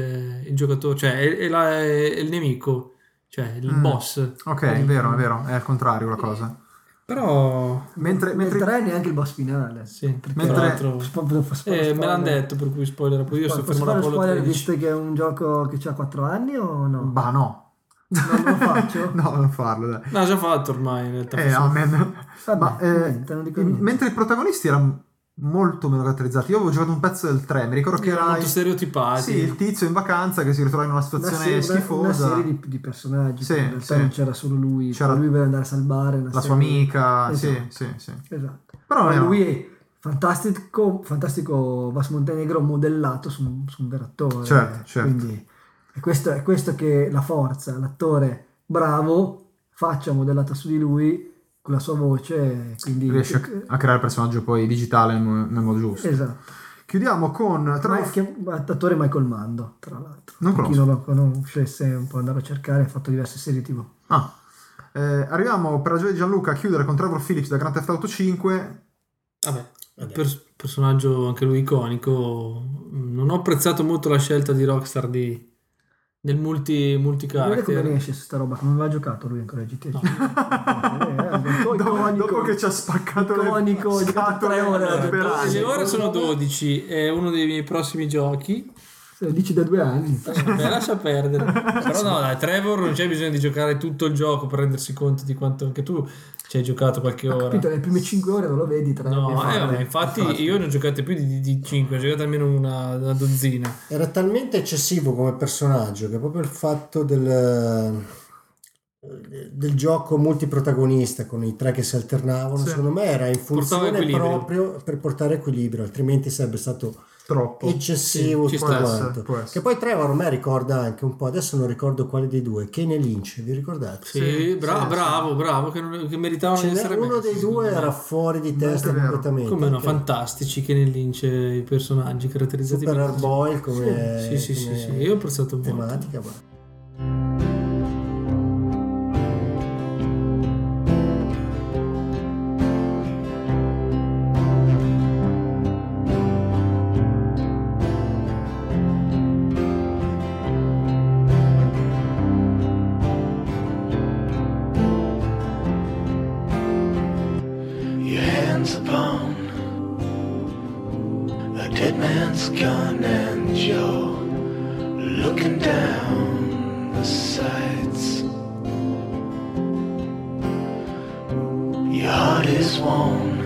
[SPEAKER 3] il giocatore, cioè è, è la- è il nemico, cioè il
[SPEAKER 2] Mm.
[SPEAKER 3] boss.
[SPEAKER 2] Ok, è vero, è vero, è al contrario la cosa.
[SPEAKER 3] Però...
[SPEAKER 2] Mentre,
[SPEAKER 5] Mentre...
[SPEAKER 2] mentre-
[SPEAKER 5] Eh, Tre neanche il boss finale.
[SPEAKER 3] Sì,
[SPEAKER 5] Perché-
[SPEAKER 3] tra l'altro-
[SPEAKER 5] Spo- spo- spo-
[SPEAKER 3] Eh, me
[SPEAKER 5] spoiler.
[SPEAKER 3] l'hanno detto, per cui spoiler poi io sto
[SPEAKER 5] Posso
[SPEAKER 3] fermo
[SPEAKER 5] fare
[SPEAKER 3] da
[SPEAKER 5] lo
[SPEAKER 3] Apollo
[SPEAKER 5] spoiler
[SPEAKER 3] 13.
[SPEAKER 5] visto che è un gioco che ha 4 anni o no?
[SPEAKER 2] Bah, no.
[SPEAKER 5] Non lo faccio?
[SPEAKER 2] no, non farlo, dai.
[SPEAKER 3] No, già fatto ormai in realtà.
[SPEAKER 2] Eh, amen.
[SPEAKER 5] Vabbè,
[SPEAKER 2] Ma, eh,
[SPEAKER 5] niente, non dico
[SPEAKER 2] in-
[SPEAKER 5] niente.
[SPEAKER 2] mentre i protagonisti erano molto meno caratterizzati. Io avevo giocato un pezzo del 3, mi ricordo che
[SPEAKER 3] erano
[SPEAKER 2] era
[SPEAKER 3] molto stereotipati.
[SPEAKER 2] sì, il tizio in vacanza che si ritrova in una
[SPEAKER 5] Una
[SPEAKER 2] situazione
[SPEAKER 5] serie- una-
[SPEAKER 2] schifosa.
[SPEAKER 5] Una serie di, di personaggi.
[SPEAKER 2] Sì,
[SPEAKER 5] in realtà
[SPEAKER 2] sì.
[SPEAKER 5] non c'era solo lui.
[SPEAKER 2] C'era
[SPEAKER 5] lui per andare a salvare una
[SPEAKER 2] la sua
[SPEAKER 5] serie-
[SPEAKER 2] amica, sì,
[SPEAKER 5] Esatto.
[SPEAKER 2] sì, sì.
[SPEAKER 5] Esatto.
[SPEAKER 2] Però non
[SPEAKER 5] Ma
[SPEAKER 2] era-
[SPEAKER 5] lui è fantastico, fantastico Vas Montenegro modellato su, un- su un vero attore.
[SPEAKER 2] Certo, certo.
[SPEAKER 5] Quindi è questo, è questo che è la forza, l'attore bravo, faccia modellata su di lui, con la sua voce, quindi...
[SPEAKER 2] riesce a, a creare il personaggio poi digitale nel, mo- nel modo giusto.
[SPEAKER 5] Esatto.
[SPEAKER 2] Chiudiamo con tra
[SPEAKER 5] Ma è che- attore Michael Mando, tra l'altro.
[SPEAKER 2] Non
[SPEAKER 5] Per Chi
[SPEAKER 2] conosco.
[SPEAKER 5] non lo conoscesse un po' andare a cercare, ha fatto diverse serie tv.
[SPEAKER 2] Ah, eh, arriviamo per la gioia di Gianluca a chiudere con Trevor Phillips da Grand Theft Auto 5.
[SPEAKER 3] Vabbè,
[SPEAKER 4] Vabbè.
[SPEAKER 3] per- personaggio anche lui iconico. Non ho apprezzato molto la scelta di Rockstar di, del multi,
[SPEAKER 5] Guarda come
[SPEAKER 3] multicaracter.
[SPEAKER 5] riesce su sta roba, come aveva giocato lui ancora a GTA.
[SPEAKER 3] No.
[SPEAKER 5] Eh, eh,
[SPEAKER 2] dopo,
[SPEAKER 5] iconico.
[SPEAKER 2] dopo che ci ha spaccato
[SPEAKER 5] Iconico,
[SPEAKER 2] le
[SPEAKER 5] giocato tre ore alla
[SPEAKER 2] per
[SPEAKER 5] giornata.
[SPEAKER 2] anni.
[SPEAKER 3] Le ore sono 12, è uno dei miei prossimi giochi.
[SPEAKER 5] Se Dici da due anni.
[SPEAKER 3] Beh, lascia perdere. Però no, dai, Trevor non c'è bisogno di giocare tutto il gioco per rendersi conto di quanto anche tu ci hai giocato qualche
[SPEAKER 5] Ho
[SPEAKER 3] ora.
[SPEAKER 5] capito, le prime 5 ore non lo vedi tra
[SPEAKER 3] No,
[SPEAKER 5] le
[SPEAKER 3] eh,
[SPEAKER 5] fare.
[SPEAKER 3] vabbè, infatti, io ne ho giocate più di, 5, ho giocate almeno una, una dozzina.
[SPEAKER 4] Era talmente eccessivo come personaggio che proprio il fatto del, del gioco multiprotagonista con i tre che si alternavano,
[SPEAKER 2] Sì.
[SPEAKER 4] secondo me era in
[SPEAKER 3] Portava
[SPEAKER 4] funzione
[SPEAKER 3] equilibrio.
[SPEAKER 4] proprio per portare equilibrio, altrimenti sarebbe stato
[SPEAKER 2] Troppo.
[SPEAKER 4] eccessivo
[SPEAKER 3] Sì, ci
[SPEAKER 4] tutto
[SPEAKER 3] sta.
[SPEAKER 4] quanto.
[SPEAKER 2] Può essere.
[SPEAKER 4] Che poi Trevor a me ricorda anche un po', adesso non ricordo quale dei due, Kane e Lynch, vi ricordate?
[SPEAKER 3] Sì,
[SPEAKER 2] Sì,
[SPEAKER 3] bra-
[SPEAKER 2] sì,
[SPEAKER 3] bravo, bravo, che, non- che meritavano
[SPEAKER 4] Ce
[SPEAKER 3] di
[SPEAKER 4] n'è
[SPEAKER 3] essere
[SPEAKER 4] uno
[SPEAKER 3] messi,
[SPEAKER 4] dei
[SPEAKER 3] secondo
[SPEAKER 4] due
[SPEAKER 3] me.
[SPEAKER 4] era fuori di
[SPEAKER 2] Non è
[SPEAKER 4] testa
[SPEAKER 2] vero.
[SPEAKER 4] completamente.
[SPEAKER 3] Come no,
[SPEAKER 4] Che-
[SPEAKER 3] fantastici che nel Lynch i personaggi caratterizzati
[SPEAKER 4] Super
[SPEAKER 3] bene.
[SPEAKER 4] Hardboil come...
[SPEAKER 3] Sì, sì, sì,
[SPEAKER 4] come
[SPEAKER 3] sì, io ho apprezzato molto.
[SPEAKER 4] Tematica, guarda.
[SPEAKER 6] Your hands upon a dead man's gun, and you're looking down the sights. Your heart is worn,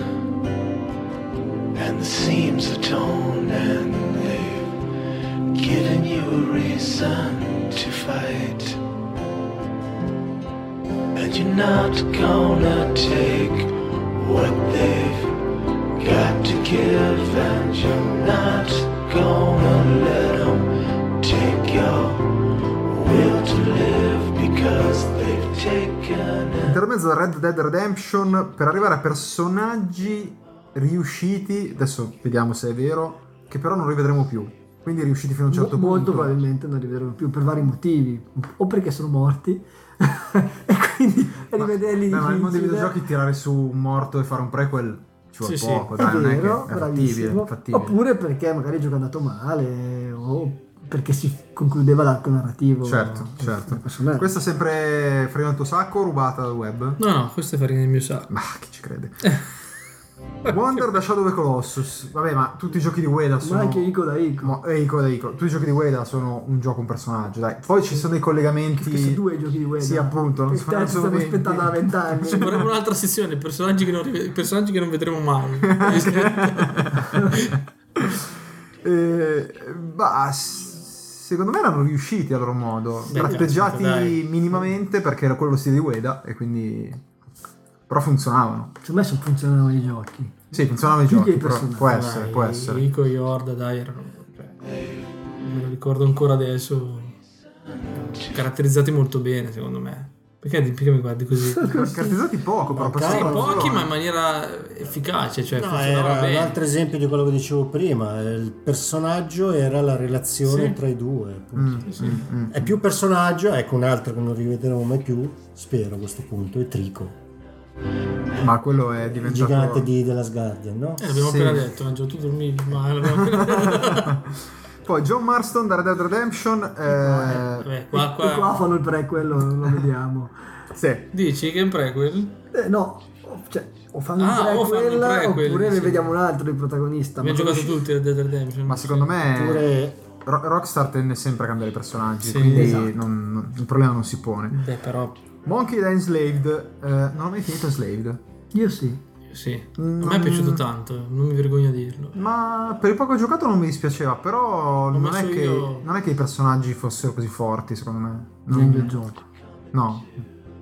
[SPEAKER 6] and the seams are torn, and they've given you a reason to fight. And you're not gonna take what they've got to give And you're not gonna let 'em take your will to live Because they've taken it
[SPEAKER 2] Intermezzo da Red Dead Redemption per arrivare a personaggi riusciti, adesso vediamo se è vero, che però non rivedremo più. Quindi riusciti fino a un certo
[SPEAKER 5] Mo- molto
[SPEAKER 2] punto.
[SPEAKER 5] probabilmente non arriveremo più per vari motivi, o perché sono morti, e quindi
[SPEAKER 2] Ma-
[SPEAKER 5] rivederli
[SPEAKER 2] Beh, ma nel mondo dei
[SPEAKER 5] difficile.
[SPEAKER 2] videogiochi tirare su un morto e fare un prequel ci vuole
[SPEAKER 3] Sì, sì.
[SPEAKER 2] poco,
[SPEAKER 5] È
[SPEAKER 2] dai, non è
[SPEAKER 5] vero,
[SPEAKER 2] che è fattibile,
[SPEAKER 5] bravissimo.
[SPEAKER 2] fattibile.
[SPEAKER 5] Oppure perché magari il gioco è andato male, o perché si concludeva l'arco narrativo
[SPEAKER 2] Certo,
[SPEAKER 5] del-
[SPEAKER 2] certo.
[SPEAKER 5] del personaggio.
[SPEAKER 2] Questa è sempre Freno al tuo sacco, rubata dal web.
[SPEAKER 3] No, no, questo è farina del mio sacco.
[SPEAKER 2] Ma chi ci crede? Wonder da Shadow of the Colossus. Vabbè, ma tutti i giochi di Ueda sono.
[SPEAKER 5] Ma anche Ico da Ico.
[SPEAKER 2] Mo- eh, Ico da Ico. Tutti i giochi di Ueda sono un gioco, un personaggio, dai. Poi ci sono dei
[SPEAKER 5] Che questi
[SPEAKER 2] collegamenti.
[SPEAKER 5] due giochi di Ueda.
[SPEAKER 2] Sì, appunto, non
[SPEAKER 5] Il
[SPEAKER 2] sono
[SPEAKER 5] terzo stiamo
[SPEAKER 2] assolutamente-
[SPEAKER 5] aspettando da vent'anni.
[SPEAKER 3] Ci vorrebbe un'altra sessione, personaggi che non, rive- personaggi che non vedremo mai.
[SPEAKER 2] Eh, bah, s- secondo me erano riusciti a loro modo.
[SPEAKER 3] Sì,
[SPEAKER 2] tratteggiati
[SPEAKER 3] caspita, dai.
[SPEAKER 2] minimamente perché era quello lo stile di Ueda e quindi. Però funzionavano.
[SPEAKER 5] Secondo me sono- funzionano i giochi.
[SPEAKER 2] Sì, funzionavano i
[SPEAKER 5] Più
[SPEAKER 2] giochi.
[SPEAKER 5] che i
[SPEAKER 2] però
[SPEAKER 5] personaggi,
[SPEAKER 2] può essere,
[SPEAKER 3] Dai,
[SPEAKER 2] Eh, può essere.
[SPEAKER 3] Rico e Yorda, dai, erano... cioè, me lo ricordo ancora adesso. Caratterizzati molto bene, secondo me. Perché, di- perché mi guardi così? Sì,
[SPEAKER 2] Cartezzati poco, però
[SPEAKER 4] Ma
[SPEAKER 2] passavano
[SPEAKER 4] cavolo,
[SPEAKER 2] la
[SPEAKER 3] pochi,
[SPEAKER 2] zona.
[SPEAKER 3] ma in maniera efficace, cioè
[SPEAKER 4] No,
[SPEAKER 2] eh,
[SPEAKER 3] funzionava
[SPEAKER 4] era
[SPEAKER 3] bene.
[SPEAKER 4] un altro esempio di quello che dicevo prima. eh, Il personaggio era la relazione
[SPEAKER 3] Sì.
[SPEAKER 4] tra i due. appunto.
[SPEAKER 2] Mm, mm, mm.
[SPEAKER 4] È più personaggio, ecco un altro che non rivedremo mai più, spero a questo punto, è Trico,
[SPEAKER 2] Ma quello è
[SPEAKER 4] il
[SPEAKER 2] diventato.
[SPEAKER 4] gigante di, della Sguardian, no?
[SPEAKER 3] Eh, l'abbiamo
[SPEAKER 2] Sì.
[SPEAKER 3] appena detto, Angelo, tu dormivi male. l'abbiamo appena-
[SPEAKER 2] Poi John Marston da Red Dead Redemption. Eh,
[SPEAKER 3] Vabbè, qua,
[SPEAKER 5] E qua
[SPEAKER 3] qua.
[SPEAKER 5] fanno il prequel, lo, lo vediamo.
[SPEAKER 2] sì.
[SPEAKER 3] Dici che è un prequel?
[SPEAKER 5] Eh, no, o- cioè, o fanno
[SPEAKER 3] Ah, o
[SPEAKER 5] il
[SPEAKER 3] fanno il
[SPEAKER 5] prequel,
[SPEAKER 3] prequel,
[SPEAKER 5] oppure ne
[SPEAKER 3] sì.
[SPEAKER 5] vediamo un altro il protagonista.
[SPEAKER 3] Abbiamo
[SPEAKER 5] ma-
[SPEAKER 3] giocato tutti a Dead Redemption.
[SPEAKER 2] Ma secondo me
[SPEAKER 4] Oppure
[SPEAKER 2] Ro- Rockstar tende sempre a cambiare personaggi,
[SPEAKER 3] Sì,
[SPEAKER 2] quindi
[SPEAKER 5] esatto.
[SPEAKER 2] non- non- il problema non si pone.
[SPEAKER 3] Beh, però
[SPEAKER 2] Monkey da Enslaved, eh, non ho mai finito Enslaved,
[SPEAKER 5] Io sì.
[SPEAKER 3] sì. A
[SPEAKER 2] Non-
[SPEAKER 3] me è piaciuto tanto, non mi vergogno a dirlo.
[SPEAKER 2] ma per il poco giocato non mi dispiaceva, però non
[SPEAKER 3] messo
[SPEAKER 2] è, che,
[SPEAKER 3] io-
[SPEAKER 2] non è che i personaggi fossero così forti secondo me.
[SPEAKER 5] Neanche il
[SPEAKER 2] Non-
[SPEAKER 5] gioco.
[SPEAKER 2] no,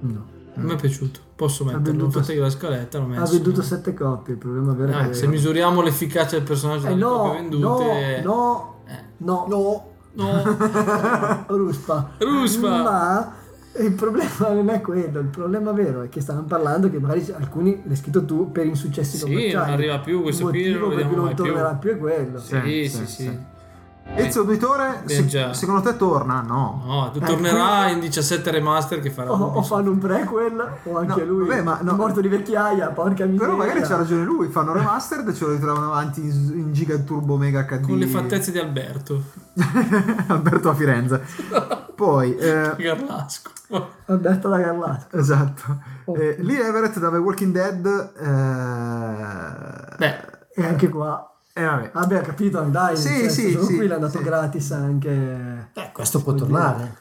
[SPEAKER 5] No.
[SPEAKER 3] A me è piaciuto. Posso metterlo. Ho
[SPEAKER 5] venduto-
[SPEAKER 3] fatto io la scaletta, l'ho messo.
[SPEAKER 5] Ha venduto sette copie, il problema vero è
[SPEAKER 3] Eh,
[SPEAKER 5] che...
[SPEAKER 3] se misuriamo l'efficacia del personaggio
[SPEAKER 5] Eh,
[SPEAKER 3] dalle
[SPEAKER 5] no,
[SPEAKER 3] copie vendute
[SPEAKER 5] no,
[SPEAKER 3] eh.
[SPEAKER 5] no, no, no,
[SPEAKER 3] no.
[SPEAKER 5] Ruspa.
[SPEAKER 3] Ruspa!
[SPEAKER 5] Ma il problema non è quello, il problema vero è che stavano parlando che magari alcuni l'hai scritto tu per insuccessi
[SPEAKER 3] Sì,
[SPEAKER 5] commerciali.
[SPEAKER 3] non arriva più, questo
[SPEAKER 5] Il
[SPEAKER 3] qui non lo
[SPEAKER 5] motivo per cui
[SPEAKER 3] vediamo
[SPEAKER 5] non
[SPEAKER 3] mai più.
[SPEAKER 5] tornerà più è quello.
[SPEAKER 2] Sì,
[SPEAKER 3] sì, sì,
[SPEAKER 2] sì,
[SPEAKER 3] sì,
[SPEAKER 2] sì. Ezio Auditore,
[SPEAKER 3] Beh,
[SPEAKER 2] se-
[SPEAKER 3] già.
[SPEAKER 2] secondo te torna? No.
[SPEAKER 3] No,
[SPEAKER 5] Eh,
[SPEAKER 3] tu tornerà in 17 remaster che farà.
[SPEAKER 5] O, o fanno un prequel o anche
[SPEAKER 2] No,
[SPEAKER 5] lui
[SPEAKER 2] vabbè, ma no.
[SPEAKER 5] è morto di vecchiaia, porca miseria.
[SPEAKER 2] Però magari c'ha ragione lui, fanno remastered e ce lo ritrovano avanti in, in Giga Turbo Mega HD.
[SPEAKER 3] Con le fattezze di Alberto.
[SPEAKER 2] Alberto a Firenze. Poi, eh,
[SPEAKER 3] Garlasco.
[SPEAKER 5] Alberto da Garlato.
[SPEAKER 2] esatto. Eh, Lee Everett da The Walking Dead. Eh,
[SPEAKER 3] Beh,
[SPEAKER 5] E anche qua.
[SPEAKER 2] eh, vabbè.
[SPEAKER 5] Vabbè, ho capito, dai.
[SPEAKER 2] Sì,
[SPEAKER 5] nel senso,
[SPEAKER 2] sì,
[SPEAKER 5] sono
[SPEAKER 2] sì,
[SPEAKER 5] qui l'ha dato
[SPEAKER 2] sì.
[SPEAKER 5] gratis anche.
[SPEAKER 4] eh, questo può
[SPEAKER 5] Vuol dire-
[SPEAKER 4] tornare.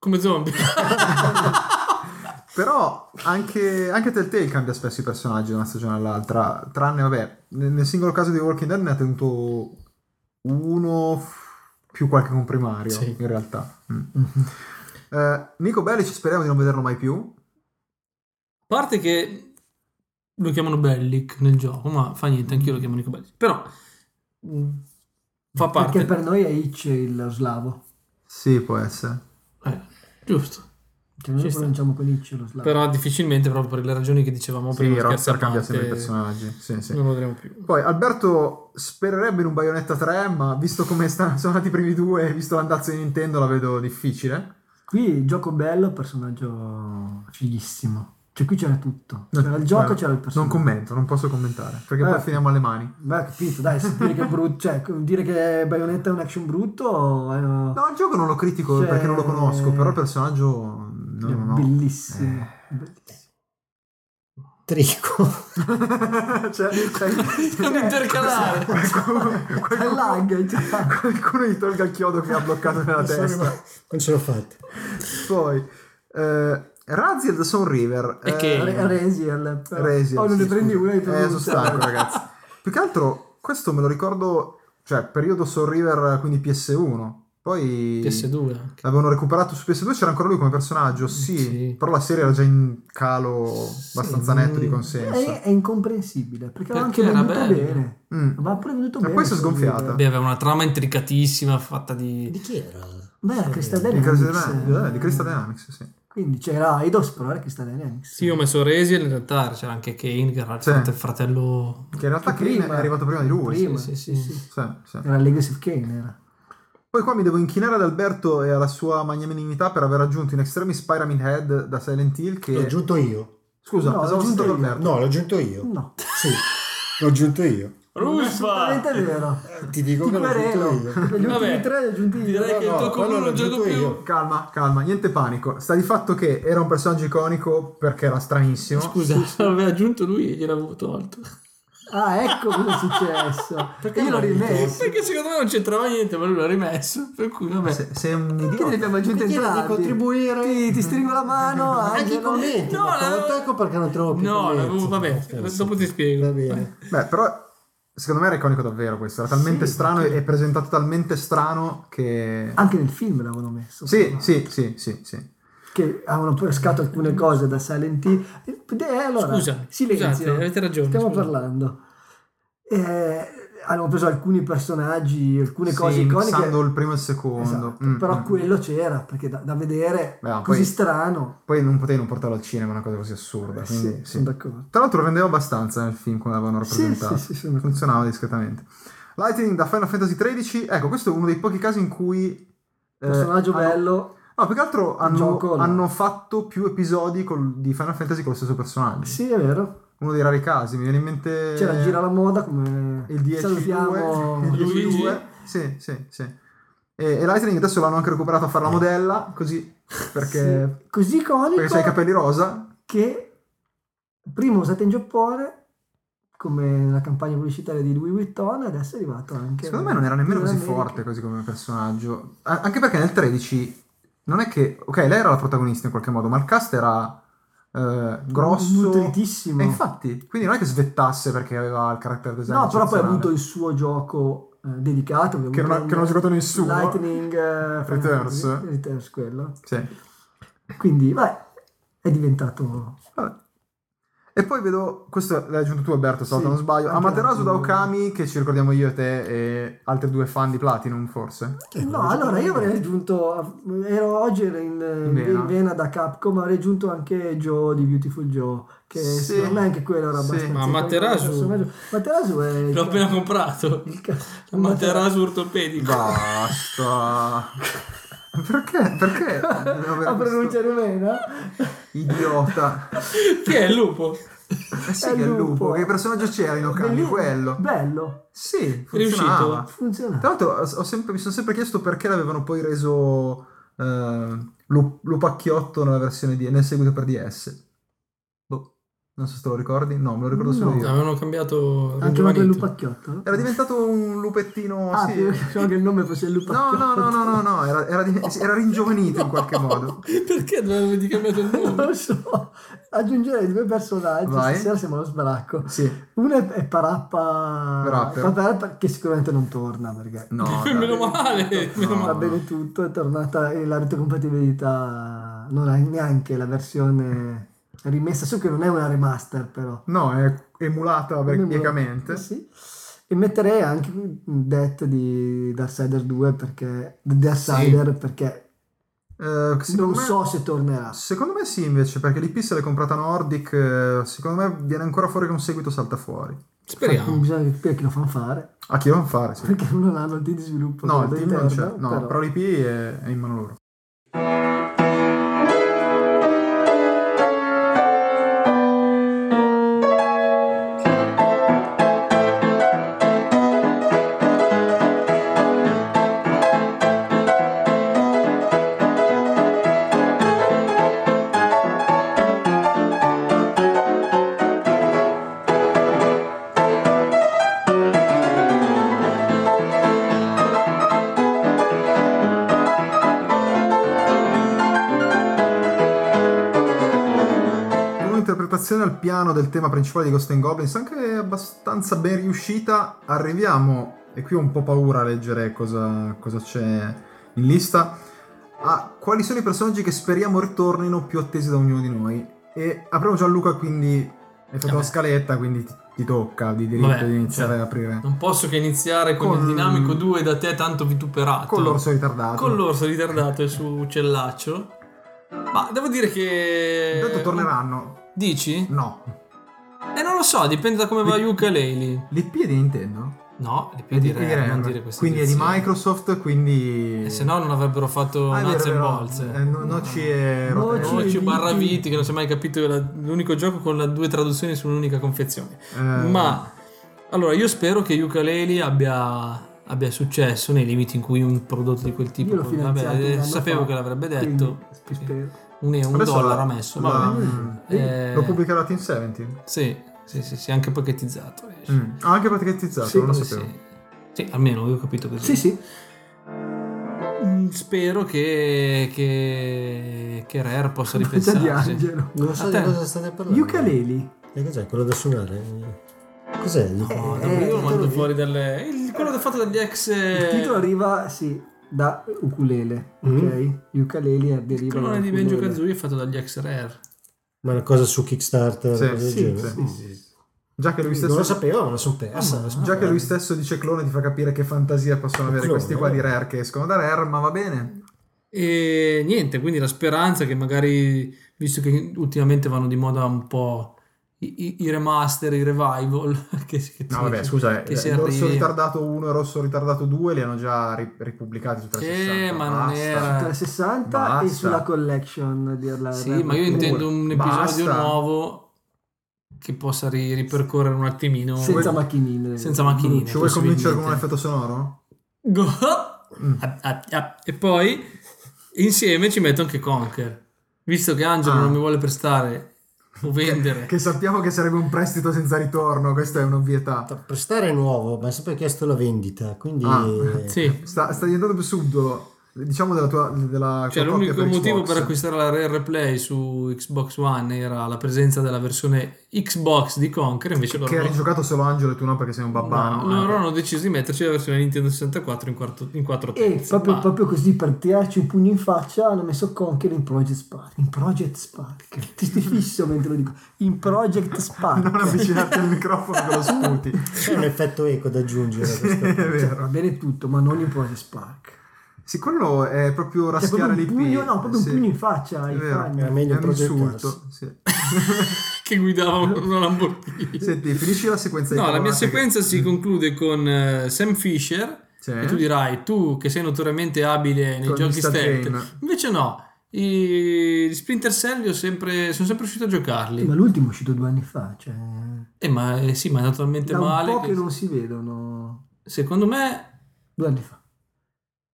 [SPEAKER 3] come zombie.
[SPEAKER 2] Però anche, anche Telltale cambia spesso i personaggi da una stagione all'altra. Tranne, vabbè, nel, nel singolo caso di The Walking Dead ne ha tenuto uno f- più qualche comprimario,
[SPEAKER 3] Sì.
[SPEAKER 2] in realtà. Mm. Eh, Nico Bellic speriamo di non vederlo mai più.
[SPEAKER 3] A parte che lo chiamano Bellic nel gioco, ma fa niente, anch'io lo chiamo Nico Bellic. Però mh, fa parte.
[SPEAKER 5] Perché per noi è Hitch il- lo slavo.
[SPEAKER 2] Sì, può essere.
[SPEAKER 3] Eh, giusto.
[SPEAKER 5] Cioè, noi
[SPEAKER 3] Ci
[SPEAKER 5] lo
[SPEAKER 3] sta.
[SPEAKER 5] pronunciamo con Hitch lo slavo.
[SPEAKER 3] Però difficilmente, proprio per le ragioni che dicevamo
[SPEAKER 2] Sì,
[SPEAKER 3] prima, scherzi a
[SPEAKER 2] Rockstar cambia
[SPEAKER 3] parte,
[SPEAKER 2] sempre i personaggi. Sì, sì.
[SPEAKER 3] Non lo vedremo più.
[SPEAKER 2] Poi Alberto spererebbe in un Bayonetta 3, ma visto come sta- sono andati i primi due e visto l'andazzo di Nintendo la vedo difficile.
[SPEAKER 5] Qui gioco bello, personaggio fighissimo. Cioè, qui c'era tutto.
[SPEAKER 2] Non-
[SPEAKER 5] C'era il gioco,
[SPEAKER 2] guarda,
[SPEAKER 5] c'era il personaggio.
[SPEAKER 2] Non commento, non posso commentare, perché
[SPEAKER 5] Eh.
[SPEAKER 2] poi finiamo alle mani.
[SPEAKER 5] Beh, ho capito, dai, se dire che è brutto, cioè, dire che Bayonetta è un action brutto eh, è,
[SPEAKER 2] No, il gioco non lo critico
[SPEAKER 5] Cioè-
[SPEAKER 2] perché non lo conosco, però il personaggio... mm, No,
[SPEAKER 5] è
[SPEAKER 2] no, Eh. no.
[SPEAKER 5] bellissimo. bellissimo.
[SPEAKER 4] Trico.
[SPEAKER 2] cioè, cioè,
[SPEAKER 3] Non intercalare.
[SPEAKER 2] qualcuno,
[SPEAKER 5] È
[SPEAKER 2] qualcuno,
[SPEAKER 5] eh, lag, cioè.
[SPEAKER 2] qualcuno gli tolga il chiodo che ha bloccato nella
[SPEAKER 4] Non sono
[SPEAKER 2] testa.
[SPEAKER 4] rimasto- non ce l'ho fatta.
[SPEAKER 2] Poi, eh, Raziel the Sun River.
[SPEAKER 3] E
[SPEAKER 2] eh,
[SPEAKER 3] che-
[SPEAKER 5] Re- Raziel. però-
[SPEAKER 2] Resi,
[SPEAKER 5] Oh, non
[SPEAKER 2] sì,
[SPEAKER 5] ne prendi
[SPEAKER 2] scusa.
[SPEAKER 5] una di
[SPEAKER 2] Eh, sono stanco, ragazzi. Più che altro, questo me lo ricordo, cioè, periodo Soul River, quindi PS1. Poi
[SPEAKER 3] PS2 anche.
[SPEAKER 2] l'avevano recuperato su PS2, c'era ancora lui come personaggio, sì,
[SPEAKER 3] Sì.
[SPEAKER 2] però la serie era già in calo abbastanza
[SPEAKER 3] mm.
[SPEAKER 2] netto di consenso.
[SPEAKER 5] È, è incomprensibile, perché, aveva anche
[SPEAKER 3] Perché era
[SPEAKER 5] venduto
[SPEAKER 3] bello.
[SPEAKER 5] bene.
[SPEAKER 2] Mm.
[SPEAKER 5] Aveva pure venduto
[SPEAKER 2] E
[SPEAKER 5] bene.
[SPEAKER 2] poi si è
[SPEAKER 5] Soul
[SPEAKER 2] sgonfiata.
[SPEAKER 5] River.
[SPEAKER 3] Beh, aveva una trama intricatissima fatta di...
[SPEAKER 4] Di chi era?
[SPEAKER 5] Beh, era Crystal
[SPEAKER 2] Di Crystal
[SPEAKER 5] Dynamics.
[SPEAKER 2] Dynamics, eh,
[SPEAKER 5] eh.
[SPEAKER 2] di Crystal Dynamics, sì.
[SPEAKER 5] Quindi c'era Eidos, però era Crystal Dynamics.
[SPEAKER 3] Sì, io ho messo Resiel, in realtà c'era anche Kane, che era il
[SPEAKER 2] Sì.
[SPEAKER 3] frate- fratello...
[SPEAKER 2] Che in realtà Kane
[SPEAKER 5] Prima.
[SPEAKER 2] è arrivato prima di lui.
[SPEAKER 5] Prima,
[SPEAKER 3] Sì, sì, sì.
[SPEAKER 2] Sì, sì.
[SPEAKER 5] Era Legacy of Kane, era.
[SPEAKER 2] Poi qua mi devo inchinare ad Alberto e alla sua magnanimità per aver aggiunto in extremis Pyramid Head da Silent Hill che...
[SPEAKER 4] L'ho aggiunto io.
[SPEAKER 2] Scusa,
[SPEAKER 5] No,
[SPEAKER 2] cosa
[SPEAKER 5] l'ho
[SPEAKER 2] ho
[SPEAKER 5] aggiunto
[SPEAKER 2] sentito
[SPEAKER 5] io.
[SPEAKER 2] Alberto?
[SPEAKER 4] No, l'ho aggiunto io.
[SPEAKER 5] No.
[SPEAKER 4] Sì, l'ho aggiunto io.
[SPEAKER 5] Non è
[SPEAKER 3] Rusfa!
[SPEAKER 5] assolutamente vero.
[SPEAKER 4] Ti dico
[SPEAKER 5] Ti
[SPEAKER 4] che l'ho scritto
[SPEAKER 5] querelo.
[SPEAKER 4] io.
[SPEAKER 5] Gli
[SPEAKER 3] Vabbè,
[SPEAKER 5] ultimi tre li ho aggiunti io.
[SPEAKER 3] Direi che il
[SPEAKER 4] no,
[SPEAKER 3] tuo
[SPEAKER 4] quello
[SPEAKER 3] culo non
[SPEAKER 4] l'ho
[SPEAKER 3] gioco
[SPEAKER 4] detto
[SPEAKER 3] più.
[SPEAKER 4] io.
[SPEAKER 2] Calma, calma, niente panico. Sta di fatto che era un personaggio iconico perché era stranissimo.
[SPEAKER 3] Scusa, l'aveva aggiunto lui e gliel'avevo tolto.
[SPEAKER 5] Ah, ecco cosa è successo. Perché io l'ho
[SPEAKER 4] non l'hai
[SPEAKER 5] rimesso.
[SPEAKER 3] Perché secondo me non c'entrava niente, ma lui l'ha rimesso. Per cui, vabbè.
[SPEAKER 2] Se- sei un
[SPEAKER 5] Perché ne
[SPEAKER 2] idiota.
[SPEAKER 5] abbiamo aggiunti
[SPEAKER 4] Perché devi
[SPEAKER 5] entrambi?
[SPEAKER 4] contribuire?
[SPEAKER 5] Ti, ti stringo la mano,
[SPEAKER 4] Anche i
[SPEAKER 5] Angelo.
[SPEAKER 4] commenti,
[SPEAKER 3] No,
[SPEAKER 4] ma
[SPEAKER 3] l'avevo-
[SPEAKER 4] tolto, ecco perché non trovo più
[SPEAKER 3] No,
[SPEAKER 4] commenti.
[SPEAKER 3] l'avevo- vabbè,
[SPEAKER 4] Scherzo.
[SPEAKER 3] dopo ti spiego.
[SPEAKER 4] Va bene.
[SPEAKER 2] Beh, però secondo me era iconico davvero questo. Era talmente strano e presentato talmente strano che...
[SPEAKER 5] Anche nel film l'avevano messo.
[SPEAKER 2] Sì, sì, sì, sì, sì.
[SPEAKER 5] Che avevano pescato alcune cose da Silent Hill. Eh, allora,
[SPEAKER 3] Mm. Scusa,
[SPEAKER 5] silenzio.
[SPEAKER 3] scusate, avete ragione,
[SPEAKER 5] Stiamo
[SPEAKER 3] scusa.
[SPEAKER 5] parlando. Eh, hanno preso alcuni personaggi, alcune
[SPEAKER 2] Sì,
[SPEAKER 5] cose iconiche.
[SPEAKER 2] mixando il primo e il secondo.
[SPEAKER 5] Esatto,
[SPEAKER 2] Mm,
[SPEAKER 5] però
[SPEAKER 2] mm.
[SPEAKER 5] quello c'era perché da, da vedere
[SPEAKER 2] Beh, ma
[SPEAKER 5] così
[SPEAKER 2] poi-
[SPEAKER 5] strano.
[SPEAKER 2] Poi non potevi non portarlo al cinema, una cosa così assurda.
[SPEAKER 5] Eh,
[SPEAKER 2] quindi,
[SPEAKER 5] sì,
[SPEAKER 2] sì.
[SPEAKER 5] sono d'accordo.
[SPEAKER 2] Tra l'altro rendeva abbastanza nel film quando l'avevano
[SPEAKER 5] Sì,
[SPEAKER 2] rappresentato.
[SPEAKER 5] sì, sì, sono d'accordo.
[SPEAKER 2] Funzionava discretamente. Lightning da Final Fantasy XIII, ecco, questo è uno dei pochi casi in cui... eh,
[SPEAKER 5] Personaggio
[SPEAKER 2] hanno-
[SPEAKER 5] bello.
[SPEAKER 2] No, più che altro hanno,
[SPEAKER 5] Gioco, no.
[SPEAKER 2] hanno fatto più episodi col- di Final Fantasy con lo stesso personaggio.
[SPEAKER 5] Sì, è vero.
[SPEAKER 2] Uno dei rari casi, mi viene in mente...
[SPEAKER 5] C'era gira la moda come
[SPEAKER 2] eh, il 10
[SPEAKER 5] salutiamo
[SPEAKER 2] il 10
[SPEAKER 3] Luigi.
[SPEAKER 2] due. Sì, sì, sì. E, e Lightning adesso l'hanno anche recuperato a fare la modella, così, perché...
[SPEAKER 5] Eh. Sì, così
[SPEAKER 2] Perché c'ha i
[SPEAKER 5] iconico
[SPEAKER 2] capelli rosa,
[SPEAKER 5] che prima usata in Giappone come nella campagna pubblicitaria di Louis Vuitton adesso è arrivato anche
[SPEAKER 2] Secondo me non era nemmeno
[SPEAKER 5] in
[SPEAKER 2] così
[SPEAKER 5] America.
[SPEAKER 2] forte così come personaggio. A- anche perché nel 13 non è che. Ok, lei era la protagonista in qualche modo, ma il cast era eh, grosso.
[SPEAKER 5] Nutritissimo.
[SPEAKER 2] E infatti, quindi non è che svettasse perché aveva il carattere design.
[SPEAKER 5] No, però poi ha
[SPEAKER 2] eccezionale.
[SPEAKER 5] avuto il suo gioco eh, dedicato. abbiamo
[SPEAKER 2] Che non ha-
[SPEAKER 5] avuto
[SPEAKER 2] che non ha giocato nessuno.
[SPEAKER 5] Lightning eh,
[SPEAKER 2] Returns.
[SPEAKER 5] Returns, quello.
[SPEAKER 2] Sì.
[SPEAKER 5] Quindi, beh, è diventato...
[SPEAKER 2] Vabbè. E poi vedo, questo l'hai aggiunto tu Alberto, se
[SPEAKER 5] Sì,
[SPEAKER 2] non sbaglio,
[SPEAKER 5] anche
[SPEAKER 2] Amaterasu da
[SPEAKER 5] l'altro.
[SPEAKER 2] Okami, che ci ricordiamo io e te e altri due fan di Platinum forse.
[SPEAKER 4] Eh,
[SPEAKER 5] No, allora io avrei aggiunto, ero oggi ero in, eh, in
[SPEAKER 2] Vena.
[SPEAKER 5] Vena. da Capcom, avrei aggiunto anche Joe di Beautiful Joe, che
[SPEAKER 2] Sì.
[SPEAKER 5] secondo me anche quello era
[SPEAKER 2] Sì.
[SPEAKER 5] abbastanza...
[SPEAKER 3] Ma Materasu-
[SPEAKER 5] personaggio. Materasu è... il
[SPEAKER 3] L'ho
[SPEAKER 5] ca-
[SPEAKER 3] appena comprato. Cioè,
[SPEAKER 5] il ca-
[SPEAKER 3] Un materasso ortopedico.
[SPEAKER 2] Basta. perché? Perché?
[SPEAKER 5] A pronuncia rumena?
[SPEAKER 2] Eh Idiota.
[SPEAKER 3] Chi è il lupo?
[SPEAKER 2] Eh sì,
[SPEAKER 5] È
[SPEAKER 2] che è il
[SPEAKER 5] lupo.
[SPEAKER 2] lupo. Che personaggio c'era in Okami?
[SPEAKER 5] Bellino.
[SPEAKER 2] Quello.
[SPEAKER 5] Bello,
[SPEAKER 2] sì, funzionava. Tra
[SPEAKER 5] funziona.
[SPEAKER 2] l'altro ho sempre- mi sono sempre chiesto perché l'avevano poi reso eh, lu- lupacchiotto nella versione di, nel seguito per DS. Boh, non so se te lo ricordi. No, me lo ricordo solo
[SPEAKER 5] No.
[SPEAKER 2] io.
[SPEAKER 3] Avevano cambiato
[SPEAKER 5] Anche
[SPEAKER 3] il
[SPEAKER 5] il
[SPEAKER 3] lupo.
[SPEAKER 5] lupacchiotto? no?
[SPEAKER 2] Era diventato un lupettino,
[SPEAKER 5] Ah,
[SPEAKER 2] sì.
[SPEAKER 5] sì. pensavo che il nome fosse il
[SPEAKER 2] No,
[SPEAKER 5] lupacchiotto.
[SPEAKER 2] no, no, no, no, no, era, era di- era ringiovanito in qualche modo.
[SPEAKER 3] Perché dovevano di cambiato il
[SPEAKER 5] Non
[SPEAKER 3] nome?
[SPEAKER 5] lo so. Aggiungerei due personaggi,
[SPEAKER 2] Vai.
[SPEAKER 5] stasera siamo allo sbaracco.
[SPEAKER 2] Sì.
[SPEAKER 5] Uno è- è Parappa,
[SPEAKER 2] Rapper.
[SPEAKER 5] Parappa, che sicuramente non torna perché
[SPEAKER 2] No, dai.
[SPEAKER 3] Meno male.
[SPEAKER 2] No.
[SPEAKER 5] va bene tutto, è tornata e la retrocompatibilità non ha neanche la versione rimessa, so che non è una remaster però.
[SPEAKER 2] No, è emulata
[SPEAKER 5] Eh
[SPEAKER 2] vecchiamente.
[SPEAKER 5] Sì. E metterei anche Death di Darksider 2 perché Darksider perché
[SPEAKER 2] Eh, secondo
[SPEAKER 5] non
[SPEAKER 2] me-
[SPEAKER 5] so se tornerà.
[SPEAKER 2] Secondo me sì, invece, perché l'IP se l'è comprata Nordic, eh, secondo me viene ancora fuori che un seguito salta fuori.
[SPEAKER 5] Non
[SPEAKER 3] Speriamo.
[SPEAKER 5] bisogna capire chi lo fanno fare
[SPEAKER 2] A chi lo fanno fare, sì.
[SPEAKER 5] perché non hanno il team di sviluppo.
[SPEAKER 2] No, il
[SPEAKER 5] credo,
[SPEAKER 2] team non c'è.
[SPEAKER 5] interno,
[SPEAKER 2] No, però, l'IP è, è in mano loro. Con Un'interpretazione al piano del tema principale di Ghost and Goblins, anche abbastanza ben riuscita, arriviamo, e qui ho un po' paura a leggere cosa, cosa c'è in lista, a quali sono i personaggi che speriamo ritornino più attesi da ognuno di noi. E apriamo Gianluca, quindi hai fatto la
[SPEAKER 3] Vabbè.
[SPEAKER 2] scaletta, quindi ti, ti tocca di diritto
[SPEAKER 3] Vabbè,
[SPEAKER 2] di iniziare
[SPEAKER 3] certo.
[SPEAKER 2] ad aprire.
[SPEAKER 3] Non posso che iniziare con,
[SPEAKER 2] Con-
[SPEAKER 3] il dinamico 2 da te tanto vituperato.
[SPEAKER 2] Con l'orso ritardato.
[SPEAKER 3] Con l'orso ritardato e il suo uccellaccio. Ma devo dire che...
[SPEAKER 2] Intanto torneranno.
[SPEAKER 3] Dici?
[SPEAKER 2] No.
[SPEAKER 3] Eh non lo so, dipende da come va Yuka Leili.
[SPEAKER 2] L'IP è di Nintendo?
[SPEAKER 3] No,
[SPEAKER 2] È
[SPEAKER 3] dipende
[SPEAKER 2] Eh, di
[SPEAKER 3] dire,
[SPEAKER 2] IRL.
[SPEAKER 3] non dire queste Eh
[SPEAKER 2] Quindi è di
[SPEAKER 3] edizioni.
[SPEAKER 2] Microsoft, quindi...
[SPEAKER 3] E se no non avrebbero fatto
[SPEAKER 2] Ah, è vero,
[SPEAKER 3] Nuts
[SPEAKER 2] è
[SPEAKER 3] and
[SPEAKER 2] vero.
[SPEAKER 3] Bolts.
[SPEAKER 2] Eh, no- Noci e
[SPEAKER 5] Noci.
[SPEAKER 2] rotelle.
[SPEAKER 3] Noci
[SPEAKER 5] Viti.
[SPEAKER 3] barra viti, che non si è mai capito, è la- l'unico gioco con la due traduzioni su un'unica confezione.
[SPEAKER 2] Eh,
[SPEAKER 3] Ma Allora, io spero che Ukulele abbia, abbia successo nei limiti in cui un prodotto di quel tipo.
[SPEAKER 5] Io l'ho finanziato
[SPEAKER 3] vabbè, eh,
[SPEAKER 5] un anno
[SPEAKER 3] sapevo
[SPEAKER 5] fa,
[SPEAKER 3] che l'avrebbe
[SPEAKER 5] quindi
[SPEAKER 3] detto.
[SPEAKER 5] ci spero.
[SPEAKER 3] Un, un
[SPEAKER 2] Adesso
[SPEAKER 3] dollaro
[SPEAKER 2] la-
[SPEAKER 3] ha messo.
[SPEAKER 2] Ma,
[SPEAKER 3] vabbè.
[SPEAKER 2] mm,
[SPEAKER 3] Eh,
[SPEAKER 2] Lo pubblicherà Team 17?
[SPEAKER 3] Sì, sì, sì, sì, anche pacchettizzato. riesce.
[SPEAKER 2] Mm. Ah, anche patriotizzato,
[SPEAKER 5] Sì,
[SPEAKER 2] non lo
[SPEAKER 3] Sì,
[SPEAKER 2] sapevo.
[SPEAKER 3] sì. Sì, almeno io ho capito così.
[SPEAKER 5] Sì, sì.
[SPEAKER 3] Mm, Spero che, che, che Rare possa
[SPEAKER 5] Faccia di
[SPEAKER 3] ripensarci.
[SPEAKER 5] Angelo.
[SPEAKER 4] Non so
[SPEAKER 3] A
[SPEAKER 4] di
[SPEAKER 3] te?
[SPEAKER 4] cosa state parlando.
[SPEAKER 5] Ukulele.
[SPEAKER 4] E cos'è? Quello da suonare? Cos'è? il-
[SPEAKER 3] No,
[SPEAKER 5] Eh,
[SPEAKER 3] davvero lo
[SPEAKER 5] il
[SPEAKER 3] mando
[SPEAKER 5] titolo-
[SPEAKER 3] fuori dalle. il- quello fatto dagli ex.
[SPEAKER 5] Il titolo arriva, sì, da ukulele,
[SPEAKER 4] Mm.
[SPEAKER 5] ok? Ukulele deriva da
[SPEAKER 3] clone eh, di Benjo
[SPEAKER 5] ukulele.
[SPEAKER 3] Kazooie è fatto dagli ex Rare.
[SPEAKER 4] Ma una cosa su Kickstarter?
[SPEAKER 2] Sì,
[SPEAKER 4] cosa del
[SPEAKER 2] sì,
[SPEAKER 4] genere?
[SPEAKER 2] sì,
[SPEAKER 4] Mm.
[SPEAKER 2] sì, sì. Già che lui
[SPEAKER 4] Non lo
[SPEAKER 2] stesso... Ah,
[SPEAKER 4] sapevo, ma la sono persa. me la son
[SPEAKER 2] Già che lui
[SPEAKER 4] persa.
[SPEAKER 2] stesso dice clone ti fa capire che fantasia possono avere
[SPEAKER 4] Clone,
[SPEAKER 2] questi qua di
[SPEAKER 4] eh.
[SPEAKER 2] Rare che escono da Rare, ma va bene.
[SPEAKER 3] E niente, quindi la speranza che magari, visto che ultimamente vanno di moda un po' i, i- i remaster, i revival, che, si- che
[SPEAKER 2] No,
[SPEAKER 3] si-
[SPEAKER 2] vabbè, scusa,
[SPEAKER 3] che si
[SPEAKER 2] eh, Rosso
[SPEAKER 3] arrivi-
[SPEAKER 2] ritardato 1 e Rosso ritardato 2 li hanno già ri- ripubblicati su
[SPEAKER 3] Eh,
[SPEAKER 2] 360.
[SPEAKER 3] ma non
[SPEAKER 2] basta.
[SPEAKER 3] era-
[SPEAKER 5] Tra 60
[SPEAKER 2] Basta.
[SPEAKER 5] e sulla collection dirla
[SPEAKER 3] Ah, Sì, ma io intendo un
[SPEAKER 2] Basta.
[SPEAKER 3] episodio nuovo che possa ri- ripercorrere un attimino
[SPEAKER 5] senza
[SPEAKER 2] Vuoi-
[SPEAKER 5] macchinine.
[SPEAKER 3] senza macchinine.
[SPEAKER 2] Ci vuoi convincere con un
[SPEAKER 3] possibilmente.
[SPEAKER 2] effetto sonoro?
[SPEAKER 3] Go!
[SPEAKER 2] Mm.
[SPEAKER 3] Ah, ah, ah. E poi insieme ci metto anche Conker. Visto che Angelo
[SPEAKER 2] Ah.
[SPEAKER 3] non mi vuole prestare o vendere,
[SPEAKER 2] Che sappiamo che sarebbe un prestito senza ritorno, questa è un'ovvietà.
[SPEAKER 4] Prestare è nuovo, ma ha sempre chiesto la vendita, quindi...
[SPEAKER 2] Ah.
[SPEAKER 4] eh,
[SPEAKER 3] sì.
[SPEAKER 2] Sta, sta diventando più subdolo. Diciamo della tua... Della
[SPEAKER 3] Cioè,
[SPEAKER 2] tua coppia
[SPEAKER 3] l'unico motivo
[SPEAKER 2] Xbox.
[SPEAKER 3] per acquistare la Rare Play su Xbox One era la presenza della versione Xbox di Conker, invece loro,
[SPEAKER 2] Che hai rigiocato solo Angelo e tu no perché sei un babbano.
[SPEAKER 3] no,
[SPEAKER 5] eh.
[SPEAKER 3] loro hanno deciso di metterci la versione Nintendo 64 in, quarto, in 4
[SPEAKER 5] E
[SPEAKER 3] terzi.
[SPEAKER 5] Eh, proprio,
[SPEAKER 3] Ma-
[SPEAKER 5] proprio così per tirarci un pugno in faccia hanno messo Conker in Project Spark. In Project Spark. Ti stai fisso mentre lo dico. In Project Spark.
[SPEAKER 2] Ah,
[SPEAKER 3] Cioè.
[SPEAKER 2] Non avvicinarti al microfono che lo sputi.
[SPEAKER 4] C'è un effetto eco da aggiungere. a
[SPEAKER 2] Sì, è
[SPEAKER 4] questo.
[SPEAKER 5] Cioè,
[SPEAKER 2] vero.
[SPEAKER 5] va bene tutto, ma non in Project Spark.
[SPEAKER 2] Sì, quello è proprio
[SPEAKER 5] Cioè,
[SPEAKER 2] raschiare
[SPEAKER 5] proprio un
[SPEAKER 2] l'IP.
[SPEAKER 5] pugno, no, proprio
[SPEAKER 2] Sì,
[SPEAKER 5] un pugno in faccia
[SPEAKER 2] È
[SPEAKER 5] ai
[SPEAKER 2] vero,
[SPEAKER 5] fan.
[SPEAKER 2] è
[SPEAKER 4] Era meglio
[SPEAKER 2] un
[SPEAKER 4] progettarsi.
[SPEAKER 2] insulto. sì.
[SPEAKER 3] che guidava una Lamborghini.
[SPEAKER 2] Senti, finisci la sequenza di
[SPEAKER 3] No, la mia
[SPEAKER 2] cavolate che-
[SPEAKER 3] sequenza si conclude con eh, Sam Fisher.
[SPEAKER 2] Sì.
[SPEAKER 5] Eh?
[SPEAKER 3] E tu dirai, tu che sei notoriamente abile nei
[SPEAKER 2] Con gli
[SPEAKER 3] giochi
[SPEAKER 2] stealth
[SPEAKER 3] stealth.
[SPEAKER 2] game.
[SPEAKER 3] Invece no, i gli Splinter Cell li ho sempre, sono sempre riuscito a giocarli.
[SPEAKER 5] Ma l'ultimo è uscito due anni fa, cioè...
[SPEAKER 3] Eh, ma eh, sì, ma è andato talmente
[SPEAKER 5] Da un
[SPEAKER 3] male.
[SPEAKER 5] po'
[SPEAKER 3] che-
[SPEAKER 5] che non si vedono.
[SPEAKER 3] Secondo me,
[SPEAKER 5] Due anni fa.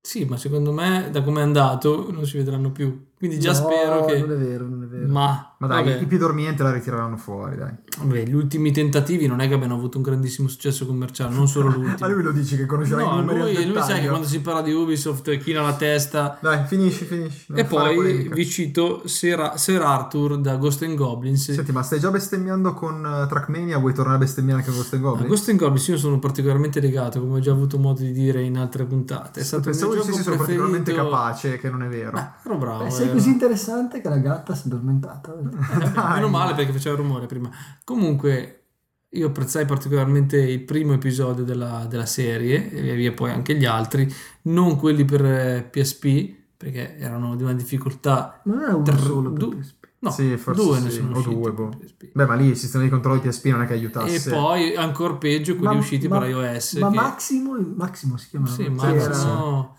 [SPEAKER 3] sì, ma secondo me, da come è andato, non si vedranno più. Quindi già
[SPEAKER 5] No,
[SPEAKER 3] spero che...
[SPEAKER 5] Non è vero, non è vero.
[SPEAKER 3] Ma,
[SPEAKER 2] Ma dai,
[SPEAKER 3] vabbè.
[SPEAKER 2] i piedi dormienti la ritireranno fuori, dai.
[SPEAKER 3] Vabbè, gli ultimi tentativi non è che abbiano avuto un grandissimo successo commerciale, non solo
[SPEAKER 2] A
[SPEAKER 3] l'ultimo.
[SPEAKER 2] Ah, lui lo dici che conoscerà i
[SPEAKER 3] No,
[SPEAKER 2] numeri al
[SPEAKER 3] lui, lui sai che
[SPEAKER 2] dettaglio.
[SPEAKER 3] quando si parla di Ubisoft china la testa.
[SPEAKER 2] Dai, finisci, finisci. non
[SPEAKER 3] E
[SPEAKER 2] fare
[SPEAKER 3] poi
[SPEAKER 2] polemica.
[SPEAKER 3] vi cito Sir, A- Sir Arthur da Ghost and Goblins. Ah,
[SPEAKER 2] Senti, ma stai già bestemmiando con eh, Trackmania? Vuoi tornare a bestemmiare anche con Ghost and
[SPEAKER 3] A
[SPEAKER 2] Goblin?
[SPEAKER 3] Ghost and Goblins io sono particolarmente legato, come ho già avuto modo di dire in altre puntate. È stato il mio
[SPEAKER 2] Pensavo
[SPEAKER 3] gioco
[SPEAKER 2] che si sono
[SPEAKER 3] preferito.
[SPEAKER 2] particolarmente capace, che non è vero.
[SPEAKER 3] Beh, ero bravo.
[SPEAKER 5] Beh, Eh, sei
[SPEAKER 3] ero-
[SPEAKER 5] così interessante che la gatta si è addormentata.
[SPEAKER 3] Eh, vabbè, Meno male perché faceva rumore prima. Comunque io apprezzai particolarmente il primo episodio della, della serie e via via poi anche gli altri, non quelli per eh, PSP perché erano di una difficoltà...
[SPEAKER 5] Ma non era uno
[SPEAKER 3] Tr-
[SPEAKER 5] solo per
[SPEAKER 3] du-
[SPEAKER 5] PSP.
[SPEAKER 3] No,
[SPEAKER 2] Sì, forse
[SPEAKER 3] due ne
[SPEAKER 2] sì,
[SPEAKER 3] sono
[SPEAKER 2] o
[SPEAKER 3] usciti
[SPEAKER 2] due,
[SPEAKER 3] per
[SPEAKER 2] boh.
[SPEAKER 3] PSP.
[SPEAKER 2] Beh, ma lì il sistema di controllo di PSP non è che
[SPEAKER 3] E
[SPEAKER 2] aiutasse.
[SPEAKER 3] poi ancora peggio quelli
[SPEAKER 5] Ma-
[SPEAKER 3] usciti
[SPEAKER 5] ma-
[SPEAKER 3] per iOS.
[SPEAKER 5] Ma
[SPEAKER 3] che-
[SPEAKER 5] Maximo, Maximo si chiamava.
[SPEAKER 3] Sì,
[SPEAKER 5] Sì,
[SPEAKER 3] ma
[SPEAKER 5] era-
[SPEAKER 3] no,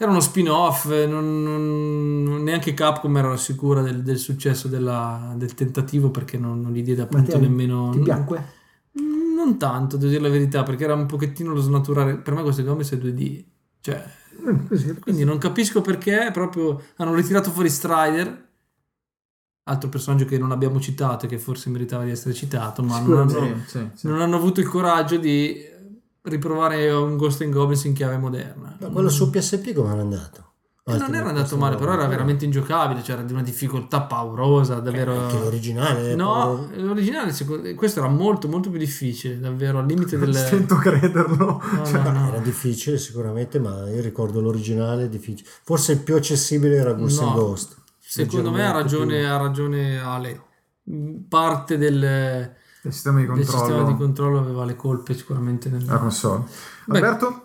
[SPEAKER 3] era uno spin-off, eh, non, non- neanche Capcom era sicura del, del successo della- del tentativo perché non, non gli diede
[SPEAKER 5] Ma
[SPEAKER 3] appunto
[SPEAKER 5] te-
[SPEAKER 3] nemmeno...
[SPEAKER 5] Ti piacque?
[SPEAKER 3] Mm, Non tanto, devo dire la verità, perché era un pochettino lo snaturare. Per me questo Gomez è 2D. Cioè,
[SPEAKER 5] Mm, Così,
[SPEAKER 3] quindi non capisco perché proprio hanno ritirato fuori Strider, altro personaggio che non abbiamo citato e che forse meritava di essere citato, ma non
[SPEAKER 5] Sicuramente.
[SPEAKER 3] hanno,
[SPEAKER 2] Sì, sì, sì.
[SPEAKER 3] non hanno avuto il coraggio di riprovare un Ghost and Goblins in chiave moderna.
[SPEAKER 4] Ma quello su PSP come era andato?
[SPEAKER 3] Eh, non era andato male, però era veramente ingiocabile, cioè era di una difficoltà paurosa, davvero...
[SPEAKER 4] Anche l'originale. eh,
[SPEAKER 3] No,
[SPEAKER 4] povero.
[SPEAKER 3] l'originale, secondo- questo era molto, molto più difficile, davvero, al limite del...
[SPEAKER 2] Stento a crederlo.
[SPEAKER 3] No,
[SPEAKER 2] Cioè,
[SPEAKER 3] no, no.
[SPEAKER 4] Era difficile sicuramente, ma io ricordo l'originale difficile. Forse il più accessibile era Ghost
[SPEAKER 3] No.
[SPEAKER 4] and Ghost.
[SPEAKER 3] Secondo me ha
[SPEAKER 4] Leggermente
[SPEAKER 3] ragione,
[SPEAKER 4] più.
[SPEAKER 3] ha ragione Ale. Parte del, del
[SPEAKER 2] Il sistema di
[SPEAKER 3] sistema di
[SPEAKER 2] controllo Ah.
[SPEAKER 3] controllo aveva le colpe sicuramente nel...
[SPEAKER 2] la console.
[SPEAKER 3] Beh,
[SPEAKER 2] Alberto,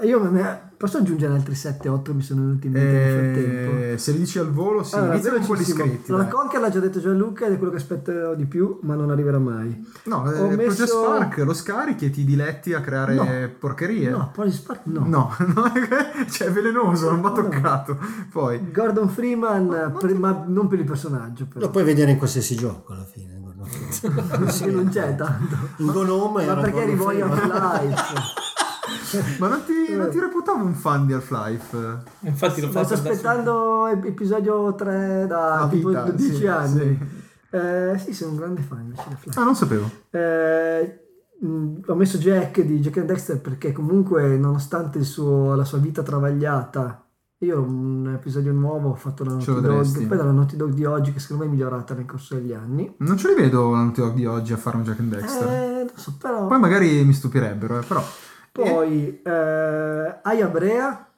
[SPEAKER 5] E Io me- posso aggiungere altri 7-8 mi sono venuti in mente nel frattempo.
[SPEAKER 2] eh, se li dici al volo, sì,
[SPEAKER 5] Allora,
[SPEAKER 2] inizia con quelli
[SPEAKER 5] velocissimo.
[SPEAKER 2] scritti.
[SPEAKER 5] La
[SPEAKER 2] dai.
[SPEAKER 5] Conker l'ha già detto Gianluca ed è quello che aspetterò di più, ma non arriverà mai.
[SPEAKER 2] No, eh,
[SPEAKER 5] Ho messo-
[SPEAKER 2] Project Spark lo scarichi e ti diletti a creare
[SPEAKER 5] No.
[SPEAKER 2] porcherie.
[SPEAKER 5] No, Police Spark no.
[SPEAKER 2] No, no, cioè è velenoso, non va toccato. Poi,
[SPEAKER 5] Gordon Freeman, per- ma non per il personaggio. Però.
[SPEAKER 4] Lo puoi vedere in qualsiasi gioco alla fine. guarda. no?
[SPEAKER 5] Che non c'è tanto.
[SPEAKER 4] Il gonome
[SPEAKER 5] Ma
[SPEAKER 4] era
[SPEAKER 5] perché eri
[SPEAKER 4] proprio
[SPEAKER 5] voi
[SPEAKER 4] fermo.
[SPEAKER 5] Half-Life?
[SPEAKER 2] Ma non ti, non ti reputavo un fan di Half-Life?
[SPEAKER 3] Infatti lo
[SPEAKER 5] Sto
[SPEAKER 3] faccio
[SPEAKER 5] aspettando ep- episodio 3 da
[SPEAKER 2] Ah,
[SPEAKER 5] tipo
[SPEAKER 2] vita,
[SPEAKER 5] 12
[SPEAKER 2] sì,
[SPEAKER 5] anni.
[SPEAKER 2] sì.
[SPEAKER 5] Eh, sì, sono un grande fan invece di Half-Life.
[SPEAKER 2] Ah, non sapevo.
[SPEAKER 5] Eh, mh, ho messo Jack di Jack and Dexter perché comunque nonostante il suo- la sua vita travagliata io un episodio nuovo ho fatto la
[SPEAKER 2] Ce
[SPEAKER 5] Naughty
[SPEAKER 2] lo vedresti.
[SPEAKER 5] Dog poi dalla Naughty Dog di oggi che secondo me è migliorata nel corso degli anni
[SPEAKER 2] Non ce li vedo la Naughty Dog di oggi a fare un Jack and Dexter.
[SPEAKER 5] eh, non so però
[SPEAKER 2] Poi magari mi stupirebbero, eh, però. Eh,
[SPEAKER 5] poi eh, Aya Brea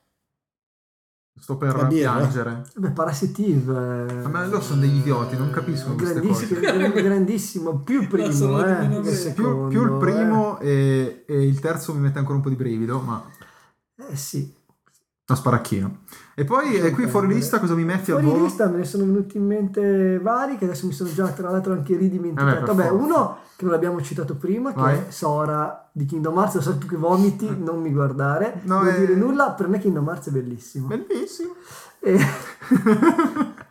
[SPEAKER 2] sto per
[SPEAKER 4] La birra.
[SPEAKER 5] eh.
[SPEAKER 2] piangere.
[SPEAKER 5] beh, Parasitive eh,
[SPEAKER 2] Ma loro sono degli idioti, non capiscono queste
[SPEAKER 5] grandissimo,
[SPEAKER 3] cose.
[SPEAKER 5] gran- grandissimo più il
[SPEAKER 3] La sono
[SPEAKER 5] primo
[SPEAKER 3] la
[SPEAKER 5] eh,
[SPEAKER 3] divina
[SPEAKER 5] che il
[SPEAKER 3] me.
[SPEAKER 2] Più,
[SPEAKER 5] secondo,
[SPEAKER 2] più il
[SPEAKER 5] eh.
[SPEAKER 2] primo e, e il terzo mi mette ancora un po' di brivido, ma
[SPEAKER 5] eh sì
[SPEAKER 2] a sparacchino. E poi eh, qui fuori lista cosa mi metti al
[SPEAKER 5] Fuori
[SPEAKER 2] volo?
[SPEAKER 5] lista me ne sono venuti in mente vari che adesso mi sono già tra l'altro anche
[SPEAKER 2] Vabbè,
[SPEAKER 5] ridimenticato.
[SPEAKER 2] per
[SPEAKER 5] Vabbè,
[SPEAKER 2] forza.
[SPEAKER 5] uno che non abbiamo citato prima, che
[SPEAKER 2] Vai. Mm.
[SPEAKER 5] è Sora di Kingdom Hearts, lo so tu che vomiti, non mi guardare,
[SPEAKER 2] No, eh.
[SPEAKER 5] non
[SPEAKER 2] è-
[SPEAKER 5] dire nulla, per me Kingdom Hearts è bellissimo.
[SPEAKER 2] Bellissimo.
[SPEAKER 5] E-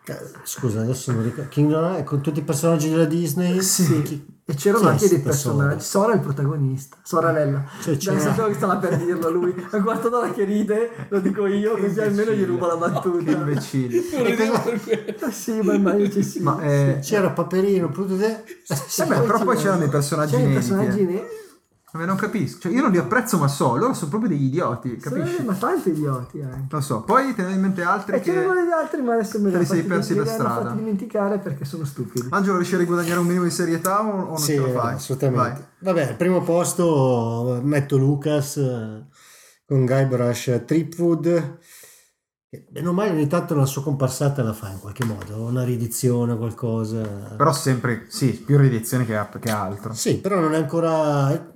[SPEAKER 4] Ca- Eh, Scusa, adesso non ricordo. Kingdom Hearts con tutti i personaggi della Disney.
[SPEAKER 5] sì.
[SPEAKER 4] Chi-
[SPEAKER 5] E c'erano
[SPEAKER 4] Chi è
[SPEAKER 5] anche dei
[SPEAKER 4] sta
[SPEAKER 5] personaggi. Sora è il protagonista, Sorarella.
[SPEAKER 4] Cioè,
[SPEAKER 5] Dai,
[SPEAKER 4] c'era-
[SPEAKER 5] sapevo che stava per dirlo lui. È un quarto d'ora che ride, lo dico io, così almeno gli rubo la
[SPEAKER 2] Che
[SPEAKER 5] battuta.
[SPEAKER 2] imbecilli.
[SPEAKER 3] Non ridevo per quello.
[SPEAKER 5] sì, ma ormai ci si.
[SPEAKER 2] Ma eh,
[SPEAKER 4] C'era Paperino, Prudete.
[SPEAKER 2] vabbè, però poi c'erano dei personaggi
[SPEAKER 5] C'erano i
[SPEAKER 2] inediti,
[SPEAKER 5] personaggi
[SPEAKER 2] eh.
[SPEAKER 5] inediti.
[SPEAKER 2] vabbè, non capisco. Cioè, io non li apprezzo, ma so, loro sono proprio degli idioti,
[SPEAKER 5] Sì,
[SPEAKER 2] capisci?
[SPEAKER 5] ma tanti idioti anche.
[SPEAKER 2] Lo so. Poi te ne in mente altri
[SPEAKER 5] E ce ne
[SPEAKER 2] che...
[SPEAKER 5] vogliono gli altri, ma adesso
[SPEAKER 2] Te
[SPEAKER 5] me li
[SPEAKER 2] li
[SPEAKER 5] hanno
[SPEAKER 2] sei
[SPEAKER 5] fatti,
[SPEAKER 2] persi
[SPEAKER 5] me
[SPEAKER 2] per
[SPEAKER 5] li hanno
[SPEAKER 2] strada.
[SPEAKER 5] fatti dimenticare perché sono stupidi.
[SPEAKER 2] Angelo riesci a riguadagnare un minimo di serietà o, o non
[SPEAKER 4] Sì,
[SPEAKER 2] ce la fai?
[SPEAKER 4] assolutamente.
[SPEAKER 2] Vai.
[SPEAKER 4] Vabbè, al primo posto eh, metto Lucas eh, con Guybrush Tripwood. che Bene o male, ogni tanto la sua comparsata la fa in qualche modo, una riedizione o qualcosa.
[SPEAKER 2] Però sempre, sì, più riedizione che, app- che altro.
[SPEAKER 4] Sì, però non è ancora.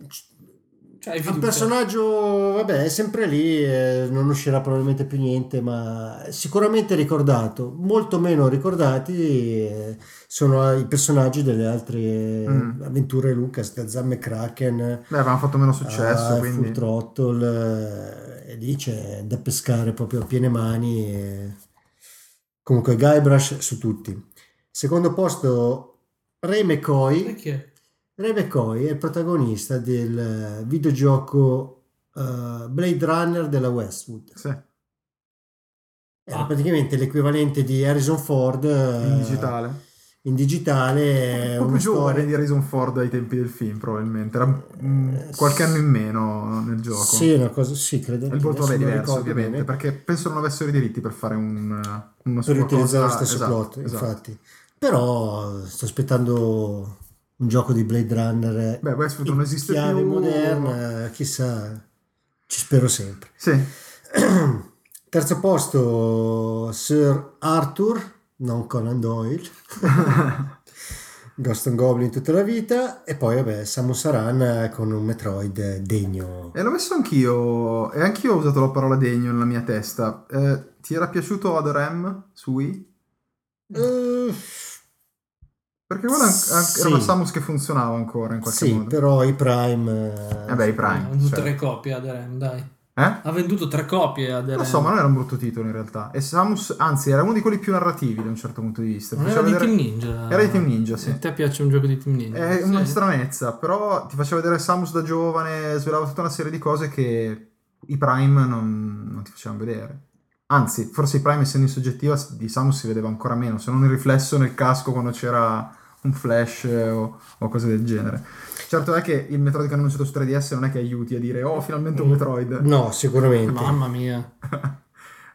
[SPEAKER 3] Cioè, hai
[SPEAKER 4] Il
[SPEAKER 3] fiducia.
[SPEAKER 4] personaggio, vabbè, è sempre lì, eh, non uscirà probabilmente più niente, ma sicuramente ricordato. Molto meno ricordati eh, sono i personaggi delle altre eh,
[SPEAKER 2] Mm.
[SPEAKER 4] avventure Lucas, da Zamme Kraken,
[SPEAKER 2] Beh, avevamo fatto meno
[SPEAKER 4] a
[SPEAKER 2] successo,
[SPEAKER 4] Full
[SPEAKER 2] quindi...
[SPEAKER 4] Throttle, eh, e lì c'è da pescare proprio a piene mani. e- Comunque, Guybrush su tutti. Secondo posto, Ray McCoy.
[SPEAKER 3] Perché?
[SPEAKER 4] Ray McCoy è il protagonista del eh, videogioco eh, Blade Runner della Westwood.
[SPEAKER 2] Sì, in
[SPEAKER 4] Era
[SPEAKER 3] Ah.
[SPEAKER 4] praticamente l'equivalente di Harrison Ford eh,
[SPEAKER 2] digitale.
[SPEAKER 4] In digitale,
[SPEAKER 2] È un
[SPEAKER 4] è
[SPEAKER 2] po' più
[SPEAKER 4] una
[SPEAKER 2] giovane
[SPEAKER 4] storia
[SPEAKER 2] di Harrison Ford ai tempi del film, probabilmente. Era mm, qualche anno in meno nel gioco.
[SPEAKER 4] Sì, una cosa, sì, credo.
[SPEAKER 2] Il volto
[SPEAKER 4] adesso
[SPEAKER 2] è
[SPEAKER 4] non
[SPEAKER 2] diverso,
[SPEAKER 4] ricordo
[SPEAKER 2] ovviamente,
[SPEAKER 4] bene,
[SPEAKER 2] perché penso non avessero i diritti per fare un, una
[SPEAKER 4] per
[SPEAKER 2] sua
[SPEAKER 4] utilizzare
[SPEAKER 2] cosa-
[SPEAKER 4] lo stesso
[SPEAKER 2] esatto,
[SPEAKER 4] plot,
[SPEAKER 2] esatto.
[SPEAKER 4] infatti. Però eh, sto aspettando un gioco di Blade Runner
[SPEAKER 2] Beh, Westwood non
[SPEAKER 4] in
[SPEAKER 2] esiste
[SPEAKER 4] chiave
[SPEAKER 2] più.
[SPEAKER 4] moderna, chissà, ci spero sempre.
[SPEAKER 2] Sì,
[SPEAKER 4] Terzo posto, Sir Arthur, non Conan Doyle. Ghost and Goblin tutta la vita e poi vabbè Samus Saran con un Metroid degno
[SPEAKER 2] E l'ho messo anch'io, e anch'io ho usato la parola degno nella mia testa. Eh, ti era piaciuto Adorem su Wii?
[SPEAKER 4] Eh,
[SPEAKER 2] Perché quella an- an-
[SPEAKER 4] Sì.
[SPEAKER 2] era una Samus che funzionava ancora in qualche
[SPEAKER 4] sì
[SPEAKER 2] modo.
[SPEAKER 4] però i Prime eh,
[SPEAKER 2] Eh beh, i
[SPEAKER 3] Ha
[SPEAKER 2] Prime.
[SPEAKER 3] venduto
[SPEAKER 2] cioè.
[SPEAKER 3] tre copie ad Rem, dai.
[SPEAKER 2] Eh?
[SPEAKER 3] Ha venduto tre copie ad Rem.
[SPEAKER 2] Lo so, ma non era un brutto titolo in realtà. E Samus, anzi, era uno di quelli più narrativi da un certo punto di vista.
[SPEAKER 3] Non era
[SPEAKER 2] Faceva
[SPEAKER 3] di
[SPEAKER 2] vedere-
[SPEAKER 3] Team Ninja.
[SPEAKER 2] Era di Team Ninja, sì.
[SPEAKER 3] A te piace un gioco di Team Ninja?
[SPEAKER 2] È una
[SPEAKER 3] Mm, Sì.
[SPEAKER 2] stranezza, però ti faceva vedere Samus da giovane, svelava tutta una serie di cose che i Prime non, non ti facevano vedere. Anzi, forse i Prime, essendo in soggettiva, di Samus si vedeva ancora meno, se non il riflesso nel casco quando c'era un flash eh, o, o cose del genere. Certo è che il Metroid che hanno annunciato su 3DS non è che aiuti a dire oh, finalmente un
[SPEAKER 3] Mm.
[SPEAKER 2] Metroid. Cioè,
[SPEAKER 4] no sicuramente
[SPEAKER 3] Mamma mia.
[SPEAKER 4] E
[SPEAKER 2] C'era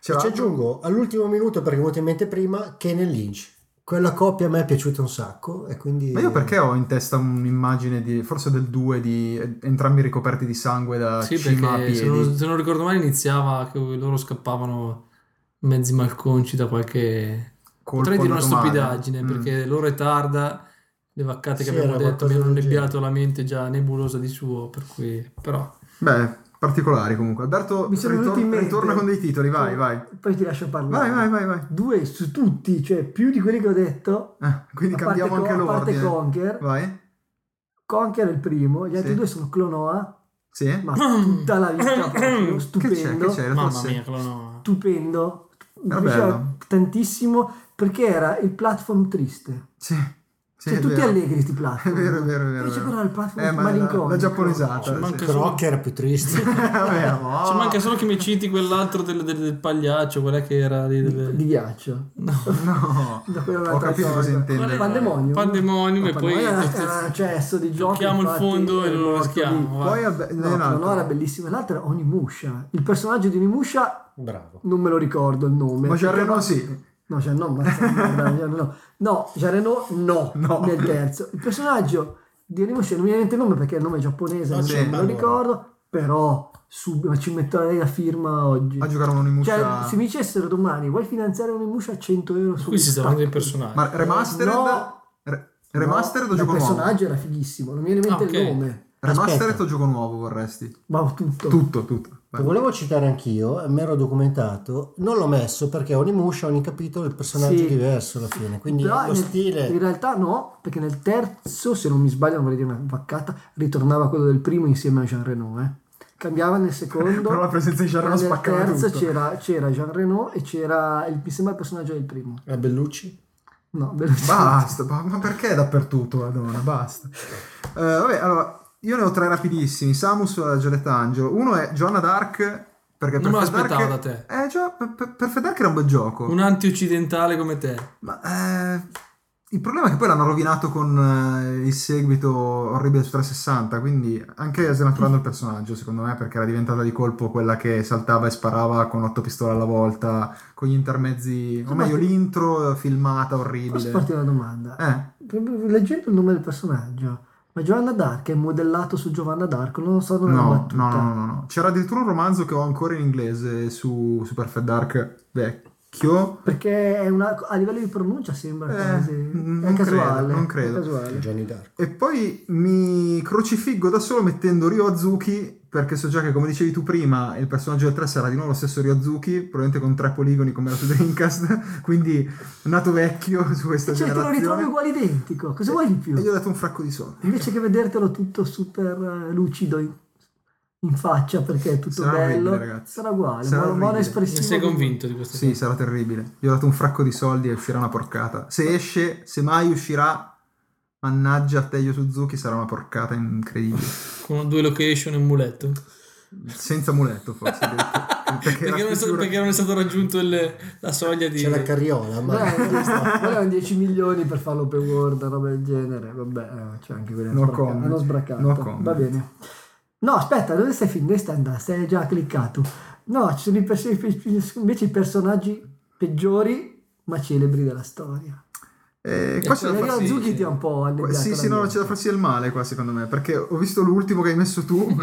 [SPEAKER 4] ci
[SPEAKER 2] altro-
[SPEAKER 4] aggiungo all'ultimo minuto perché mi è venuto in mente prima Ken Lynch quella coppia a me è piaciuta un sacco e quindi
[SPEAKER 2] Ma io perché ho in testa un'immagine di, forse del 2 di eh, entrambi ricoperti di sangue da
[SPEAKER 3] Sì,
[SPEAKER 2] cima a
[SPEAKER 3] perché se
[SPEAKER 2] piedi?
[SPEAKER 3] non, se non ricordo male iniziava che loro scappavano mezzi malconci da qualche...
[SPEAKER 2] Colpo
[SPEAKER 3] Potrei dire una
[SPEAKER 2] andato male.
[SPEAKER 3] stupidaggine,
[SPEAKER 2] Mm.
[SPEAKER 3] perché loro è tarda, le vaccate
[SPEAKER 4] Sì,
[SPEAKER 3] che abbiamo
[SPEAKER 4] era
[SPEAKER 3] detto mi
[SPEAKER 4] qualcosa
[SPEAKER 3] hanno
[SPEAKER 4] del
[SPEAKER 3] nebbiato la mente già nebulosa di suo, per cui... Però...
[SPEAKER 2] Beh, particolari comunque. Alberto
[SPEAKER 5] Mi sono
[SPEAKER 2] ritor-
[SPEAKER 5] venuti in mente.
[SPEAKER 2] ritorna con dei titoli, vai, vai.
[SPEAKER 5] Poi ti lascio parlare.
[SPEAKER 2] Vai, vai, vai, vai.
[SPEAKER 5] Due su tutti, cioè più di quelli che ho detto.
[SPEAKER 2] Ah, quindi
[SPEAKER 5] a parte,
[SPEAKER 2] cambiamo anche
[SPEAKER 5] Con- a parte
[SPEAKER 2] l'ordine.
[SPEAKER 5] Conker.
[SPEAKER 2] Vai.
[SPEAKER 5] Conker è il primo, gli altri
[SPEAKER 2] Sì.
[SPEAKER 5] due sono Clonoa,
[SPEAKER 2] Sì.
[SPEAKER 5] ma tutta la vita proprio
[SPEAKER 2] che c'è?
[SPEAKER 5] stupendo.
[SPEAKER 2] Che c'è? La
[SPEAKER 3] Mamma
[SPEAKER 2] tosse?
[SPEAKER 3] mia, Clonoa.
[SPEAKER 5] Stupendo. Mi
[SPEAKER 2] Era
[SPEAKER 5] piaceva
[SPEAKER 2] bello.
[SPEAKER 5] tantissimo perché era il platform triste.
[SPEAKER 2] Sì. Sì,
[SPEAKER 5] cioè,
[SPEAKER 2] è
[SPEAKER 5] tutti
[SPEAKER 2] vero.
[SPEAKER 5] allegri sti platform.
[SPEAKER 2] È vero, è vero, è vero,
[SPEAKER 5] Invece
[SPEAKER 2] è vero.
[SPEAKER 5] però il platform
[SPEAKER 2] Eh, ma la-
[SPEAKER 5] malinconico.
[SPEAKER 2] la giapponesata,
[SPEAKER 5] No,
[SPEAKER 2] sì.
[SPEAKER 3] manca solo-
[SPEAKER 4] Croc era più triste.
[SPEAKER 2] Vabbè, no.
[SPEAKER 3] Ci manca solo che mi citi quell'altro del, del- del pagliaccio, quella che era lì. delle-
[SPEAKER 5] Di ghiaccio.
[SPEAKER 2] No,
[SPEAKER 5] Da quella
[SPEAKER 2] ho
[SPEAKER 5] un'altra
[SPEAKER 2] capito
[SPEAKER 5] cosa.
[SPEAKER 2] cosa
[SPEAKER 3] Qual
[SPEAKER 2] intende.
[SPEAKER 3] è?
[SPEAKER 5] Pandemonium.
[SPEAKER 3] Pandemonium e
[SPEAKER 5] No,
[SPEAKER 3] poi-
[SPEAKER 5] Pandemonium Era un cesso di gioco.
[SPEAKER 3] Tocchiamo il fondo e lo raschiamo.
[SPEAKER 2] Poi vabbè, ne è un altro.
[SPEAKER 5] No, era bellissima. L'altra era Onimusha. Il personaggio di Onimusha
[SPEAKER 4] Bravo.
[SPEAKER 5] non me lo ricordo il nome.
[SPEAKER 2] Ma Jean
[SPEAKER 5] Perché-
[SPEAKER 2] Reno sì.
[SPEAKER 5] No, cioè no, mazza di merda, Jean Reno no. No, Jean Reno no,
[SPEAKER 2] No.
[SPEAKER 5] nel terzo. Il personaggio di Onimusha non mi viene in mente il nome perché il nome è giapponese,
[SPEAKER 4] Ah,
[SPEAKER 5] non
[SPEAKER 2] sì,
[SPEAKER 5] me lo
[SPEAKER 4] allora.
[SPEAKER 5] ricordo, però sub- ma ci metterei la firma oggi.
[SPEAKER 2] A giocare un
[SPEAKER 5] Cioè,
[SPEAKER 2] Onimusha.
[SPEAKER 5] se mi dicessero domani vuoi finanziare Onimusha a 100 euro su
[SPEAKER 3] Qui si sta parlando di
[SPEAKER 5] Instax?"
[SPEAKER 3] personaggi.
[SPEAKER 2] Ma remastered?
[SPEAKER 5] No.
[SPEAKER 2] Re- remastered
[SPEAKER 5] No,
[SPEAKER 2] o gioco
[SPEAKER 5] Il
[SPEAKER 2] nuovo?
[SPEAKER 5] personaggio era fighissimo, non mi viene in mente
[SPEAKER 3] Ah, ok.
[SPEAKER 5] il nome.
[SPEAKER 2] Remastered
[SPEAKER 4] Aspetta.
[SPEAKER 2] o gioco nuovo vorresti?
[SPEAKER 5] Ma ho tutto.
[SPEAKER 2] Tutto, tutto.
[SPEAKER 4] Lo volevo citare anch'io, eh, mi ero documentato, non l'ho messo perché ogni muscia, ogni capitolo, il personaggio
[SPEAKER 5] Sì.
[SPEAKER 4] è diverso alla fine, quindi
[SPEAKER 5] Però
[SPEAKER 4] lo
[SPEAKER 5] nel-
[SPEAKER 4] stile...
[SPEAKER 5] In realtà no, perché nel terzo, se non mi sbaglio, non vorrei dire una vaccata, ritornava quello del primo insieme a Jean Reno. eh. Cambiava nel secondo.
[SPEAKER 2] Però la presenza di Jean Reno
[SPEAKER 5] ma nel
[SPEAKER 2] spaccava
[SPEAKER 5] terzo
[SPEAKER 2] tutto.
[SPEAKER 5] C'era, c'era Jean Reno e c'era, il, mi sembra, il personaggio del primo.
[SPEAKER 4] La Bellucci?
[SPEAKER 5] No, bellissimo.
[SPEAKER 2] Basta, ma, ma perché dappertutto, madonna, basta. Eh, vabbè, allora, io ne ho tre rapidissimi. Samus eh, Geletangelo. Uno è Joanna Dark, perché
[SPEAKER 3] Non me
[SPEAKER 2] Perfect Dark-
[SPEAKER 3] l'aspettavo da te.
[SPEAKER 2] Eh già, per- per- Perfect Dark era un bel gioco.
[SPEAKER 3] Un anti-occidentale come te.
[SPEAKER 2] Ma eh, il problema è che poi l'hanno rovinato con eh, il seguito orribile su 360, quindi anche snaturando il personaggio, secondo me, perché era diventata di colpo quella che saltava e sparava con otto pistole alla volta, con gli intermezzi, o
[SPEAKER 5] Ma
[SPEAKER 2] meglio,
[SPEAKER 5] ti-
[SPEAKER 2] l'intro eh, filmata
[SPEAKER 5] Posso
[SPEAKER 2] orribile.
[SPEAKER 5] farti una domanda?
[SPEAKER 2] Eh,
[SPEAKER 5] Leggendo il nome del personaggio, ma Giovanna Dark è modellato su Giovanna Dark, non lo so, non è una
[SPEAKER 2] no, no,
[SPEAKER 5] battuta.
[SPEAKER 2] no, no, no. C'era addirittura un romanzo che ho ancora in inglese su, su Perfect Dark vecchio.
[SPEAKER 5] Perché è una, a livello di pronuncia sembra
[SPEAKER 2] Eh,
[SPEAKER 5] quasi...
[SPEAKER 2] n-
[SPEAKER 5] è
[SPEAKER 2] non
[SPEAKER 5] casuale.
[SPEAKER 2] credo, non
[SPEAKER 5] è
[SPEAKER 2] credo. Cioè,
[SPEAKER 5] casuale.
[SPEAKER 4] Johnny Dark.
[SPEAKER 2] E poi mi crocifiggo da solo mettendo Ryo Azuki, perché so già che come dicevi tu prima, il personaggio del 3 sarà di nuovo lo stesso Ryo Azuki, probabilmente con tre poligoni come era su Dreamcast, quindi nato vecchio su questa
[SPEAKER 5] Cioè, te lo ritrovi
[SPEAKER 2] generazione.
[SPEAKER 5] uguale identico, cosa vuoi di più?
[SPEAKER 2] E gli ho dato un fracco di soldi.
[SPEAKER 5] Invece che vedertelo tutto super eh, lucido in, in faccia perché è tutto
[SPEAKER 2] Sarà
[SPEAKER 5] bello,
[SPEAKER 2] orribile, ragazzi.
[SPEAKER 5] sarà uguale,
[SPEAKER 2] Sarà
[SPEAKER 5] sarà buono
[SPEAKER 2] orribile.
[SPEAKER 5] espressivo.
[SPEAKER 3] Ne sei convinto di questo?
[SPEAKER 2] Sì, sarà terribile. Gli ho dato un fracco di soldi e uscirà una porcata. Se esce, se mai uscirà, mannaggia a Teio Suzuki, sarà una porcata incredibile.
[SPEAKER 3] Con due location e un muletto.
[SPEAKER 2] Senza muletto forse. addirittura. perché
[SPEAKER 3] Perché,
[SPEAKER 2] la
[SPEAKER 3] non è stato,
[SPEAKER 2] scrittura-
[SPEAKER 3] perché non è stato raggiunto il- la soglia di...
[SPEAKER 4] C'è la carriola, ma...
[SPEAKER 5] Beh, volevano 10 milioni per farlo open world, roba del genere. Vabbè, eh, c'è anche quella
[SPEAKER 2] No
[SPEAKER 5] sbracca-
[SPEAKER 2] comment.
[SPEAKER 5] hanno sbraccato.
[SPEAKER 2] No comment.
[SPEAKER 5] Va bene. No, aspetta, dove stai finendo? Dove stai andando? Stai già cliccato. No, ci sono i pers- invece i personaggi peggiori ma celebri della storia.
[SPEAKER 2] Eh,
[SPEAKER 3] E
[SPEAKER 2] qua c'è da
[SPEAKER 3] poi
[SPEAKER 2] far
[SPEAKER 5] Rio
[SPEAKER 2] sì.
[SPEAKER 5] Azuki ti ha un po'
[SPEAKER 2] Qua-
[SPEAKER 5] annebbiato.
[SPEAKER 2] Sì, sì, no,
[SPEAKER 5] l'ambiente.
[SPEAKER 2] c'è da farsi del male qua, secondo me, perché ho visto l'ultimo che hai messo tu.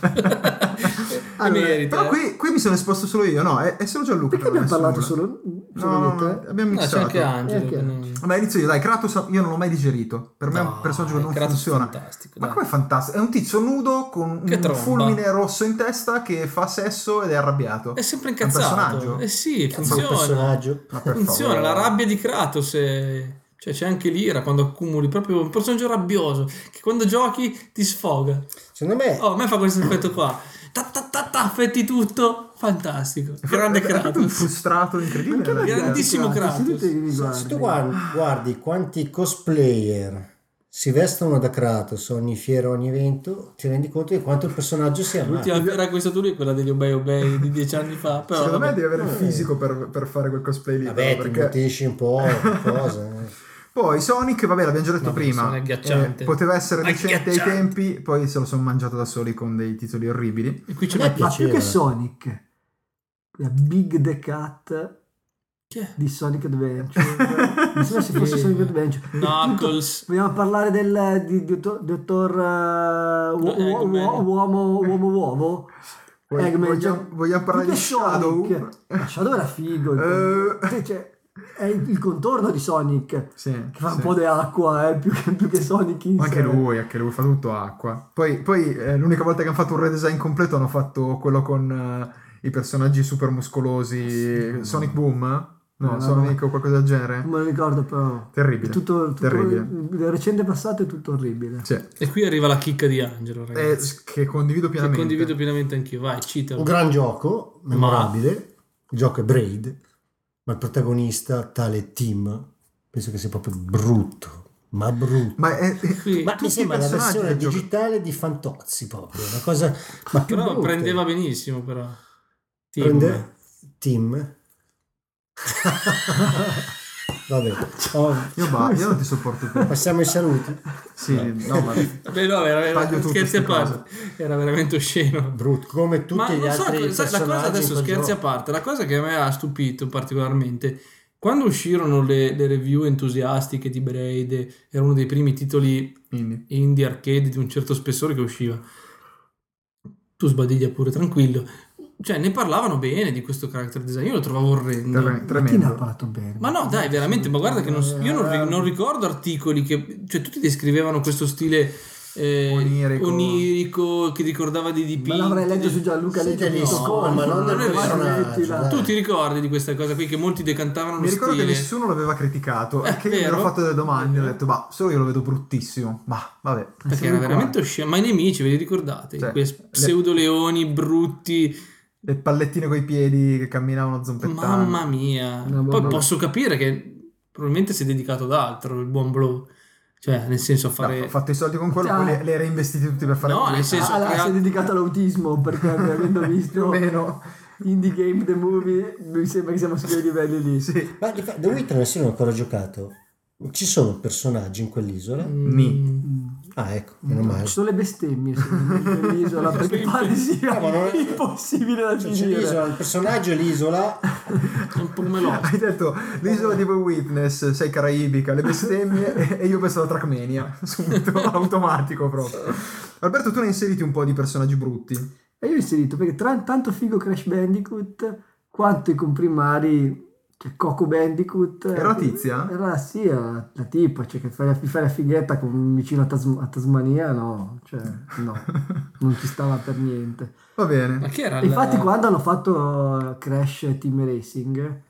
[SPEAKER 3] E
[SPEAKER 2] Allora,
[SPEAKER 3] merita.
[SPEAKER 2] però
[SPEAKER 3] eh.
[SPEAKER 2] qui, qui mi sono esposto solo io, no, è, è solo Gianluca.
[SPEAKER 5] Perché
[SPEAKER 2] che non
[SPEAKER 5] abbiamo
[SPEAKER 2] ha messo
[SPEAKER 5] parlato
[SPEAKER 2] nulla.
[SPEAKER 5] solo, solo
[SPEAKER 2] No,
[SPEAKER 5] io
[SPEAKER 2] no,
[SPEAKER 5] e
[SPEAKER 2] no,
[SPEAKER 5] te?
[SPEAKER 2] abbiamo
[SPEAKER 3] No, c'è
[SPEAKER 2] mixato.
[SPEAKER 3] anche Angelo.
[SPEAKER 5] anche
[SPEAKER 3] che non-
[SPEAKER 2] Vabbè, inizio io, dai, Kratos, io non l'ho mai digerito. Per me è
[SPEAKER 3] No, eh,
[SPEAKER 2] un personaggio che non
[SPEAKER 3] Kratos è
[SPEAKER 2] funziona.
[SPEAKER 3] fantastico,
[SPEAKER 2] Ma
[SPEAKER 3] dai.
[SPEAKER 2] com'è fantastico? È un tizio nudo con un
[SPEAKER 3] Che tromba.
[SPEAKER 2] fulmine rosso in testa che fa sesso ed è arrabbiato.
[SPEAKER 3] È sempre
[SPEAKER 2] un
[SPEAKER 3] incazzato.
[SPEAKER 2] personaggio?
[SPEAKER 3] Eh sì,
[SPEAKER 4] Cazzo, il
[SPEAKER 3] funziona.
[SPEAKER 4] personaggio.
[SPEAKER 2] Ma per
[SPEAKER 3] Funziona,
[SPEAKER 2] favore.
[SPEAKER 3] la rabbia di Kratos è- Cioè, c'è anche l'ira quando accumuli proprio un personaggio rabbioso che quando giochi ti sfoga.
[SPEAKER 4] Secondo me...
[SPEAKER 3] Oh, a me fa questo effetto qua. Ta ta ta ta, fetti tutto. Fantastico. Grande
[SPEAKER 2] È veramente un
[SPEAKER 3] Kratos.
[SPEAKER 2] frustrato incredibile.
[SPEAKER 5] Anche
[SPEAKER 2] la
[SPEAKER 5] perché-
[SPEAKER 2] gente.
[SPEAKER 3] Grandissimo Kratos.
[SPEAKER 5] Sì, tu te li
[SPEAKER 4] Se se tu
[SPEAKER 5] guardi.
[SPEAKER 4] guardi, guardi quanti cosplayer si vestono da Kratos ogni fiera, ogni evento, ti rendi conto di quanto il personaggio sia amato.
[SPEAKER 3] L'ultima fiera che ho stato lì è quella degli Obey Obey di dieci anni fa. Però,
[SPEAKER 2] Secondo me
[SPEAKER 3] vabbè.
[SPEAKER 2] devi avere il fisico per, per fare quel cosplay lì.
[SPEAKER 4] Vabbè,
[SPEAKER 2] però,
[SPEAKER 4] ti
[SPEAKER 2] perché-
[SPEAKER 4] mutisci un po', qualcosa. eh.
[SPEAKER 2] Poi Sonic, vabbè, l'abbiamo già detto
[SPEAKER 3] Vabbè,
[SPEAKER 2] prima.
[SPEAKER 3] sono agghiacciante.
[SPEAKER 2] eh, poteva essere decente ai
[SPEAKER 3] Agghiacciante.
[SPEAKER 2] tempi, poi se lo sono mangiato da soli con dei titoli orribili.
[SPEAKER 3] E qui c'è
[SPEAKER 4] A me
[SPEAKER 5] Ma più
[SPEAKER 4] piaceva.
[SPEAKER 5] che Sonic, la Big the Cat
[SPEAKER 3] Chi è?
[SPEAKER 5] di Sonic Adventure. Mi sembra se fosse
[SPEAKER 3] Sì.
[SPEAKER 5] Sonic Adventure.
[SPEAKER 3] Knuckles.
[SPEAKER 5] Vogliamo parlare del di, di dottor, dottor, eh, uo-
[SPEAKER 3] Eh,
[SPEAKER 5] uo-
[SPEAKER 3] Eggman.
[SPEAKER 5] uo- uomo, uomo uovo.
[SPEAKER 2] Vuoi-
[SPEAKER 5] Eggman,
[SPEAKER 2] vogliamo-
[SPEAKER 5] cioè,
[SPEAKER 2] vogliamo parlare
[SPEAKER 5] più
[SPEAKER 2] di
[SPEAKER 5] che Sonic.
[SPEAKER 2] Shadow?
[SPEAKER 5] Ma Shadow era figo. il
[SPEAKER 2] Eh.
[SPEAKER 5] con- cioè, cioè, è il il contorno di Sonic.
[SPEAKER 2] Sì,
[SPEAKER 5] Che fa
[SPEAKER 2] sì.
[SPEAKER 5] un po' Eh. di acqua, eh, più, che, più che Sonic in
[SPEAKER 2] Ma anche
[SPEAKER 5] sé.
[SPEAKER 2] lui, anche lui fa tutto acqua. Poi, poi, eh, l'unica volta che hanno fatto un redesign completo hanno fatto quello con eh, i personaggi super muscolosi. Sonic Boom? No,
[SPEAKER 5] Eh, No,
[SPEAKER 2] Sonic o qualcosa del genere?
[SPEAKER 5] Non me lo ricordo però.
[SPEAKER 2] Terribile.
[SPEAKER 5] Tutto, tutto-
[SPEAKER 2] Terribile.
[SPEAKER 5] Il recente passato è tutto orribile.
[SPEAKER 2] Sì.
[SPEAKER 3] E qui arriva la chicca di Angelo,
[SPEAKER 2] Eh,
[SPEAKER 3] ragazzi.
[SPEAKER 2] s- che condivido
[SPEAKER 3] che
[SPEAKER 2] pienamente.
[SPEAKER 3] condivido pienamente anch'io. Vai, citalo.
[SPEAKER 4] Un gran gioco, memorabile. Il gioco è Braid, ma il protagonista, tale Tim, penso che sia proprio brutto. ma brutto.
[SPEAKER 2] Ma è,
[SPEAKER 3] Sì.
[SPEAKER 4] Ma
[SPEAKER 2] tutti
[SPEAKER 4] mi
[SPEAKER 2] i
[SPEAKER 4] sembra la
[SPEAKER 2] personaggi
[SPEAKER 4] versione
[SPEAKER 2] che gioca-
[SPEAKER 4] digitale di Fantozzi proprio, una cosa... Ma più
[SPEAKER 3] Però
[SPEAKER 4] brutta.
[SPEAKER 3] prendeva benissimo, però. Tim.
[SPEAKER 4] Prende... Tim. Vabbè, oh,
[SPEAKER 2] io, ba- io non ti sopporto più.
[SPEAKER 4] passiamo ai saluti.
[SPEAKER 2] Sì, no, ma
[SPEAKER 3] Beh, no, era, era-
[SPEAKER 2] Taglio tutte
[SPEAKER 3] scherzi a
[SPEAKER 2] ste
[SPEAKER 3] parte. Era veramente osceno.
[SPEAKER 4] Brutto, come tutti
[SPEAKER 3] Ma
[SPEAKER 4] gli
[SPEAKER 3] non so,
[SPEAKER 4] altri
[SPEAKER 3] sai, la
[SPEAKER 4] personaggi.
[SPEAKER 3] cosa
[SPEAKER 4] in
[SPEAKER 3] adesso
[SPEAKER 4] quel
[SPEAKER 3] scherzi a
[SPEAKER 4] gioco.
[SPEAKER 3] parte, la cosa che a me ha stupito particolarmente, quando uscirono le, le review entusiastiche di Braid, era uno dei primi titoli
[SPEAKER 2] quindi.
[SPEAKER 3] indie arcade di un certo spessore che usciva. Tu sbadiglia pure, tranquillo. Cioè, ne parlavano bene di questo character design, io lo trovavo orrendo.
[SPEAKER 2] Tre-
[SPEAKER 5] Ma chi ne ha
[SPEAKER 2] tremendo.
[SPEAKER 5] parlato bene? Eh,
[SPEAKER 3] Ma no, dai, veramente, ma guarda che non, io non, ri- non ricordo articoli che... Cioè, tutti descrivevano questo stile eh,
[SPEAKER 2] Onirico.
[SPEAKER 3] onirico. che ricordava di dipinti.
[SPEAKER 5] Ma l'avrei letto su Gianluca
[SPEAKER 4] Sì,
[SPEAKER 5] Lecce,
[SPEAKER 4] degli
[SPEAKER 5] tutto
[SPEAKER 4] scopi,
[SPEAKER 5] corto,
[SPEAKER 4] ma non del
[SPEAKER 5] guarda,
[SPEAKER 4] personaggio,
[SPEAKER 5] metti là.
[SPEAKER 4] dai.
[SPEAKER 3] Tu ti ricordi di questa cosa qui che molti decantavano lo
[SPEAKER 2] Mi ricordo che
[SPEAKER 3] stile?
[SPEAKER 2] nessuno l'aveva criticato
[SPEAKER 3] È
[SPEAKER 2] e che io mi ero
[SPEAKER 3] vero.
[SPEAKER 2] fatto delle domande. Ho detto, ma solo io lo vedo bruttissimo. Ma vabbè,
[SPEAKER 3] Perché era veramente osceno. Ma i nemici, ve li ricordate?
[SPEAKER 2] Cioè,
[SPEAKER 3] Quei
[SPEAKER 2] le-
[SPEAKER 3] pseudo leoni brutti.
[SPEAKER 2] le pallettine coi piedi che camminavano zompettando.
[SPEAKER 3] Mamma mia.
[SPEAKER 5] No,
[SPEAKER 3] Poi
[SPEAKER 5] vabbè.
[SPEAKER 3] posso capire che probabilmente si è dedicato ad altro il buon Blow. Cioè, nel senso a
[SPEAKER 2] No,
[SPEAKER 3] fare...
[SPEAKER 2] ho fatto i soldi con quello,
[SPEAKER 5] Ah.
[SPEAKER 2] poi li, li hai reinvestiti tutti per fare
[SPEAKER 3] No,
[SPEAKER 2] quello.
[SPEAKER 3] nel senso-
[SPEAKER 5] Ah, allora,
[SPEAKER 3] crea-
[SPEAKER 5] si è dedicato all'autismo perché
[SPEAKER 2] più
[SPEAKER 5] avendo
[SPEAKER 2] o
[SPEAKER 5] Cioè, visto
[SPEAKER 2] meno.
[SPEAKER 5] Indie Game The Movie mi sembra che siamo su quei livelli lì.
[SPEAKER 2] Sì.
[SPEAKER 4] Ma di fa- The Witness nessuno ha ancora giocato. Ci sono personaggi in quell'isola?
[SPEAKER 3] Mm.
[SPEAKER 2] Ni.
[SPEAKER 4] Ah, ecco, meno male.
[SPEAKER 5] Mm. Ci sono le bestemmie secondo me, in quell'isola perché
[SPEAKER 2] Ah,
[SPEAKER 5] pare sia
[SPEAKER 4] No, ma non è-
[SPEAKER 5] impossibile da
[SPEAKER 4] Cioè, c'è
[SPEAKER 5] finire.
[SPEAKER 4] l'isola, il personaggio è l'isola,
[SPEAKER 3] È un po' come l'osso.
[SPEAKER 2] Hai detto l'isola di The Witness, sei caraibica, le bestemmie e- e io pensavo a Trackmania, subito automatico proprio. Alberto, tu ne hai inseriti un po' di personaggi brutti.
[SPEAKER 5] E io ho inserito perché tra tanto figo Crash Bandicoot quanto i comprimari cioè Coco Bandicoot
[SPEAKER 2] Era la tizia?
[SPEAKER 5] Era sì, era la tipa, cioè che fai la, fai la fighetta con un vicino a, Tasm- a Tasmania, no, cioè no, non ci stava per niente.
[SPEAKER 2] Va
[SPEAKER 3] Ma
[SPEAKER 2] bene.
[SPEAKER 3] che era
[SPEAKER 5] E Infatti,
[SPEAKER 3] la-
[SPEAKER 5] quando hanno fatto eh, Crash Team Racing,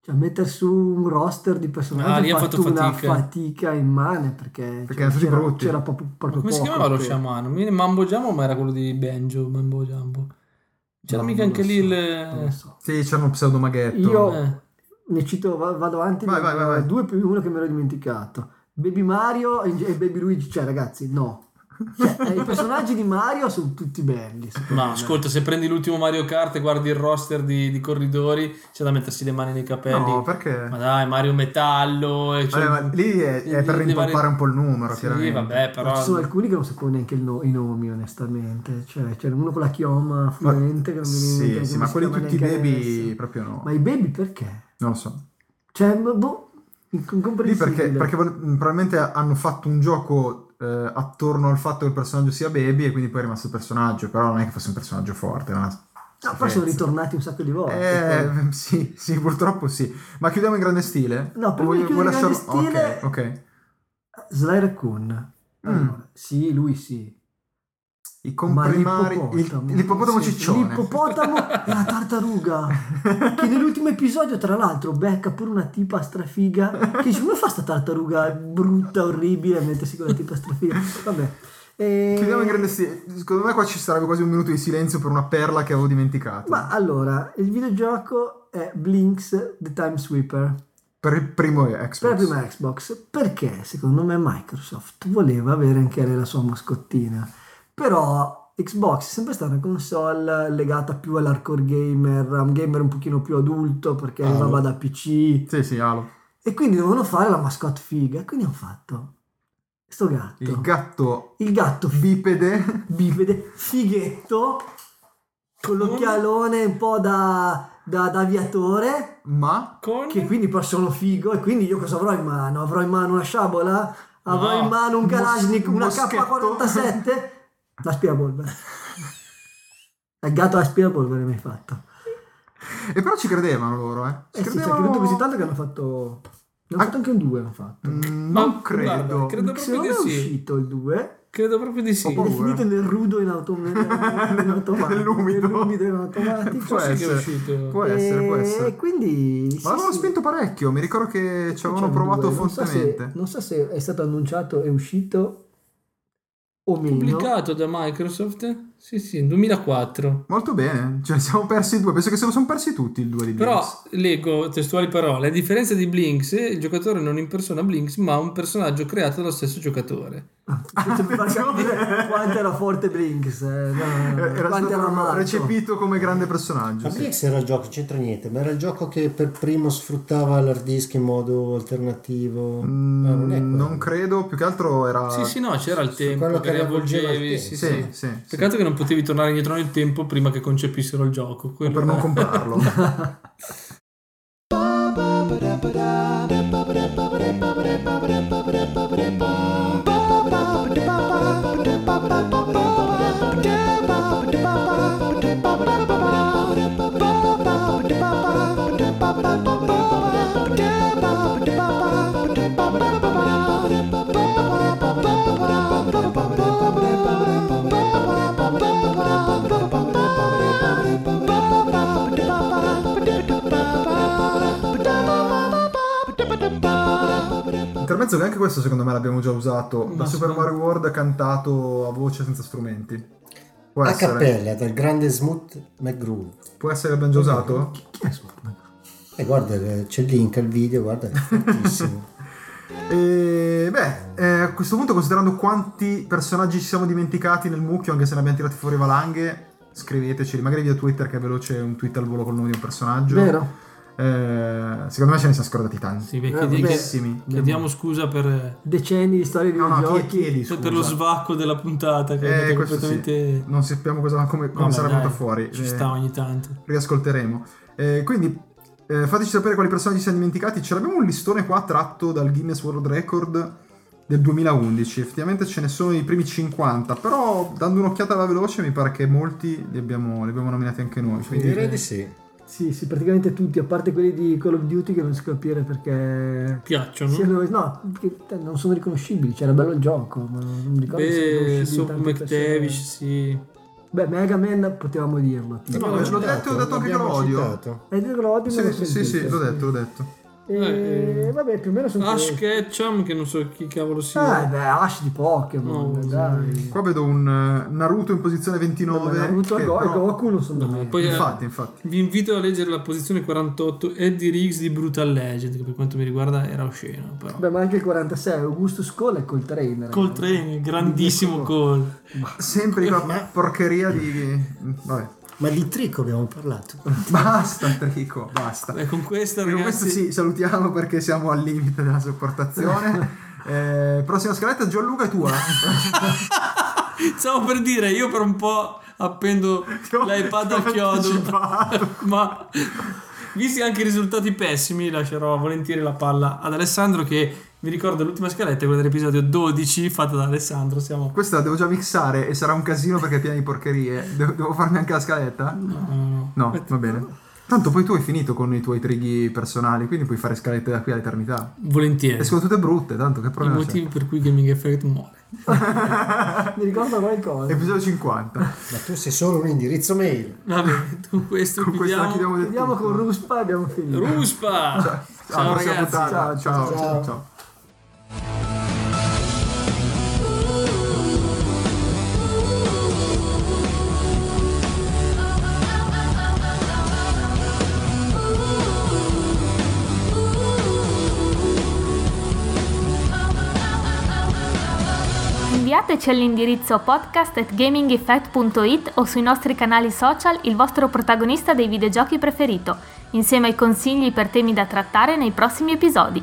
[SPEAKER 5] cioè mettere su un roster di
[SPEAKER 3] Ah,
[SPEAKER 5] personaggi
[SPEAKER 3] lì
[SPEAKER 5] ha
[SPEAKER 3] ha
[SPEAKER 5] fatto,
[SPEAKER 3] fatto
[SPEAKER 5] una
[SPEAKER 3] fatica.
[SPEAKER 5] fatica immane perché,
[SPEAKER 2] Perché erano
[SPEAKER 5] cioè,
[SPEAKER 2] tutti
[SPEAKER 5] c'era,
[SPEAKER 2] brutti.
[SPEAKER 5] c'era proprio, proprio
[SPEAKER 3] Come si
[SPEAKER 5] poco cioè.
[SPEAKER 3] chiamava lo
[SPEAKER 5] che-
[SPEAKER 3] sciamano? Mi viene Mambo Jambo, ma era quello di Banjo, Mambo Jambo. C'era
[SPEAKER 5] No,
[SPEAKER 3] mica
[SPEAKER 5] non
[SPEAKER 3] anche
[SPEAKER 5] lo
[SPEAKER 3] lì
[SPEAKER 5] so,
[SPEAKER 3] il...
[SPEAKER 5] non lo so.
[SPEAKER 2] Sì, c'era uno pseudomaghetto.
[SPEAKER 5] Io
[SPEAKER 3] Eh.
[SPEAKER 5] ne cito, va- vado avanti,
[SPEAKER 2] Vai,
[SPEAKER 5] ne-
[SPEAKER 2] vai, vai, vai.
[SPEAKER 5] due più uno che me l'ho dimenticato. Baby Mario e e Baby Luigi, cioè ragazzi, no. Cioè, eh, I personaggi di Mario sono tutti belli. secondo
[SPEAKER 3] Ma
[SPEAKER 5] me.
[SPEAKER 3] ascolta, se prendi l'ultimo Mario Kart e guardi il roster di, di corridori, c'è da mettersi le mani nei capelli.
[SPEAKER 2] No, perché?
[SPEAKER 3] Ma dai, Mario Metallo. E
[SPEAKER 2] Vabbè, ma lì è, è per rimpolpare un po' il numero,
[SPEAKER 3] Sì,
[SPEAKER 2] chiaramente.
[SPEAKER 3] vabbè,
[SPEAKER 5] Ma
[SPEAKER 3] però.
[SPEAKER 5] ci sono alcuni che non sapevo neanche il no- i nomi, onestamente. Cioè, c'era uno con la chioma
[SPEAKER 2] Ma-
[SPEAKER 5] fluente che non mi viene in
[SPEAKER 2] Sì,
[SPEAKER 5] mente
[SPEAKER 2] sì,
[SPEAKER 5] come
[SPEAKER 2] ma
[SPEAKER 5] si
[SPEAKER 2] quelli
[SPEAKER 5] chiama
[SPEAKER 2] tutti i
[SPEAKER 5] neanche
[SPEAKER 2] baby
[SPEAKER 5] adesso.
[SPEAKER 2] proprio no.
[SPEAKER 5] Ma i baby perché?
[SPEAKER 2] Non lo so.
[SPEAKER 5] Cioè, no, boh,
[SPEAKER 2] Lì
[SPEAKER 5] incomprensibile.
[SPEAKER 2] perché, perché vol- mh, probabilmente hanno fatto un gioco eh, attorno al fatto che il personaggio sia baby e quindi poi è rimasto il personaggio, però non è che fosse un personaggio forte. era una
[SPEAKER 5] No, però sono
[SPEAKER 2] schifezza.
[SPEAKER 5] ritornati un sacco di volte.
[SPEAKER 2] Eh, sì, sì, purtroppo sì. Ma chiudiamo in grande stile?
[SPEAKER 5] No, prima
[SPEAKER 2] O
[SPEAKER 5] di chiudere in
[SPEAKER 2] lasciarlo-
[SPEAKER 5] grande stile-
[SPEAKER 2] Ok, ok.
[SPEAKER 5] Sly Raccoon.
[SPEAKER 2] Mm.
[SPEAKER 5] Allora, Sì, lui sì.
[SPEAKER 2] I
[SPEAKER 5] Ma
[SPEAKER 2] comprimari... il-
[SPEAKER 5] l'ippopotamo.
[SPEAKER 2] L'ippopotamo
[SPEAKER 3] Sì, sì,
[SPEAKER 2] ciccione.
[SPEAKER 5] L'ippopotamo e la tartaruga. che nell'ultimo episodio, tra l'altro, becca pure una tipa strafiga. Che dice: Come fa sta tartaruga brutta, orribile, a mettersi con la tipa strafiga? Vabbè. eh, E-
[SPEAKER 2] Chiudiamo in grande stile. Secondo me qua ci sarebbe quasi un minuto di silenzio per una perla che avevo dimenticato.
[SPEAKER 5] Ma allora, il videogioco è Blinks The Time Sweeper
[SPEAKER 2] Per il primo Xbox.
[SPEAKER 5] per la prima Xbox perché secondo me Microsoft voleva avere anche lei la sua mascottina. Però Xbox è sempre stata una console legata più all'hardcore gamer, a un gamer un pochino più adulto perché
[SPEAKER 4] Ah,
[SPEAKER 5] arrivava
[SPEAKER 4] no.
[SPEAKER 5] da PC
[SPEAKER 2] Sì, sì, Halo.
[SPEAKER 5] e quindi dovevano fare la mascotte figa. E quindi hanno fatto sto gatto.
[SPEAKER 2] Il gatto
[SPEAKER 5] Il gatto fi-
[SPEAKER 2] bipede.
[SPEAKER 5] bipede, fighetto, con l'occhialone un po' da- da- da aviatore.
[SPEAKER 2] Ma
[SPEAKER 3] Con...
[SPEAKER 5] che quindi poi sono figo e quindi io cosa avrò in mano? Avrò in mano una sciabola? Avrò
[SPEAKER 3] No,
[SPEAKER 5] in mano un
[SPEAKER 2] un
[SPEAKER 5] Kalashnikov, una
[SPEAKER 2] boschetto.
[SPEAKER 5] K47? L'aspirapolvere. Il gatto aspirapolvere mi hai fatto.
[SPEAKER 2] E però ci credevano loro, eh.
[SPEAKER 5] Eh sì, ci ha creduto così tanto che hanno fatto... Ne hanno
[SPEAKER 2] Ah.
[SPEAKER 5] fatto anche un 2, hanno fatto.
[SPEAKER 2] Mm,
[SPEAKER 3] Ma-
[SPEAKER 2] non credo.
[SPEAKER 3] guarda, credo
[SPEAKER 5] Se non
[SPEAKER 3] proprio
[SPEAKER 5] è
[SPEAKER 3] di sì.
[SPEAKER 5] uscito il 2,
[SPEAKER 3] Credo proprio di sì.
[SPEAKER 2] Ho
[SPEAKER 5] ed è
[SPEAKER 2] paura.
[SPEAKER 5] finito nel rudo in, auto- in automatico.
[SPEAKER 2] Nell'umido.
[SPEAKER 5] nell'umido in automatico. Eh,
[SPEAKER 2] Può
[SPEAKER 3] Forse che è
[SPEAKER 2] essere.
[SPEAKER 3] uscito.
[SPEAKER 2] Può essere, può
[SPEAKER 5] E
[SPEAKER 2] essere.
[SPEAKER 5] quindi... sì,
[SPEAKER 2] Ma l'avevano
[SPEAKER 5] sì.
[SPEAKER 2] spinto parecchio. Mi ricordo che ci avevano
[SPEAKER 5] C'è
[SPEAKER 2] provato
[SPEAKER 5] due, non so se-
[SPEAKER 2] fortemente.
[SPEAKER 5] Non so, se, è stato annunciato, è uscito o meno.
[SPEAKER 3] Pubblicato da Microsoft. Sì, sì, 2004.
[SPEAKER 2] Molto bene, cioè siamo persi due, penso che se lo sono persi tutti il due di
[SPEAKER 3] Però
[SPEAKER 2] Blinks.
[SPEAKER 3] leggo testuali parole, a differenza di Blinks, il giocatore non impersona Blinks, ma un personaggio creato dallo stesso giocatore.
[SPEAKER 5] Questo mi fa Cioè, capire quanto era forte Brinks. eh,
[SPEAKER 2] Eh,
[SPEAKER 5] no,
[SPEAKER 2] era
[SPEAKER 5] quanto era
[SPEAKER 2] stato
[SPEAKER 5] matto.
[SPEAKER 2] recepito come grande personaggio.
[SPEAKER 4] Ma
[SPEAKER 2] sì.
[SPEAKER 4] Brix era il gioco, c'entra niente, ma era il gioco che per primo sfruttava l'hard disk in modo alternativo.
[SPEAKER 2] Mm,
[SPEAKER 4] No, non è quello.
[SPEAKER 2] non credo, più che altro era...
[SPEAKER 3] sì, sì, no, c'era il tempo
[SPEAKER 4] quello
[SPEAKER 3] che
[SPEAKER 4] che riavvolgeva il
[SPEAKER 3] riavvolgevi. Sì,
[SPEAKER 4] tempo.
[SPEAKER 2] sì,
[SPEAKER 3] sì.
[SPEAKER 2] sì, sì.
[SPEAKER 3] Peccato che non potevi tornare indietro nel tempo prima che concepissero il gioco.
[SPEAKER 2] O
[SPEAKER 3] quello
[SPEAKER 2] per non
[SPEAKER 3] era-
[SPEAKER 2] comprarlo. Intermezzo che anche questo secondo me l'abbiamo già usato, da
[SPEAKER 3] Ma
[SPEAKER 2] Super
[SPEAKER 3] sì.
[SPEAKER 2] Mario World cantato a voce senza strumenti. Può
[SPEAKER 4] A
[SPEAKER 2] essere,
[SPEAKER 4] cappella dal grande Smooth McGrew.
[SPEAKER 2] può essere abbiamo già usato?
[SPEAKER 5] Chi è Superman?
[SPEAKER 4] E guarda, eh, c'è il link al video, guarda, è fortissimo.
[SPEAKER 2] E beh, eh, a questo punto, considerando quanti personaggi ci siamo dimenticati nel mucchio, anche se ne abbiamo tirati fuori valanghe, scriveteci, magari via Twitter che è veloce un tweet al volo col nome di un personaggio.
[SPEAKER 5] Vero?
[SPEAKER 2] Eh, secondo me ce ne siamo scordati tanti.
[SPEAKER 3] Sì, beh,
[SPEAKER 5] Eh,
[SPEAKER 3] chiedi-
[SPEAKER 5] vabbè.
[SPEAKER 2] Tantissimi.
[SPEAKER 3] chiediamo scusa per,
[SPEAKER 5] Decenni di storie di
[SPEAKER 2] No, no,
[SPEAKER 5] videogiochi.
[SPEAKER 2] chiedi, chiedi scusa.
[SPEAKER 3] per lo svacco della puntata che è
[SPEAKER 2] Eh,
[SPEAKER 3] andata
[SPEAKER 2] questo
[SPEAKER 3] completamente...
[SPEAKER 2] sì. Non sappiamo cosa, come, come
[SPEAKER 3] Vabbè,
[SPEAKER 2] sarà
[SPEAKER 3] dai,
[SPEAKER 2] venuta fuori.
[SPEAKER 3] Ci
[SPEAKER 2] Eh,
[SPEAKER 3] sta ogni tanto.
[SPEAKER 2] riascolteremo. Eh, quindi eh, fateci sapere quali personaggi siamo dimenticati. Ce l'abbiamo un listone qua tratto dal Guinness World Record del 2011. Effettivamente ce ne sono i primi 50, però dando un'occhiata alla veloce mi pare che molti li abbiamo, li abbiamo nominati anche noi. Quindi
[SPEAKER 4] Direi di sì.
[SPEAKER 5] Sì, sì, praticamente tutti, a parte quelli di Call of Duty che non si capire perché...
[SPEAKER 3] Piacciono?
[SPEAKER 5] siano- no, perché te- non sono riconoscibili, c'era bello il gioco, ma non mi ricordo se sono
[SPEAKER 3] Beh,
[SPEAKER 5] riconoscibili
[SPEAKER 3] Soap
[SPEAKER 5] tante
[SPEAKER 3] McTavish,
[SPEAKER 5] persone.
[SPEAKER 3] sì.
[SPEAKER 5] Beh, Mega Man potevamo dirlo. tipo.
[SPEAKER 2] No, l'ho detto, ho detto anche che lo odio.
[SPEAKER 4] citato.
[SPEAKER 5] Hai detto che lo odio, ma
[SPEAKER 2] sì,
[SPEAKER 5] l'ho
[SPEAKER 2] sì, sì,
[SPEAKER 5] sentito.
[SPEAKER 2] sì, l'ho detto, l'ho detto.
[SPEAKER 5] E, vabbè, più o meno sono...
[SPEAKER 3] Eh, Ash
[SPEAKER 5] questi.
[SPEAKER 3] Ketchum, che non so chi cavolo sia.
[SPEAKER 5] Ah, beh, Ash di Pokémon,
[SPEAKER 3] No,
[SPEAKER 5] dai.
[SPEAKER 2] Qua vedo un eh, Naruto in posizione 29.
[SPEAKER 5] Vabbè, Naruto
[SPEAKER 2] che
[SPEAKER 5] e Go- e
[SPEAKER 2] però-
[SPEAKER 5] Goku non sono da me.
[SPEAKER 3] Poi, eh,
[SPEAKER 2] Infatti, infatti.
[SPEAKER 3] vi invito a leggere la posizione 48 Eddie Riggs di Brutal Legend, che per quanto mi riguarda era osceno. Però.
[SPEAKER 5] Beh, ma anche il 46, Augustus Cole è col trainer.
[SPEAKER 3] Col train, grandissimo call.
[SPEAKER 2] Sempre di quella porcheria di... Vabbè,
[SPEAKER 4] Ma di Trico abbiamo parlato.
[SPEAKER 2] basta Enrico, basta.
[SPEAKER 3] Beh, con questa,
[SPEAKER 2] Con
[SPEAKER 3] Eh, ragazzi,
[SPEAKER 2] questo sì, salutiamo perché siamo al limite della sopportazione. Eh, prossima scaletta, Gianluca è tua.
[SPEAKER 3] stavo per dire, io per un po' appendo l'iPad al
[SPEAKER 2] Ti ho
[SPEAKER 3] chiodo,
[SPEAKER 2] anticipato.
[SPEAKER 3] ma visti anche i risultati pessimi, lascerò volentieri la palla ad Alessandro che vi ricordo l'ultima scaletta, quella dell'episodio 12 fatta da Alessandro, siamo
[SPEAKER 2] Questa la devo già mixare e sarà un casino perché è piena di porcherie. De- devo farmi anche la scaletta?
[SPEAKER 3] No,
[SPEAKER 2] No, va bene. Tanto poi tu hai finito con i tuoi trighi personali, quindi puoi fare scalette da qui all'eternità.
[SPEAKER 3] volentieri.
[SPEAKER 2] Escono tutte brutte, tanto che
[SPEAKER 3] I
[SPEAKER 2] problema c'è.
[SPEAKER 3] motivi per cui Gaming Effect muore.
[SPEAKER 5] Mi ricorda qualcosa.
[SPEAKER 2] Episodio 50.
[SPEAKER 4] Ma tu sei solo un indirizzo mail.
[SPEAKER 3] Vabbè, con questo
[SPEAKER 2] Con questa la
[SPEAKER 3] chiudiamo.
[SPEAKER 2] chiudiamo del
[SPEAKER 5] Andiamo
[SPEAKER 2] tutto.
[SPEAKER 5] con Ruspa e abbiamo finito.
[SPEAKER 3] Ruspa! Ciao,
[SPEAKER 2] Ah, prossima
[SPEAKER 3] ragazzi.
[SPEAKER 2] puntata. Ciao, ciao. ciao.
[SPEAKER 1] Inviateci all'indirizzo podcast at gamingeffect.it o sui nostri canali social il vostro protagonista dei videogiochi preferito, insieme ai consigli per temi da trattare nei prossimi episodi.